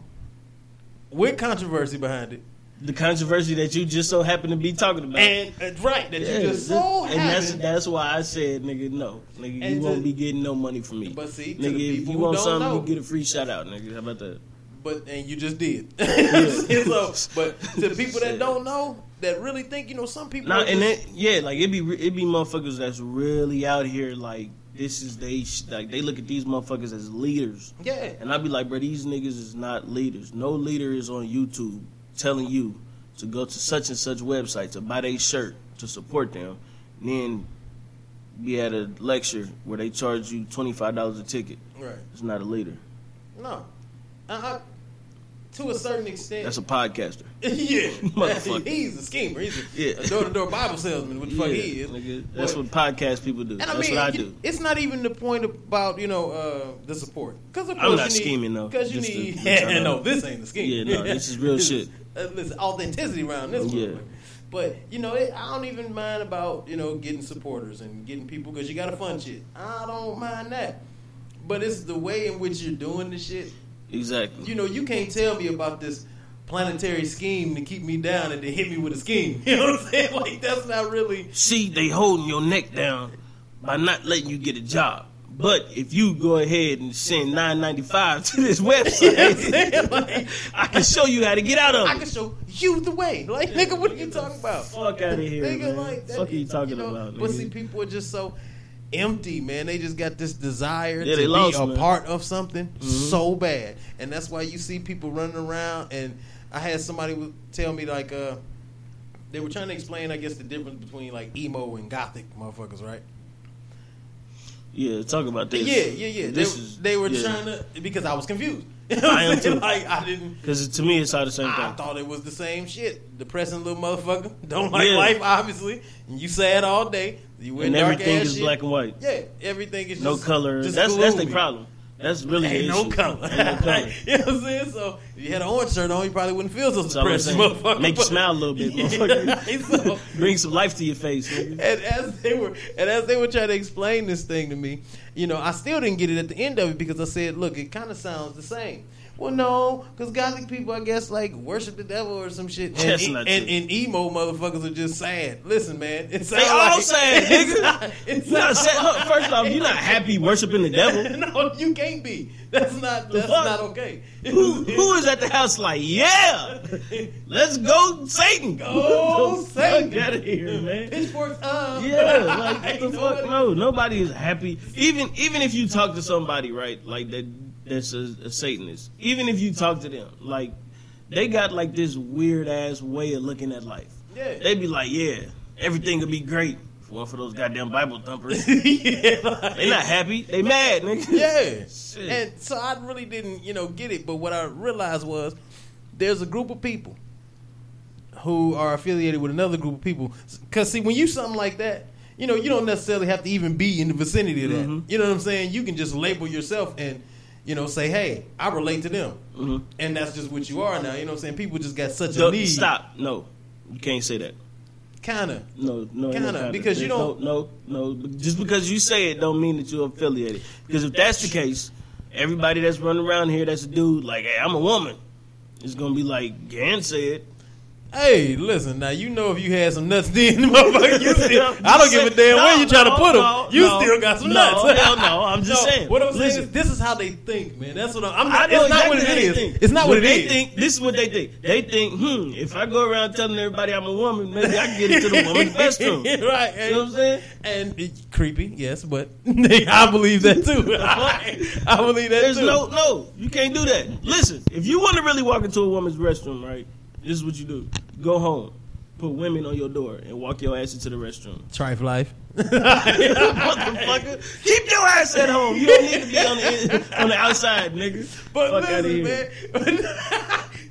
D: with controversy behind it.
B: the controversy that you just so happened to be talking about.
D: And uh, right, that
B: Yeah,
D: you just so
B: and that's
D: happy.
B: that's why I said, nigga, no, nigga, you
D: And
B: won't
D: to-
B: be getting no money from me.
D: But see, to
B: nigga,
D: the
B: if
D: people
B: you
D: who
B: want
D: don't
B: something,
D: know.
B: you get a free shout out, nigga. How about that?
D: But and you just did. so, but to people that don't know, that really think you know, some people.
B: Nah,
D: are
B: and
D: just-
B: it, yeah, like it be re- it be motherfuckers that's really out here like this is they sh- like they look at these motherfuckers as leaders.
D: yeah,
B: And I'd be like, bro, these niggas is not leaders. No leader is on YouTube telling you to go to such and such website to buy their shirt to support them, and then be at a lecture where they charge you twenty five dollars a ticket.
D: right.
B: It's not a leader.
D: No, uh, I, to a certain extent,
B: That's a podcaster.
D: yeah,
B: Motherfucker.
D: He's a schemer. He's a,
B: Yeah.
D: door to door Bible salesman. What the fuck
B: Yeah,
D: he is?
B: nigga. That's
D: But-
B: what podcast people do.
D: And
B: That's
D: I mean,
B: what I
D: you-
B: do.
D: it's not even the point about you know uh, the support because of
B: I'm
D: course
B: not
D: you need,
B: scheming, though.
D: Because you
B: Just to-
D: need
B: just to-
D: yeah, no, this ain't the scheme.
B: Yeah, no, this is real shit.
D: uh, listen, authenticity around this
B: Yeah.
D: one. But you know, it, I don't even mind about you know getting supporters and getting people because you got to fund shit. I don't mind that. But it's the way in which you're doing the shit.
B: Exactly.
D: You know, you can't tell me about this planetary scheme to keep me down and then hit me with a scheme. You know what I'm saying? Like that's not really.
B: See, they holding your neck down by not letting you get a job. But if you go ahead and send nine ninety five to this website,
D: Like,
B: I can show you how to get out of it.
D: I can show you the way. Like, nigga, what are you talking about?
B: Fuck out of here,
D: nigga,
B: man.
D: like that.
B: Fuck you
D: is-
B: talking
D: know,
B: about,
D: But
B: nigga?
D: see, people are just so empty, man. They just got this desire
B: Yeah,
D: to
B: they
D: be
B: lost,
D: a
B: man. Mm-hmm.
D: part of something so bad, and that's why you see people running around. And I had somebody w- tell me like, uh, they were trying to explain, I guess, the difference between like emo and gothic motherfuckers, right?
B: yeah, talk about this.
D: Yeah, yeah, yeah.
B: This
D: they,
B: is
D: they were
B: yeah.
D: trying to because I was confused. You know what
B: I
D: I'm
B: am
D: saying?
B: too.
D: Like I didn't.
B: Because to me, it's all the same
D: I
B: thing.
D: Ah, thought it was the same shit. Depressing little motherfucker. Don't like
B: Yeah.
D: life, obviously. And you sad all day. You wear
B: And
D: dark
B: everything
D: ass
B: is
D: shit.
B: black and white.
D: Yeah, everything is
B: No
D: just,
B: color.
D: just
B: that's that's the
D: gloomy.
B: problem. That's really
D: Ain't
B: the
D: no
B: issue.
D: color.
B: Ain't no color.
D: you know what I'm saying? So if you had an orange shirt on, you probably wouldn't feel so
B: That's all I'm
D: depressed, motherfucker.
B: saying. Make you
D: But-
B: smile a little bit,
D: Yeah,
B: motherfucker.
D: so-
B: Bring some life to your face. nigga.
D: and as they were and as they were trying to explain this thing to me, you know, I still didn't get it at the end of it because I said, "Look, it kind of sounds the same." Well, no, because Gothic people, I guess, like worship the devil or some shit, and,
B: That's
D: e-
B: not
D: and,
B: true.
D: and emo motherfuckers are just sad. Listen, man, it sounds
B: They all
D: like,
B: sad,
D: it's
B: nigga.
D: not- It's
B: You not
D: not.
B: sad- look, First off, you're not happy worshiping the devil.
D: no, you can't be. That's not. That's
B: fuck?
D: not okay.
B: Who, who is at the house like, yeah, let's go Satan.
D: Go
B: Get the fuck
D: Satan.
B: outta here, man.
D: Pitchforks up.
B: Yeah, like what the fuck?
D: Nobody-
B: No, nobody is happy. Even even if you talk to somebody, right, like that that's a, a Satanist. Even if you talk to them, like they got like this weird ass way of looking at life.
D: Yeah.
B: They be like, yeah, everything will be great. If it weren't for those goddamn Bible thumpers.
D: yeah, like-
B: they not happy. They mad, nigga.
D: Yeah.
B: Shit.
D: And so I really didn't, you know, get it. But what I realized was there's a group of people who are affiliated with another group of people. Because, see, when you something like that, you know, you don't necessarily have to even be in the vicinity of that.
B: Mm-hmm.
D: You know what I'm saying? You can just label yourself and, you know, say, hey, I relate to them.
B: Mm-hmm.
D: And that's just what you are now. You know what I'm saying? People just got such a
B: Don't-
D: need.
B: stop. No, you can't say that.
D: Kind of.
B: No, no,
D: Kinda,
B: no,
D: because you
B: There's
D: don't-
B: No, no, no. Just because you say it, don't mean that you're affiliated. Because if that's the case, everybody that's running around here, that's a dude. Like, hey, I'm a woman. It's gonna be like Gan said.
D: Hey, listen now. You know if you had some nuts, then motherfucker, you still.
B: I'm
D: I don't
B: just
D: give a
B: saying-
D: damn where
B: no,
D: you trying to
B: no,
D: put them.
B: no,
D: you
B: no,
D: still got some
B: no,
D: nuts.
B: hell no, I'm just saying.
D: What I'm
B: Listen.
D: saying is, this is how they think, man. That's what I'm. I'm
B: I
D: not,
B: know
D: it's not
B: exactly
D: what
B: how
D: it
B: they
D: is.
B: think.
D: It's not what, it
B: they
D: is.
B: think. This is what they think. They think, hmm, if I go around telling everybody I'm a woman, maybe I can get into the woman's restroom.
D: right?
B: You know what I'm saying?
D: And it, creepy, yes, but I believe that too. I, believe that
B: There's
D: too.
B: no, no, you can't do that. Listen, if you want to really walk into a woman's restroom, right? This is what you do: go home, put women on your door, and walk your ass into the restroom.
D: trife life.
B: Motherfucker, keep your ass at home. You don't need to be on the on the outside, nigga.
D: But
B: Fuck outta
D: listen,
B: here.
D: man.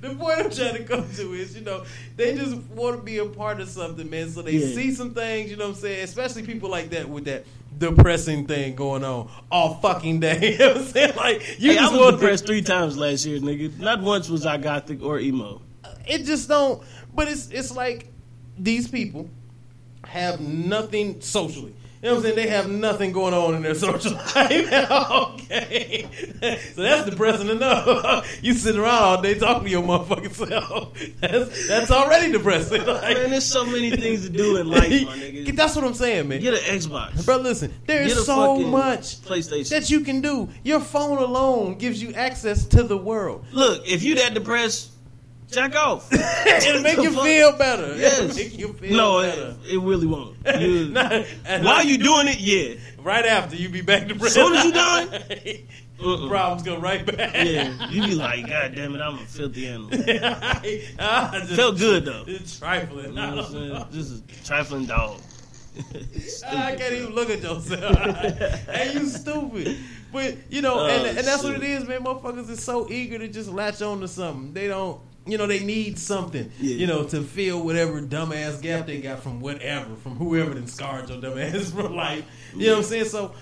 D: the point I'm trying to come to is, you know, they just want to be a part of something, man. So they
B: Yeah.
D: see some things, you know what I'm saying? Especially people like that with that depressing thing going on all fucking day. you know what I'm saying? Like, you
B: Hey, I
D: just
B: was
D: want to.
B: depressed three times last year, nigga. Not once was I gothic or emo.
D: It just don't. But it's it's like these people have nothing socially. You know what I'm saying? They have nothing going on in their social life. okay. So that's depressing enough. you sit around all day talking to your motherfucking self. That's, that's already depressing. Like,
B: Man, there's so many things to do in life, my nigga.
D: that's what I'm saying, man.
B: Get an Xbox,
D: Bro, listen, there
B: Get a
D: is so
B: fucking
D: much
B: PlayStation.
D: that you can do. Your phone alone gives you access to the world.
B: Look, if you that depressed, jack off.
D: It'll make
B: The
D: you
B: fuck?
D: feel better. It'll
B: Yes.
D: make you feel
B: No,
D: better.
B: it, it really won't. You-
D: and
B: while
D: like-
B: you doing it, yeah.
D: Right after you be back to prison.
B: Soon as you done?
D: the problems go right back.
B: Uh-uh. Yeah, you be like, God damn it, I'm a filthy animal.
D: I just-
B: Felt good though. You
D: It's trifling.
B: know
D: I,
B: what I'm
D: don't know.
B: saying? Just a trifling dog.
D: Ah, I can't even look at yourself. and you stupid. But you know,
B: Oh,
D: and, and that's what
B: shit.
D: it is, man. Motherfuckers is so eager to just latch on to something. They don't you know, they need something,
B: Yeah.
D: you know, to fill whatever dumbass gap they got from whatever, from whoever that scarred your dumbass for life. You know what I'm saying? So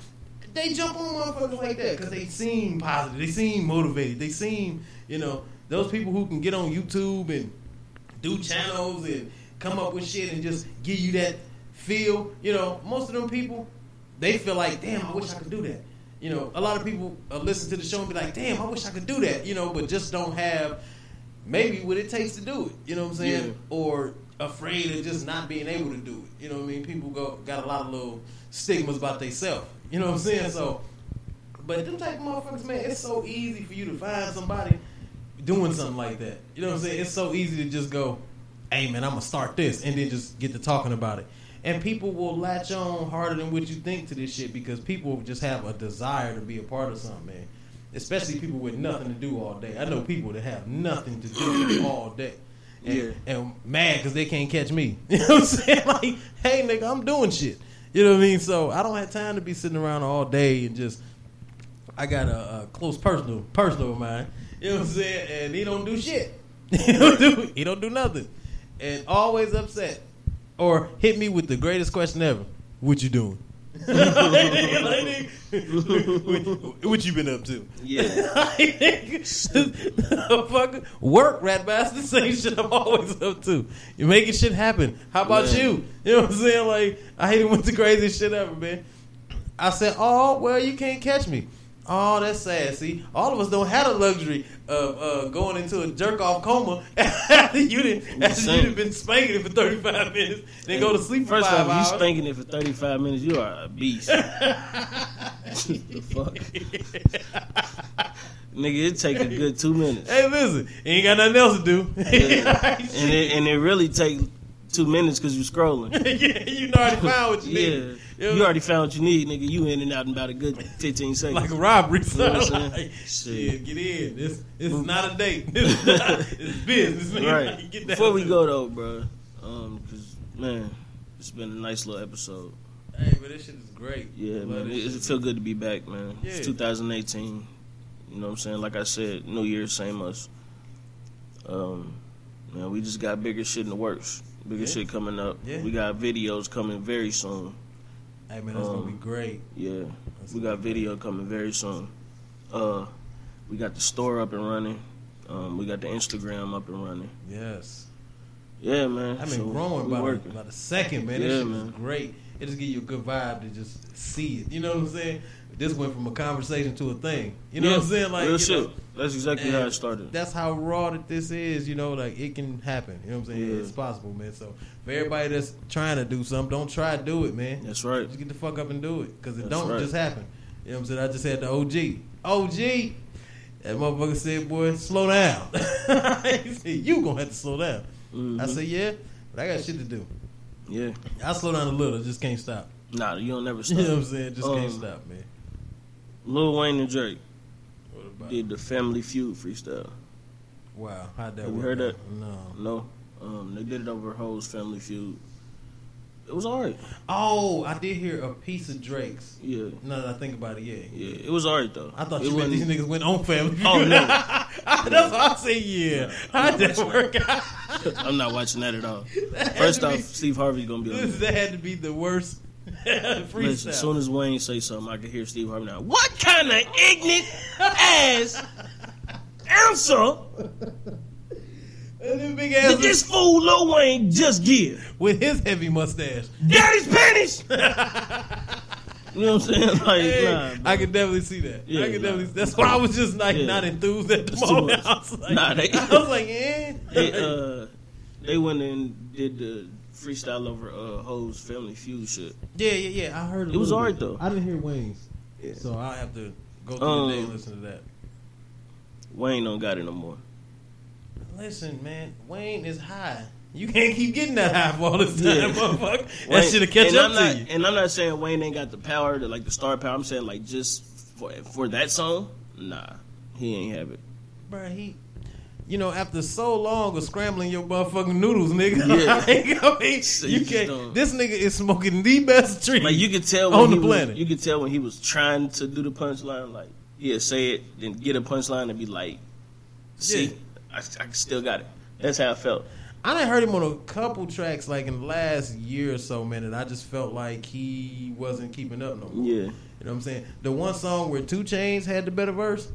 D: they jump on motherfuckers like that because they seem positive. They seem motivated. They seem, you know, those people who can get on YouTube and do channels and come up with shit and just give you that feel. You know, most of them people, they feel like, damn, I wish I could do that. You know, a lot of people uh, listen to the show and be like, damn, I wish I could do that. You know, but just don't have maybe what it takes to do it. You know what I'm saying?
B: Yeah.
D: Or afraid of just not being able to do it. You know what I mean? People go got a lot of little stigmas about themselves. You know what I'm saying? So, but them type of motherfuckers, man, it's so easy for you to find somebody doing something like that. You know what I'm saying? It's so easy to just go, hey, man, I'm going to start this, and then just get to talking about it. And people will latch on harder than what you think to this shit because people just have a desire to be a part of something, man. Especially people with nothing to do all day. I know people that have nothing to do all day. And,
B: Yeah.
D: and mad because they can't catch me. You know what I'm saying? Like, hey, nigga, I'm doing shit. You know what I mean? So I don't have time to be sitting around all day and just I got a, a close personal personal of mine. You know what I'm saying? And he don't do shit. he don't do he don't do nothing. And always upset. Or hit me with the greatest question ever. What you doing? what, what you been up to?
B: Yeah.
D: Fuck work, rat bastard. Same shit I'm always up to. You're making shit happen. How about
B: Yeah.
D: you? You know what I'm saying? Like I hate him with the craziest shit ever, man. I said, "Oh well, you can't catch me." Oh, that's sad. See, all of us don't have the luxury of uh, going into a jerk off coma after you didn't after you
B: Same.
D: done been spanking it for 35 minutes, then go to sleep for
B: First
D: five
B: off,
D: hours.
B: you spanking it for 35 minutes, you are a beast. the fuck? Nigga, it take a good two minutes.
D: Hey, listen, you ain't got nothing else to do.
B: Yeah. and, it, and it really take two minutes because you scrolling.
D: yeah, you done already found what you
B: Yeah.
D: need.
B: You already found what you need, nigga. You in and out in about a good 15 seconds.
D: like a robbery. So
B: You know what I'm
D: like,
B: saying?
D: shit,
B: Shit.
D: get in. This this is not a date. This is not, it's business. nigga.
B: right.
D: Like, get that
B: Before we
D: shit.
B: go, though, bro, um, 'cause, man, it's been a nice little episode.
D: hey, but this shit is great.
B: Yeah,
D: Love
B: man. It,
D: this
B: it
D: shit.
B: feel good to be back, man.
D: Yeah.
B: It's 2018. You know what I'm saying? Like I said, New Year, same us. Um, man, we just got bigger shit in the works. Bigger
D: Yeah.
B: shit coming up.
D: Yeah.
B: We got videos coming very soon.
D: Hey man, that's gonna
B: um,
D: be great.
B: Yeah.
D: That's
B: We
D: gonna
B: got
D: be great.
B: video coming very soon. Uh, we got the store up and running. Um, we got the Instagram up and running.
D: Yes,
B: Yeah, man.
D: I've been
B: So,
D: growing
B: we
D: by the,
B: working.
D: by the second, man. This
B: Yeah,
D: shit is
B: man.
D: great. It just give you a good vibe to just see it. You know what I'm saying? This went from a conversation to a thing. You know
B: Yeah,
D: what I'm saying? Like
B: real
D: you
B: shit.
D: know,
B: That's exactly how
D: And
B: it started.
D: That's how raw that this is. You know, like it can happen. You know what I'm saying?
B: Yeah.
D: It's possible, man. So for everybody that's trying to do something, don't try to do it, man.
B: That's right.
D: Just get the fuck up and do it, cause
B: That's
D: it don't
B: right.
D: just happen. You know what I'm saying? I just had the OG. OG. That motherfucker said, "Boy, slow down." he said, "You gonna have to slow down."
B: Mm-hmm.
D: I said, "Yeah, but I got shit to do.
B: Yeah.
D: I slow down a little, just can't stop.
B: Nah, you don't never
D: You
B: stop.
D: know what I'm saying? Just can't
B: Um,
D: stop, man."
B: Lil Wayne and Drake.
D: What about?
B: did the Family Feud freestyle.
D: wow, how'd that
B: Have you
D: work?
B: heard
D: out?
B: that?
D: No.
B: No, um, they did it over Ho's Family Feud. It was alright.
D: Oh, I did hear a piece of Drake's.
B: Yeah,
D: Now that I think about it, yeah.
B: yeah, it was alright though.
D: I thought
B: it
D: you meant these
B: wasn't-
D: niggas went on family.
B: Oh, no.
D: That's why I say yeah. How'd that work out?
B: I'm not watching that at all.
D: That had
B: First
D: to
B: off,
D: be-
B: Steve Harvey gonna be on.
D: this,
B: there.
D: that had to be the worst freestyle.
B: Listen, as soon as Wayne say something, I can hear Steve Harvey now. What kind of ignorant ass answer
D: and then big
B: did
D: ass
B: this fool Lil Wayne just give?
D: with his heavy mustache.
B: Daddy's pennies. you know what I'm saying? Like,
D: Hey,
B: nah, bro.
D: I can definitely see that.
B: Yeah,
D: I can
B: nah.
D: definitely. That's why I was just like
B: Yeah.
D: not enthused at the
B: That's too
D: moment.
B: much.
D: I was like,
B: Nah, they-
D: I was like, eh.
B: they uh they went and did the freestyle over uh Ho's Family Feud shit.
D: yeah, yeah, yeah. I heard
B: It was
D: little
B: alright
D: bit.
B: though.
D: I didn't hear wings,
B: Yeah.
D: so I have to go through the day and
B: Um,
D: listen to that.
B: Wayne don't got it no more.
D: Listen, man, Wayne is high. You can't keep getting that high for all this time,
B: Yeah.
D: motherfucker. that
B: Wayne-
D: shit'll catch
B: and
D: up
B: I'm
D: to
B: not,
D: you.
B: And I'm not saying Wayne ain't got the power to like the star power. I'm saying like just for for that song, nah, he ain't have it.
D: Bruh, he you know, after so long of scrambling your motherfucking noodles, nigga.
B: Yeah.
D: like, I mean,
B: So you
D: you
B: just
D: can't
B: don't-
D: this nigga is smoking the best tree.
B: Like you could tell
D: On
B: when
D: the
B: he was-
D: planet.
B: you could tell when he was trying to do the punchline, like yeah, say it, then get a punchline and be like, see,
D: Yeah.
B: I, I still got it. That's how I felt.
D: I done heard him on a couple tracks like in the last year or so, man, and I just felt like he wasn't keeping up no more.
B: Yeah.
D: You know what I'm saying? The one song where Two Chains had the better verse?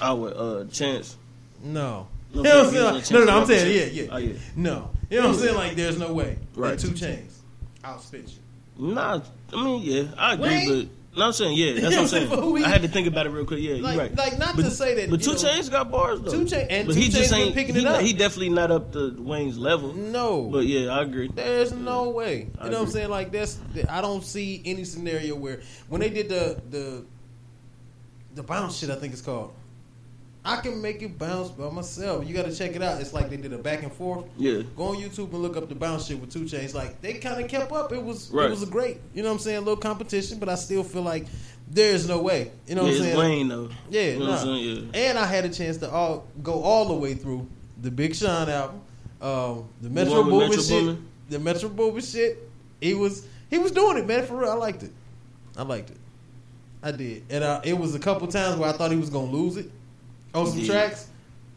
B: I would uh chance.
D: No.
B: No,
D: You know what I'm
B: but
D: saying?
B: he's
D: No,
B: on
D: no, no, I'm
B: Chainsaw
D: saying,
B: Chainsaw.
D: yeah, yeah.
B: Oh, yeah.
D: No. You know what I'm saying? Like, there's no way.
B: Right.
D: That two chains. I'll spit you.
B: Nah, I mean, yeah, I agree,
D: Wayne?
B: but no, I'm saying, yeah, that's what I'm
D: For who
B: saying.
D: he-
B: I had to think about it real quick. Yeah,
D: Like,
B: you're right.
D: like not
B: But-
D: to say that.
B: but
D: you
B: Two
D: know,
B: Chains got bars though.
D: Two Chain- and
B: but
D: Two
B: he
D: Chain's
B: just
D: been
B: ain't
D: picking
B: he,
D: it up.
B: He definitely not up to Wayne's level.
D: No.
B: but yeah, I agree.
D: There's no way.
B: I
D: You know what I'm
B: agree.
D: saying? Like that's I don't see any scenario where when they did the the the bounce shit, I think it's called. I can make it bounce by myself. You got to check it out. It's like they did a back and forth.
B: Yeah.
D: Go on YouTube and look up the bounce shit with two chains. Like they kind of kept up. It was it
B: Right.
D: was a great. You know what I'm saying? A little competition, but I still feel like there's no way. You
B: yeah,
D: know what I'm
B: it's
D: saying?
B: Wayne though.
D: Yeah,
B: you know what I'm
D: nah.
B: saying. Yeah.
D: And I had a chance to all go all the way through the Big Sean album, um, the Metro
B: one with
D: Boomin
B: Metro
D: shit,
B: Boomin?
D: the Metro Boomin shit. He was he was doing it, man. For real, I liked it. I liked it. I did, and uh, it was a couple times where I thought he was gonna lose it. Oh,
B: He
D: some
B: did.
D: tracks,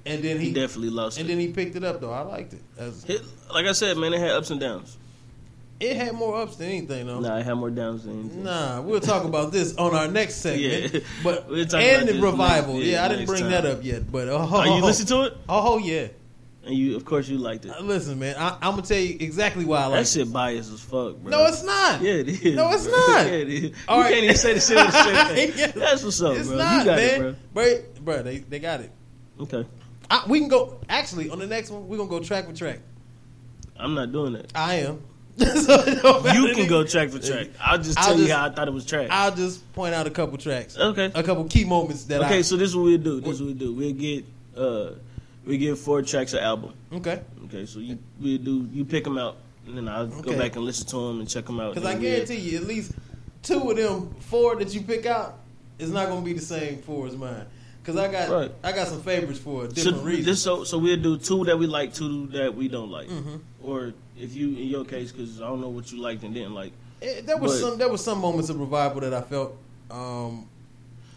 D: and then
B: He
D: he,
B: definitely lost it.
D: and then he picked it up though. I liked it. As-
B: Hit- like I said, man, it had ups and downs.
D: it had more ups than anything though.
B: Nah, it had more downs than anything.
D: Nah, we'll talk about this on our next segment.
B: Yeah.
D: But
B: We'll talk about
D: and the
B: this
D: revival.
B: next-
D: yeah,
B: yeah,
D: I didn't
B: next
D: bring
B: time.
D: that up yet. But oh,
B: Oh, you listen to it,
D: Oh yeah.
B: and you, of course, you liked it.
D: Uh, Listen, man, I, I'm gonna tell you exactly why I like.
B: That
D: it.
B: shit biased as fuck, bro.
D: No, it's not.
B: Yeah, it is.
D: No, it's
B: bro.
D: not.
B: yeah, it is.
D: All
B: you
D: right.
B: can't even say the shit on the same thing.
D: Yeah.
B: That's what's up,
D: it's
B: bro.
D: not,
B: you got
D: man.
B: it,
D: bro. Bro, they they got it.
B: bro. Okay,
D: I, we can go. Actually, on the next one, we're gonna go track for track.
B: I'm not doing that.
D: I am. So it don't matter
B: You
D: to me.
B: can go track for track. I'll just
D: I'll
B: tell you
D: just-
B: how I thought it was track.
D: I'll just point out a couple tracks.
B: Okay.
D: A couple key moments that I.
B: okay, so this is what we'll do. This is what we'll do. We'll get uh, we get four tracks an album.
D: okay.
B: Okay, so you we do you pick them out, and then I'll
D: Okay.
B: go back and listen to them and check them out.
D: Because I
B: and we'll-
D: guarantee you, at least two of them four that you pick out is not gonna be the same four as mine. Because I got
B: Right.
D: I got some favorites for a
B: So,
D: different reason.
B: this, so so we'll do two that we like, two that we don't like, or if you in your case, because I don't know what you liked and didn't like.
D: Eh, there was
B: but-
D: some there was some moments of revival that I felt. Um,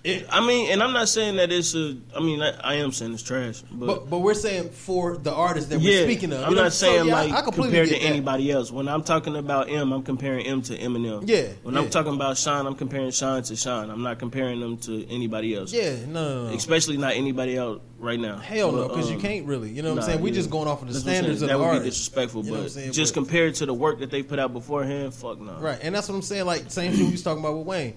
D: it,
B: I mean, and I'm not saying that it's a. I mean, I, I am saying it's trash, but,
D: but but we're saying for the artists that
B: yeah,
D: we're speaking of.
B: I'm
D: you know,
B: not
D: so,
B: saying
D: yeah, I-
B: like
D: I completely
B: compared to
D: get that.
B: anybody else. When I'm talking about M, I'm comparing M to Eminem.
D: Yeah,
B: When
D: yeah.
B: I'm talking about Sean, I'm comparing Sean to Sean. I'm not comparing them to anybody else.
D: Yeah, no, no, no.
B: Especially not anybody else right now.
D: Hell no,
B: But,
D: because you
B: um,
D: can't really. You know what
B: nah,
D: I'm saying? We're
B: yeah.
D: just going off of the
B: That's what I'm
D: standards of
B: saying. That
D: the
B: would
D: artist.
B: be disrespectful,
D: You know what I'm
B: but
D: saying?
B: just
D: But-
B: compared to the work that they put out beforehand, fuck no.
D: Right, and that's what I'm saying. Like same shit we was talking about with Wayne.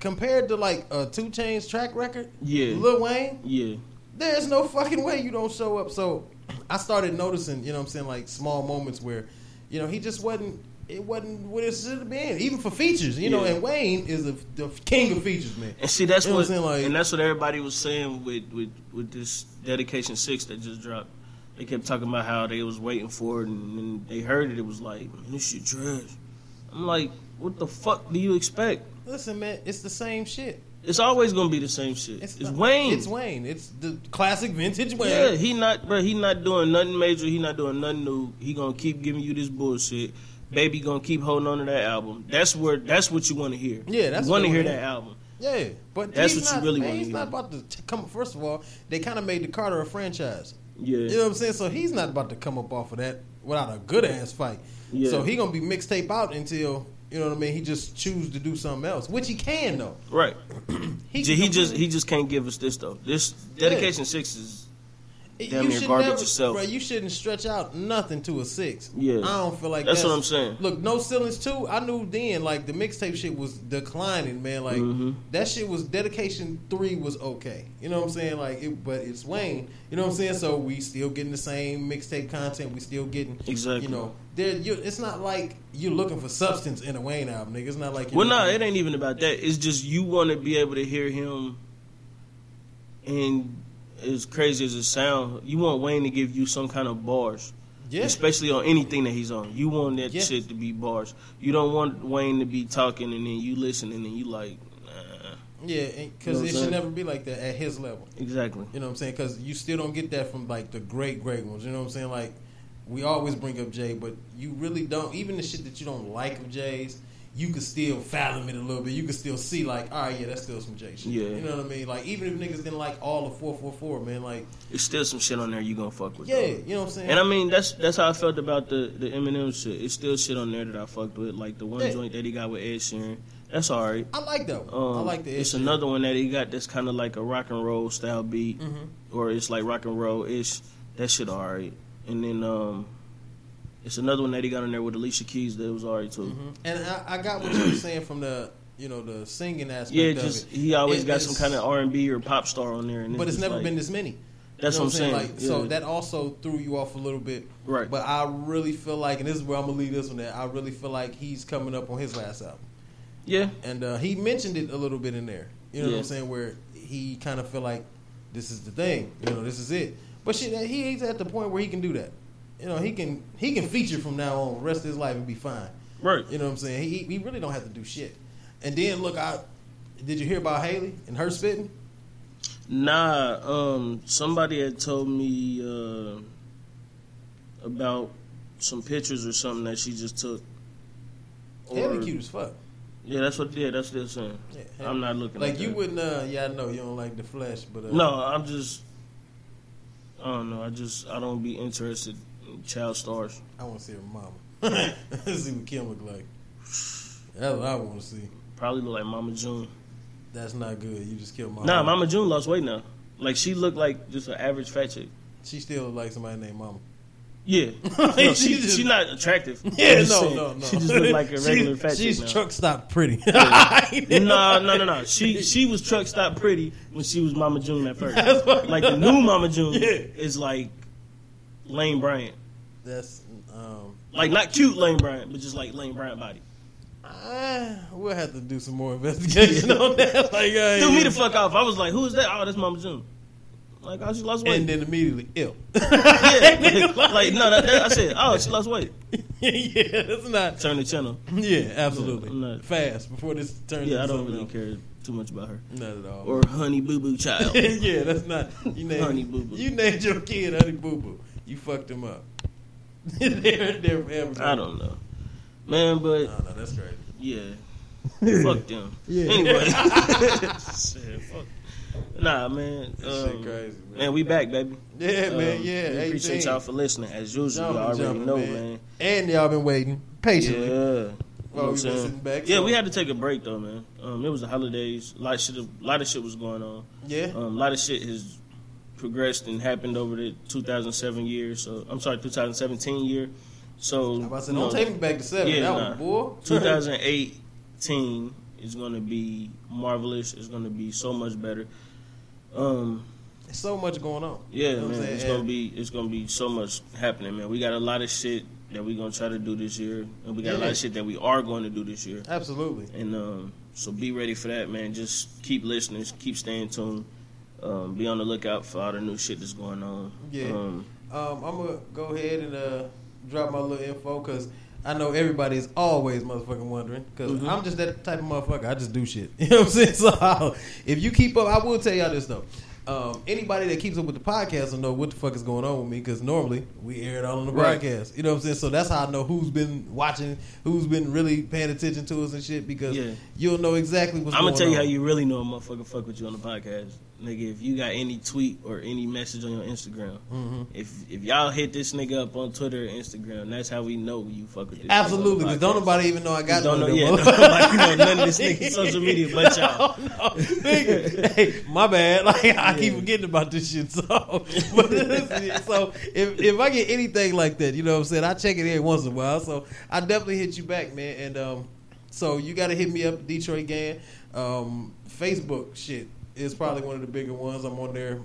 D: Compared to like a Two Chain's track record,
B: Yeah.
D: Lil Wayne,
B: Yeah.
D: there's no fucking way you don't show up. So I started noticing, you know what I'm saying, like small moments where, you know, he just wasn't it wasn't what it should have been, even for features, you know.
B: Yeah.
D: And Wayne is a, the king of features, man.
B: And see, that's
D: You know
B: what,
D: what I'm saying, like-
B: and that's what everybody was saying with, with, with this dedication six that just dropped. They kept talking about how they was waiting for it, and, and they heard it. It was like, man, this shit trash. I'm like, what the fuck do you expect?
D: Listen, man, it's the same shit.
B: It's always gonna be the same shit. It's,
D: not-
B: Wayne.
D: It's Wayne. It's the classic vintage Wayne.
B: Yeah, he not, bro. He not doing nothing major. He not doing nothing new. He gonna keep giving you this bullshit. Baby gonna keep holding on to that album. That's where. That's what you want to hear.
D: Yeah, that's
B: you want to
D: what I
B: hear
D: wanna
B: that album.
D: Yeah, but
B: That's
D: he's
B: what you
D: not,
B: really
D: man,
B: wanna
D: He's
B: hear.
D: not about to t- come. First of all, they kind of made the Carter a franchise.
B: Yeah.
D: You know what I'm saying? So he's not about to come up off of that without a good ass fight.
B: Yeah.
D: So he gonna be mixtape out until you know what I mean. He just choose to do something else, which he can though.
B: Right.
D: He,
B: J-
D: can
B: he just
D: completely-
B: he just can't give us this though. This dedication six is damn near
D: should
B: garbage
D: never-
B: yourself.
D: bruh, you shouldn't stretch out nothing to a six.
B: Yeah.
D: I don't feel like
B: That's what I'm saying.
D: Look, no ceilings too. I knew then like the mixtape shit was declining, man. Like
B: Mm-hmm.
D: that shit was dedication three was okay. You know what I'm saying? Like, it, but it's Wayne. You know what I'm saying? So we still getting the same mixtape content. We still getting
B: Exactly.
D: You know, there. You, it's not like you're looking for substance in a Wayne album, nigga. It's not like
B: well, nah, it ain't even about that. It's just you want to be able to hear him, and as crazy as it sounds, you want Wayne to give you some kind of bars.
D: Yeah.
B: Especially on anything that he's on, you want that
D: Yeah.
B: shit to be bars. You don't want Wayne to be talking and then you listening and you like, nah.
D: Yeah, because
B: You know what
D: it
B: I'm
D: should
B: saying?
D: never be like that at his level.
B: exactly.
D: You know what I'm saying? Because you still don't get that from like the great, great ones. You know what I'm saying? Like we always bring up Jay, but you really don't. Even the shit that you don't like of Jay's, you could still fathom it a little bit. You could still see like, all right, yeah, that's still some Jay shit.
B: Yeah.
D: You know what I mean? Like even if niggas didn't like all of four four four, man, like
B: There's still some shit on there you gonna fuck with.
D: yeah,
B: though.
D: you know what I'm saying?
B: And I mean, that's that's how I felt about the the Eminem shit. It's still shit on there that I fucked with, like the one
D: Yeah.
B: joint that he got with Ed Sheeran. That's all right.
D: I like that. One.
B: Um,
D: I like the.
B: It's
D: issue.
B: another one that he got that's kind of like a rock and roll style beat,
D: Mm-hmm.
B: or it's like rock and roll ish. That shit all right. And then um, it's another one that he got on there with Alicia Keys that was all right too.
D: And I, I got what you were saying from the you know the singing aspect.
B: Yeah,
D: of
B: just
D: it.
B: he always
D: It-
B: got
D: it's-
B: some kind of R and B or pop star on there. And
D: but it's
B: just
D: never
B: like-
D: been this many.
B: That's
D: You know
B: what I'm saying.
D: Like, So
B: Yeah.
D: that also threw you off a little bit,
B: Right.
D: But I really feel like, and this is where I'm gonna leave this one. At, I really feel like he's coming up on his last album,
B: yeah.
D: and uh, he mentioned it a little bit in there. You know what
B: Yeah.
D: I'm saying? Where he kind of feel like this is the thing. You know, this is it. But shit, he, he's at the point where he can do that. You know, he can he can feature from now on, the rest of his life, and be fine.
B: Right.
D: You know what I'm saying? He he really don't have to do shit. And then look, I did you hear about Haley and her spitting?
B: Nah, um, somebody had told me uh, about some pictures or something that she just took.
D: Haley cute as fuck.
B: Yeah, that's what. Yeah, that's what they're saying.
D: Yeah,
B: I'm not looking.
D: Like
B: at
D: you
B: that.
D: wouldn't. Uh, yeah, I know you don't like the flesh, but uh,
B: No, I'm just. I don't know. I just I don't be interested in child stars.
D: I want to see her mama. see what Kim look like. That's what I want to see.
B: Probably look like Mama June.
D: That's not good. You just killed my.
B: Nah,
D: mama.
B: Mama June lost weight now. Like she looked like just an average fat chick.
D: She still look like somebody named Mama.
B: Yeah,
D: She
B: no, she,
D: just-
B: she not attractive.
D: Yeah,
B: I'm just
D: no,
B: saying.
D: no, no.
B: She just looked like a regular fat
D: She's
B: chick. now.
D: truck stop pretty.
B: no, no, no, no. She she was truck stop pretty when she was Mama June at first. Like the new Mama June
D: Yeah.
B: is like Lane Bryant,
D: That's um.
B: like not cute Lane Bryant, but just like Lane Bryant body.
D: I, we'll have to do some more investigation on that. Like, uh,
B: Threw me the fuck off. I was like, who is that? Oh, that's Mama June. Like, oh, she lost weight.
D: and then immediately ill.
B: yeah, like no, that, that, I said, oh, she lost weight.
D: yeah, that's not.
B: Turn the channel.
D: Yeah, absolutely.
B: I'm not-
D: Fast before this turns.
B: Yeah, I
D: into
B: don't really
D: something
B: care too much about her.
D: else. Not at all.
B: Or Honey Boo Boo Child.
D: yeah, that's not. You named,
B: Honey Boo Boo.
D: You named your kid Honey Boo Boo. You fucked him up. they're, they're forever.
B: I don't know, man. But
D: No, no, that's crazy.
B: yeah, fuck them. Anyway, Shit, fuck. nah, man.
D: That shit
B: Um,
D: crazy, man.
B: man, we back, baby.
D: Yeah, man.
B: Um,
D: Yeah,
B: we
D: 18.
B: appreciate y'all for listening. As usual,
D: Jumping,
B: y'all already
D: jumping,
B: know,
D: man.
B: man.
D: And y'all been waiting
B: Yeah.
D: patiently.
B: You know what
D: While
B: I'm
D: we were
B: saying?
D: sitting back,
B: yeah,
D: so-
B: we had to take a break though, man. Um, it was the holidays. A lot of shit, a lot of shit was going on.
D: Yeah.
B: Um, a lot of shit has progressed and happened over the 2007 year. So I'm sorry, 2017 year. So
D: I'm about to say,
B: you
D: don't
B: know,
D: take me back to seven.
B: Yeah,
D: that
B: nah.
D: was bull.
B: 2018 is going to be marvelous. It's going to be so much better. Um,
D: so much going on.
B: yeah,
D: You know what I'm
B: man,
D: saying?
B: it's gonna
D: And-
B: be it's gonna be so much happening, man. We got a lot of shit that we gonna try to do this year, and we got a lot
D: Yeah.
B: of shit that we are going to do this year.
D: absolutely.
B: And um, so be ready for that, man. Just keep listening, just keep staying tuned. Um, be on the lookout for all the new shit that's going on.
D: Yeah.
B: Um,
D: Um, I'm gonna go ahead and uh, drop my little info because I know everybody is always motherfucking wondering because
B: Mm-hmm.
D: I'm just that type of motherfucker. I just do shit. You know what I'm saying? So if you keep up, I will tell y'all this though. Um, anybody that keeps up with the podcast will know what the fuck is going on with me because normally we air it out on the
B: Right.
D: broadcast. You know what I'm saying? So that's how I know who's been watching, who's been really paying attention to us and shit because
B: Yeah.
D: you'll know exactly what's
B: I'm
D: going
B: gonna
D: on.
B: tell you how you really know a motherfucker fuck with you on the podcast, nigga. If you got any tweet or any message on your Instagram,
D: Mm-hmm.
B: if if y'all hit this nigga up on Twitter or Instagram, that's how we know you fuck with this. nigga on the
D: Absolutely, because don't
B: podcast.
D: nobody even know I got
B: don't
D: one
B: know,
D: of them
B: yeah, nobody
D: motherfuckers.
B: know none of this nigga's social media but y'all.
D: Oh, Nigga, hey, my bad. Like I keep
B: Yeah.
D: forgetting about this shit. So, but this is- so if if I get anything like that, you know what I'm saying? I check it every once in a while. So I definitely hit you back, man. And um, so you got to hit me up, Detroit Gang. Um, Facebook shit is probably one of the bigger ones. I'm on there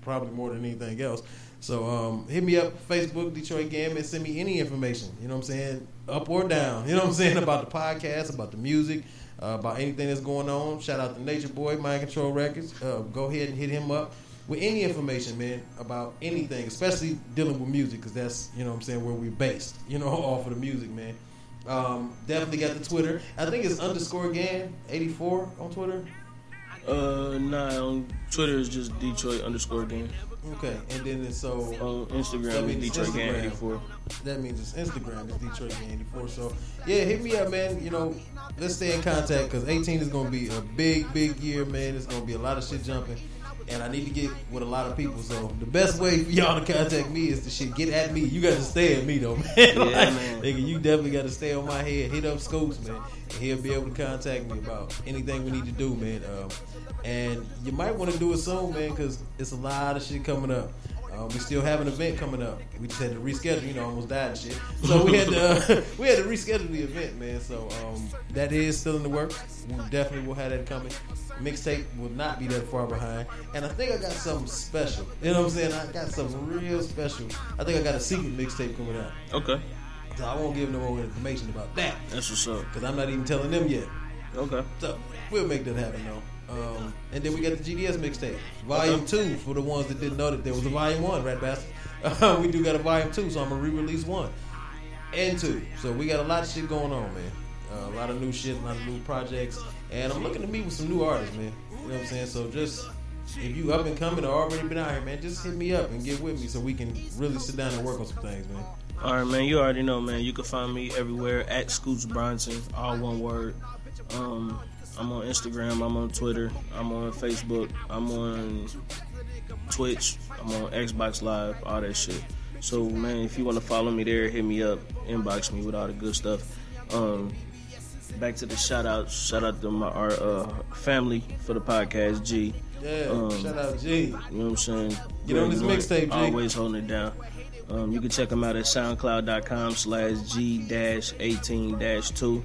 D: probably more than anything else. So um, hit me up, Facebook, Detroit Gam, and send me any information. You know what I'm saying, up or down. You know what I'm saying about the podcast, about the music, uh, about anything that's going on. Shout out to Nature Boy, Mind Control Records. Uh, go ahead and hit him up with any information, man, about anything, especially dealing with music, because that's you know what I'm saying where we're based. You know, off of the music, man. Um, definitely got the Twitter. I think it's underscore Gam 84 on Twitter.
B: Uh, nah, on Twitter is just Detroit underscore game.
D: Okay, and then it's so
B: On
D: That
B: Instagram is
D: means
B: Detroit game
D: Instagram.
B: eighty four.
D: that means it's Instagram. It's Detroit Gang 84. So, yeah, hit me up, man. You know, let's stay in contact because 18 is going to be a big, big year, man. It's going to be a lot of shit jumping. And I need to get with a lot of people. So, the best way for y'all to contact me is to shit get at me. You got to stay at me, though, man. Like,
B: man.
D: Nigga, you definitely got to stay on my head. Hit up Scoops, man. And he'll be able to contact me about anything we need to do, man. Um, and you might want to do it soon, man, because it's a lot of shit coming up. Um, we still have an event coming up. We just had to reschedule. You know, almost died and shit. So we had to uh, we had to reschedule the event, man. So um, that is still in the works. We definitely will have that coming. Mixtape will not be that far behind. And I think I got something special. You know what I'm saying? I got something real special. I think I got a secret mixtape coming out.
B: Okay,
D: So I won't give no more information about that
B: that's what's up.
D: because I'm not even telling them yet.
B: Okay,
D: So we'll make that happen though. Um, and then we got the GDS mixtape, volume two for the ones that didn't know that there was a volume one, right, bastard? Uh, we do got a volume two, so I'm gonna re-release one and two. So we got a lot of shit going on, man. Uh, a lot of new shit, a lot of new projects, and I'm looking to meet with some new artists, man. You know what I'm saying? So just if you up and coming or already been out here, man, just hit me up and get with me so we can really sit down and work on some things, man.
B: all right, man. You already know, man. You can find me everywhere at Scoots Bronson, all one word. Um, I'm on Instagram. I'm on Twitter. I'm on Facebook. I'm on Twitch. I'm on Xbox Live, all that shit. So man, if you want to follow me there, hit me up, inbox me with all the good stuff. Um, back to the shout out, shout out to my our uh, family for the podcast, G.
D: Yeah,
B: Um,
D: shout out G.
B: You know what I'm saying?
D: Get on this
B: Great,
D: mixtape, G.
B: Always holding it down. Um, you can check them out at soundcloud.com slash G dash 18 dash 2.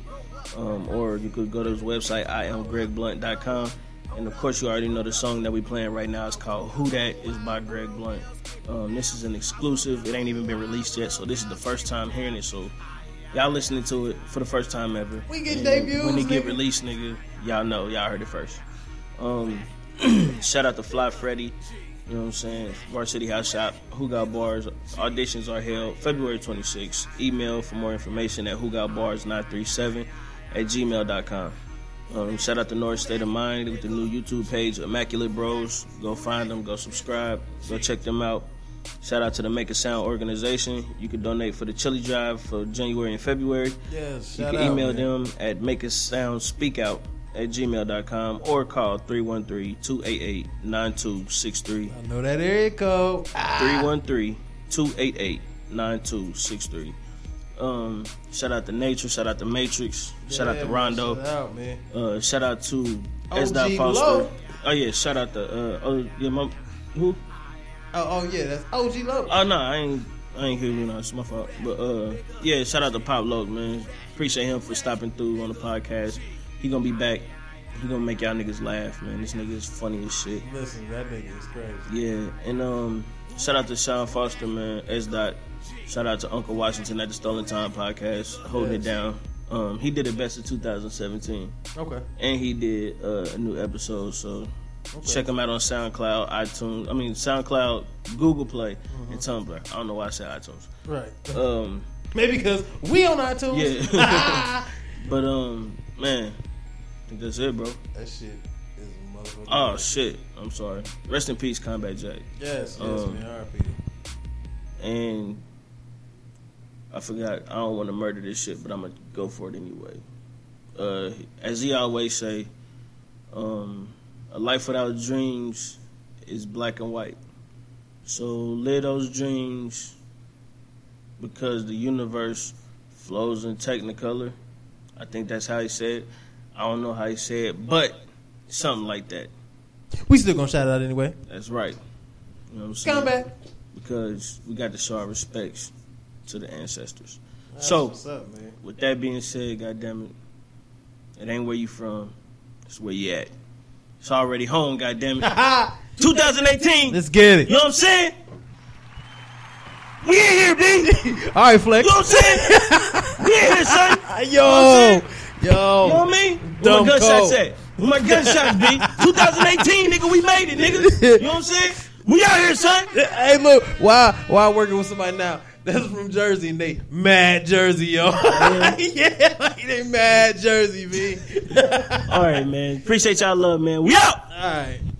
B: Um, or you could go to his website, iamgregblunt.com. And of course, you already know the song that we playing right now is called Who That is by Greg Blunt. Um, this is an exclusive. It ain't even been released yet, so this is the first time hearing it. So y'all listening to it for the first time ever.
D: We get
B: And
D: debuts,
B: When it get
D: nigga.
B: released, nigga, y'all know. Y'all heard it first. Um, shout out to Fly Freddy. You know what I'm saying? Varsity House Shop, Who Got Bars. Auditions are held February 26th. Email for more information at who got bars 937 at gmail.com. Um, shout out to North State of Mind with the new YouTube page, Immaculate Bros. Go find them, go subscribe, go check them out. Shout out to the Make a Sound organization. You can donate for the Chili Drive for January and February.
D: Yeah,
B: You
D: shout
B: can
D: out.
B: email
D: man.
B: them at makeitsoundspeakout at gmail.com or call 313-288-9263.
D: I know that area code.
B: 313-288-9263. Um, shout out to Nature, shout out to Matrix, shout out
D: Yeah,
B: to
D: man,
B: Rondo,
D: Shout out, man.
B: uh, shout out to
D: OG
B: S. Dot Foster.
D: Low.
B: Oh yeah, shout out to uh, oh yeah, my who?
D: Oh, oh yeah, that's OG Low.
B: Oh no, I ain't I ain't hear you now. It's my fault. But uh, yeah, shout out to Pop Loke, man. Appreciate him for stopping through on the podcast. He gonna be back. He gonna make y'all niggas laugh, man. This nigga is funny as shit.
D: Listen, that nigga is crazy.
B: Yeah, and um, shout out to Sean Foster, man. S dot. Shout out to Uncle Washington at the Stolen Time podcast, holding
D: Yes.
B: it down. Um, he did it best of 2017,
D: Okay.
B: and he did uh, a new episode. So check him out on SoundCloud, iTunes. I mean SoundCloud, Google Play, and Tumblr. I don't know why I said iTunes.
D: Right.
B: Um,
D: Maybe because we on iTunes.
B: yeah, but um, man, I think that's it, bro.
D: That shit is motherfucking.
B: Oh shit, I'm sorry. Rest in peace, Combat Jack.
D: yes, yes,
B: um,
D: man. RP.
B: and I forgot. I don't want to murder this shit, but I'm gonna go for it anyway. Uh, as he always say, um, a life without dreams is black and white. So live those dreams because the universe flows in technicolor. I think that's how he said. it. I don't know how he said, it, but something like that.
D: We still gonna shout it out anyway.
B: That's right. You know what I'm saying?
D: Come back.
B: because we got to show our respects to the ancestors. so,
D: what's up, man?
B: with that being said, goddamn it, it ain't where you from, it's where you at. It's already home, goddamn it.
D: Ah,
B: 2018.
D: let's get
B: You know
D: it.
B: what I'm saying? We in here, B. You know
D: All right, Flex.
B: what I'm saying? we in here, son.
D: Yo,
B: You know
D: yo.
B: what I mean? Where
D: Dumb
B: my gunshots
D: cold.
B: at? Where my gunshots, B? 2018, nigga, we made it, nigga. You know what I'm saying? We out here, son.
D: Hey, look. Why? Why working with somebody now? That's from Jersey, and they mad Jersey, yo. Yeah, like they mad Jersey, man.
B: All right, man. Appreciate y'all love, man. We out.
D: All right.